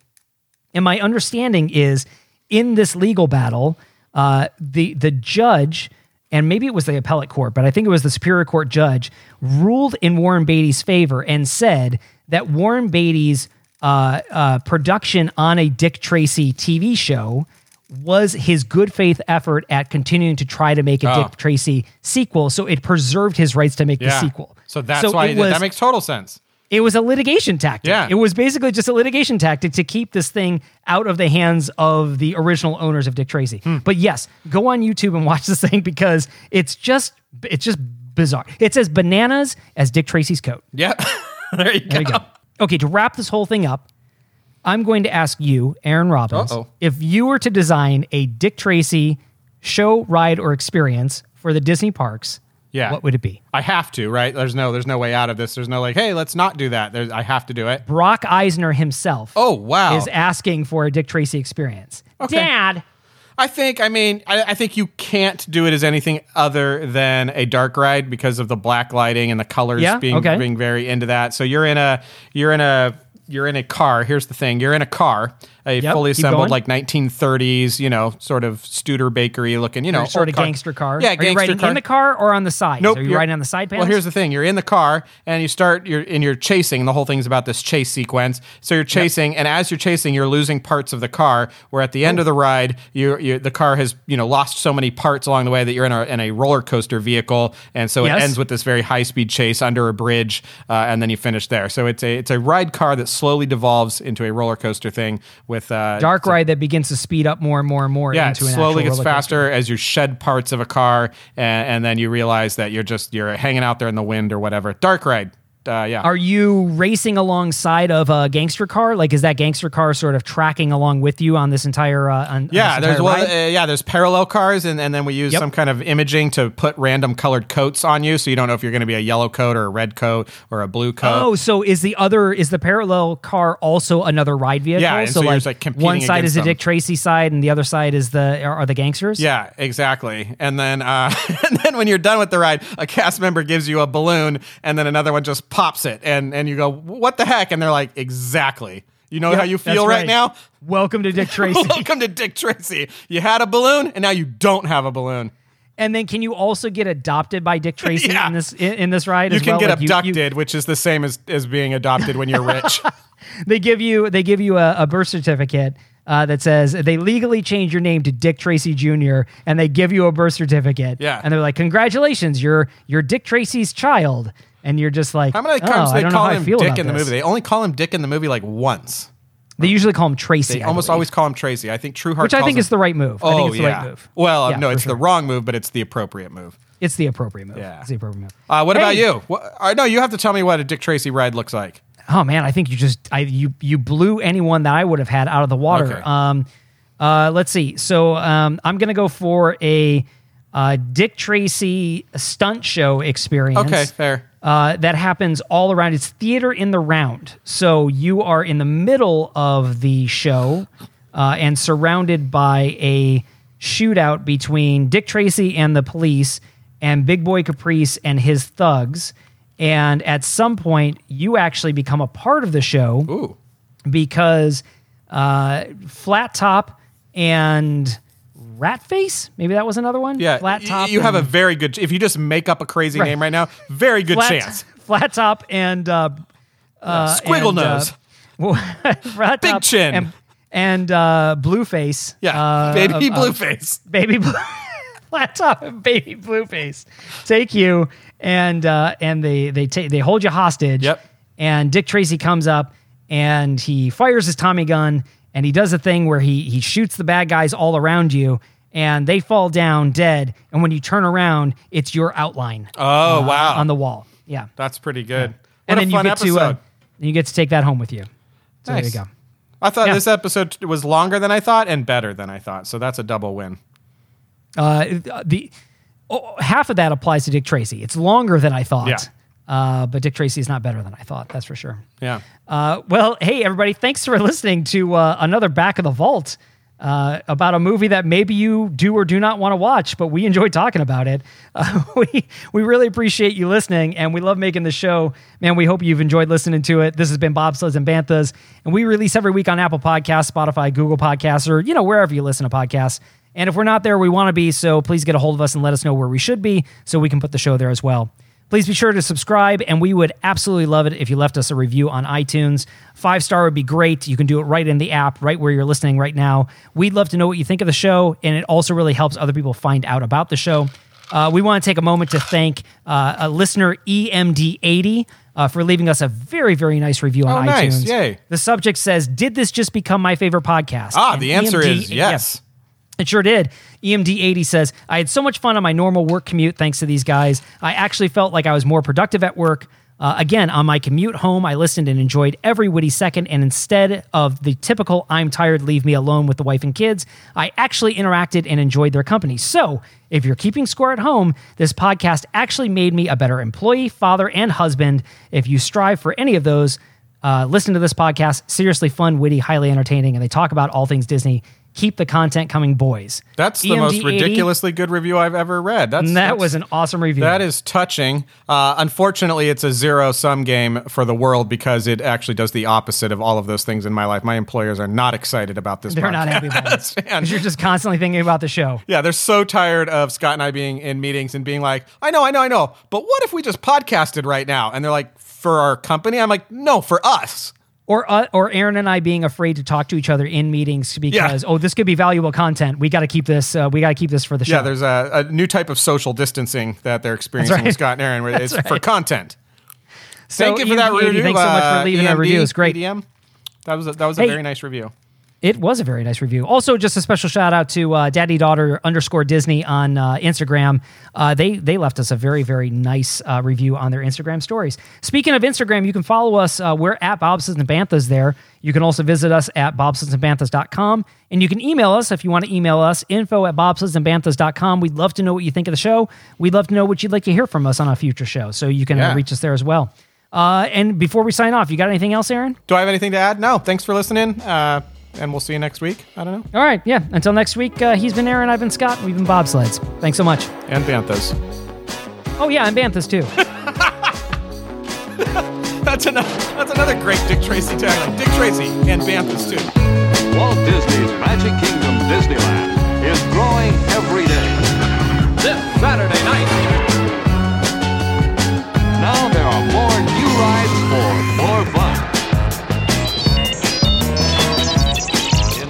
Speaker 2: And my understanding is in this legal battle, uh, the the judge, and maybe it was the appellate court, but I think it was the superior court judge, ruled in Warren Beatty's favor and said that Warren Beatty's uh, uh, production on a Dick Tracy TV show was his good faith effort at continuing to try to make a
Speaker 3: Oh.
Speaker 2: Dick Tracy sequel. So it preserved his rights to make the
Speaker 3: Yeah.
Speaker 2: sequel.
Speaker 3: So that's why
Speaker 2: it
Speaker 3: he did. that makes total sense.
Speaker 2: it was a litigation tactic.
Speaker 3: Yeah.
Speaker 2: It was basically just a litigation tactic to keep this thing out of the hands of the original owners of Dick Tracy.
Speaker 3: Hmm.
Speaker 2: But yes, go on YouTube and watch this thing because it's just it's just bizarre. It's as bananas as Dick Tracy's coat.
Speaker 3: Yeah. there you go.
Speaker 2: There you go. Okay, to wrap this whole thing up, I'm going to ask you, Aaron Robbins,
Speaker 3: Uh-oh.
Speaker 2: if you were to design a Dick Tracy show, ride, or experience for the Disney parks,
Speaker 3: Yeah.
Speaker 2: what would it be?
Speaker 3: I have to, right? There's no there's no way out of this. There's no like, "Hey, let's not do that." There's I have to do it.
Speaker 2: Brock Eisner himself.
Speaker 3: Oh, wow.
Speaker 2: Is asking for a Dick Tracy experience.
Speaker 3: Okay.
Speaker 2: Dad,
Speaker 3: I think I mean I, I think you can't do it as anything other than a dark ride because of the black lighting and the colors
Speaker 2: Yeah,
Speaker 3: being
Speaker 2: okay.
Speaker 3: being very into that. So you're in a you're in a you're in a car. Here's the thing. You're in a car, a
Speaker 2: Yep,
Speaker 3: fully
Speaker 2: keep going.
Speaker 3: assembled like 1930s, you know, sort of Studer bakery looking, you know,
Speaker 2: sort
Speaker 3: old
Speaker 2: of gangster car.
Speaker 3: Yeah,
Speaker 2: Are
Speaker 3: gangster
Speaker 2: you riding
Speaker 3: car.
Speaker 2: in the car or on the side?
Speaker 3: Nope.
Speaker 2: Are you
Speaker 3: you're-
Speaker 2: riding on the side panels?
Speaker 3: Well, here's the thing: you're in the car and you start, you're and you're chasing. and The whole thing's about this chase sequence. So you're chasing, and as you're chasing, you're losing parts of the car. Where at the end of the ride, you, you the car has you know lost so many parts along the way that you're in a in a roller coaster vehicle, and so
Speaker 2: Yes.
Speaker 3: it ends with this very high speed chase under a bridge, uh, and then you finish there. So it's a it's a ride car that slowly devolves into a roller coaster thing with uh,
Speaker 2: dark ride that begins to speed up more and more and more.
Speaker 3: yeah, it
Speaker 2: into an actual
Speaker 3: slowly gets
Speaker 2: roller coaster.
Speaker 3: faster as you shed parts of a car, and, and then you realize that you're just you're hanging out there in the wind or whatever. Dark ride, uh, yeah.
Speaker 2: Are you racing alongside of a gangster car? Like, is that gangster car sort of tracking along with you on this entire? Uh, on, on
Speaker 3: yeah,
Speaker 2: this
Speaker 3: there's
Speaker 2: entire
Speaker 3: one,
Speaker 2: ride?
Speaker 3: uh, yeah, there's parallel cars, and, and then we use
Speaker 2: Yep.
Speaker 3: some kind of imaging to put random colored coats on you, so you don't know if you're going to be a yellow coat or a red coat or a blue coat.
Speaker 2: Oh, so is the other is the parallel car also another ride vehicle?
Speaker 3: Yeah, and so you're just, like, competing
Speaker 2: one side is
Speaker 3: against
Speaker 2: the
Speaker 3: them.
Speaker 2: Dick Tracy side, and the other side is the are, are the gangsters.
Speaker 3: Yeah, exactly. And then uh, and then when you're done with the ride, a cast member gives you a balloon, and then another one just pops it, and and you go, "What the heck?" And they're like, "Exactly." You know
Speaker 2: Yep,
Speaker 3: how you
Speaker 2: that's
Speaker 3: feel right now?
Speaker 2: Welcome to Dick Tracy.
Speaker 3: Welcome to Dick Tracy. You had a balloon, and now you don't have a balloon.
Speaker 2: And then can you also get adopted by Dick Tracy
Speaker 3: Yeah.
Speaker 2: in this in, in this ride?
Speaker 3: You
Speaker 2: as
Speaker 3: can
Speaker 2: well?
Speaker 3: get
Speaker 2: Like, you- you-
Speaker 3: abducted, which is the same as, as being adopted when you're rich.
Speaker 2: they give you they give you a, a birth certificate uh, that says they legally change your name to Dick Tracy Jr. and they give you a birth certificate.
Speaker 3: Yeah.
Speaker 2: And they're like, congratulations, you're you're Dick Tracy's child. And you're just like,
Speaker 3: how many
Speaker 2: oh,
Speaker 3: times
Speaker 2: I
Speaker 3: they
Speaker 2: don't know
Speaker 3: call
Speaker 2: how I
Speaker 3: him
Speaker 2: feel
Speaker 3: Dick
Speaker 2: about
Speaker 3: in the
Speaker 2: this.
Speaker 3: movie? They only call him Dick in the movie like once.
Speaker 2: They usually call him Tracy.
Speaker 3: They
Speaker 2: I
Speaker 3: almost
Speaker 2: believe,
Speaker 3: always call him Tracy. I think Trueheart.
Speaker 2: which I
Speaker 3: calls
Speaker 2: think
Speaker 3: him- Oh,
Speaker 2: is the right move. I think it's the
Speaker 3: yeah.
Speaker 2: right move.
Speaker 3: Well, um,
Speaker 2: Yeah,
Speaker 3: no,
Speaker 2: for
Speaker 3: it's
Speaker 2: sure.
Speaker 3: the wrong move, but it's the appropriate move.
Speaker 2: It's the appropriate move.
Speaker 3: Yeah.
Speaker 2: It's the appropriate move.
Speaker 3: Uh, what about
Speaker 2: Hey!
Speaker 3: you? What, uh, no, you have to tell me what a Dick Tracy ride looks like.
Speaker 2: Oh man, I think you just I you you blew anyone that I would have had out of the water.
Speaker 3: Okay.
Speaker 2: Um, uh, let's see. So um, I'm gonna go for a uh, Dick Tracy stunt show experience.
Speaker 3: Okay, fair.
Speaker 2: Uh, that happens all around. It's theater in the round. So you are in the middle of the show uh, and surrounded by a shootout between Dick Tracy and the police and Big Boy Caprice and his thugs. And at some point, you actually become a part of the show
Speaker 3: Ooh.
Speaker 2: because uh, Flat Top and Rat Face, maybe that was another one.
Speaker 3: Yeah.
Speaker 2: Flat
Speaker 3: y-
Speaker 2: Top.
Speaker 3: You have
Speaker 2: and-
Speaker 3: a very good. If you just make up a crazy
Speaker 2: Right.
Speaker 3: name right now, very good chance.
Speaker 2: Flat top and uh, uh,
Speaker 3: Squiggle
Speaker 2: and, uh,
Speaker 3: nose.
Speaker 2: flat
Speaker 3: Big
Speaker 2: top
Speaker 3: chin.
Speaker 2: and, and uh, blue face.
Speaker 3: Yeah.
Speaker 2: uh,
Speaker 3: Baby Blueface.
Speaker 2: baby blue, flat top and baby blue face. Take you and uh, and they they take they hold you hostage.
Speaker 3: Yep.
Speaker 2: And Dick Tracy comes up and he fires his Tommy gun and he does a thing where he he shoots the bad guys all around you. And they fall down dead. And when you turn around, it's your outline
Speaker 3: oh wow.
Speaker 2: uh, on the wall. Yeah.
Speaker 3: That's pretty good. What
Speaker 2: and
Speaker 3: a
Speaker 2: then
Speaker 3: fun
Speaker 2: you get
Speaker 3: episode.
Speaker 2: to uh, you get to take that home with you. So
Speaker 3: Nice.
Speaker 2: there you go.
Speaker 3: I thought
Speaker 2: yeah.
Speaker 3: this episode was longer than I thought and better than I thought. So that's a double win.
Speaker 2: Uh, the oh, half of that applies to Dick Tracy. It's longer than I thought.
Speaker 3: Yeah.
Speaker 2: Uh, but Dick Tracy is not better than I thought. That's for sure.
Speaker 3: Yeah.
Speaker 2: Uh, well, hey everybody, thanks for listening to uh, another Back of the Vault uh, about a movie that maybe you do or do not want to watch, but we enjoy talking about it. Uh, we we really appreciate you listening, and we love making the show. Man, we hope you've enjoyed listening to it. This has been Bobsleds and Banthas, and we release every week on Apple Podcasts, Spotify, Google Podcasts, or you know wherever you listen to podcasts. And if we're not there, we want to be. So please get a hold of us and let us know where we should be, so we can put the show there as well. Please be sure to subscribe, and we would absolutely love it if you left us a review on iTunes. Five star would be great. You can do it right in the app, right where you're listening right now. We'd love to know what you think of the show, and it also really helps other people find out about the show. Uh, we want to take a moment to thank uh, a listener, EMD80, uh, for leaving us a very, very nice review on
Speaker 3: Oh, nice.
Speaker 2: iTunes.
Speaker 3: Yay.
Speaker 2: The subject says, Did this just become my favorite podcast?
Speaker 3: Ah,
Speaker 2: And
Speaker 3: the answer
Speaker 2: EMD
Speaker 3: is yes.
Speaker 2: it sure did. E EMD80 says, I had so much fun on my normal work commute thanks to these guys. I actually felt like I was more productive at work. Uh, again, on my commute home, I listened and enjoyed every witty second. And instead of the typical I'm tired, leave me alone with the wife and kids, I actually interacted and enjoyed their company. So if you're keeping score at home, this podcast actually made me a better employee, father, and husband. If you strive for any of those, uh, listen to this podcast. Seriously fun, witty, highly entertaining, and they talk about all things Disney. Keep the content coming, boys. E
Speaker 3: That's the most
Speaker 2: EMD80,
Speaker 3: ridiculously good review I've ever read. That's
Speaker 2: and
Speaker 3: that's-
Speaker 2: that was an awesome review.
Speaker 3: That is touching. Uh, unfortunately, it's a zero sum game for the world because it actually does the opposite of all of those things in my life. My employers are not excited about this.
Speaker 2: They're not
Speaker 3: podcast.
Speaker 2: happy about it.
Speaker 3: Man.
Speaker 2: Because you're just constantly thinking about the show.
Speaker 3: Yeah, they're so tired of Scott and I being in meetings and being like, I know, I know, I know, but what if we just podcasted right now? And they're like, for our company? I'm like, no, for us.
Speaker 2: Or, uh, or Aaron and I being afraid to talk to each other in meetings because, oh, this could be valuable content. We got to keep this. Uh, we got to keep this for the show.
Speaker 3: Yeah, there's a, a new type of social distancing that they're experiencing
Speaker 2: right.
Speaker 3: with Scott and Aaron where it's for content.
Speaker 2: So,
Speaker 3: Thank you for that
Speaker 2: EMD80,
Speaker 3: review.
Speaker 2: Thanks so much
Speaker 3: uh,
Speaker 2: for leaving that
Speaker 3: EMD,
Speaker 2: review. It's great.
Speaker 3: EDM. That was a, that was a
Speaker 2: Hey.
Speaker 3: very nice review.
Speaker 2: It was a very nice review. Also, just a special shout out to uh, Daddy Daughter underscore Disney on uh, Instagram. Uh, they they left us a very very nice uh, review on their Instagram stories. Speaking of Instagram, you can follow us. Uh, we're at Bobsons and Banthas there. You can also visit us at bobsonsandbanthas.com. and you can email us if you want to email us info at bobsonsandbanthas.com. We'd love to know what you think of the show. We'd love to know what you'd like to hear from us on a future show. So you can
Speaker 3: Yeah.
Speaker 2: uh, reach us there as well. Uh, and before we sign off, you got anything else, Aaron?
Speaker 3: Do I have anything to add? No. Thanks for listening. Uh, and we'll see you next week. I don't know.
Speaker 2: All right, yeah. Until next week, uh, he's been Aaron, I've been Scott, and we've been bobsleds. Thanks so much.
Speaker 3: And Banthas.
Speaker 2: Oh yeah, and Banthas too.
Speaker 3: That's another, that's another great Dick Tracy tagline. Dick Tracy and Banthas, too.
Speaker 4: Walt Disney's Magic Kingdom Disneyland is growing every day. This Saturday night. Now there are more new rides for more fun.
Speaker 5: in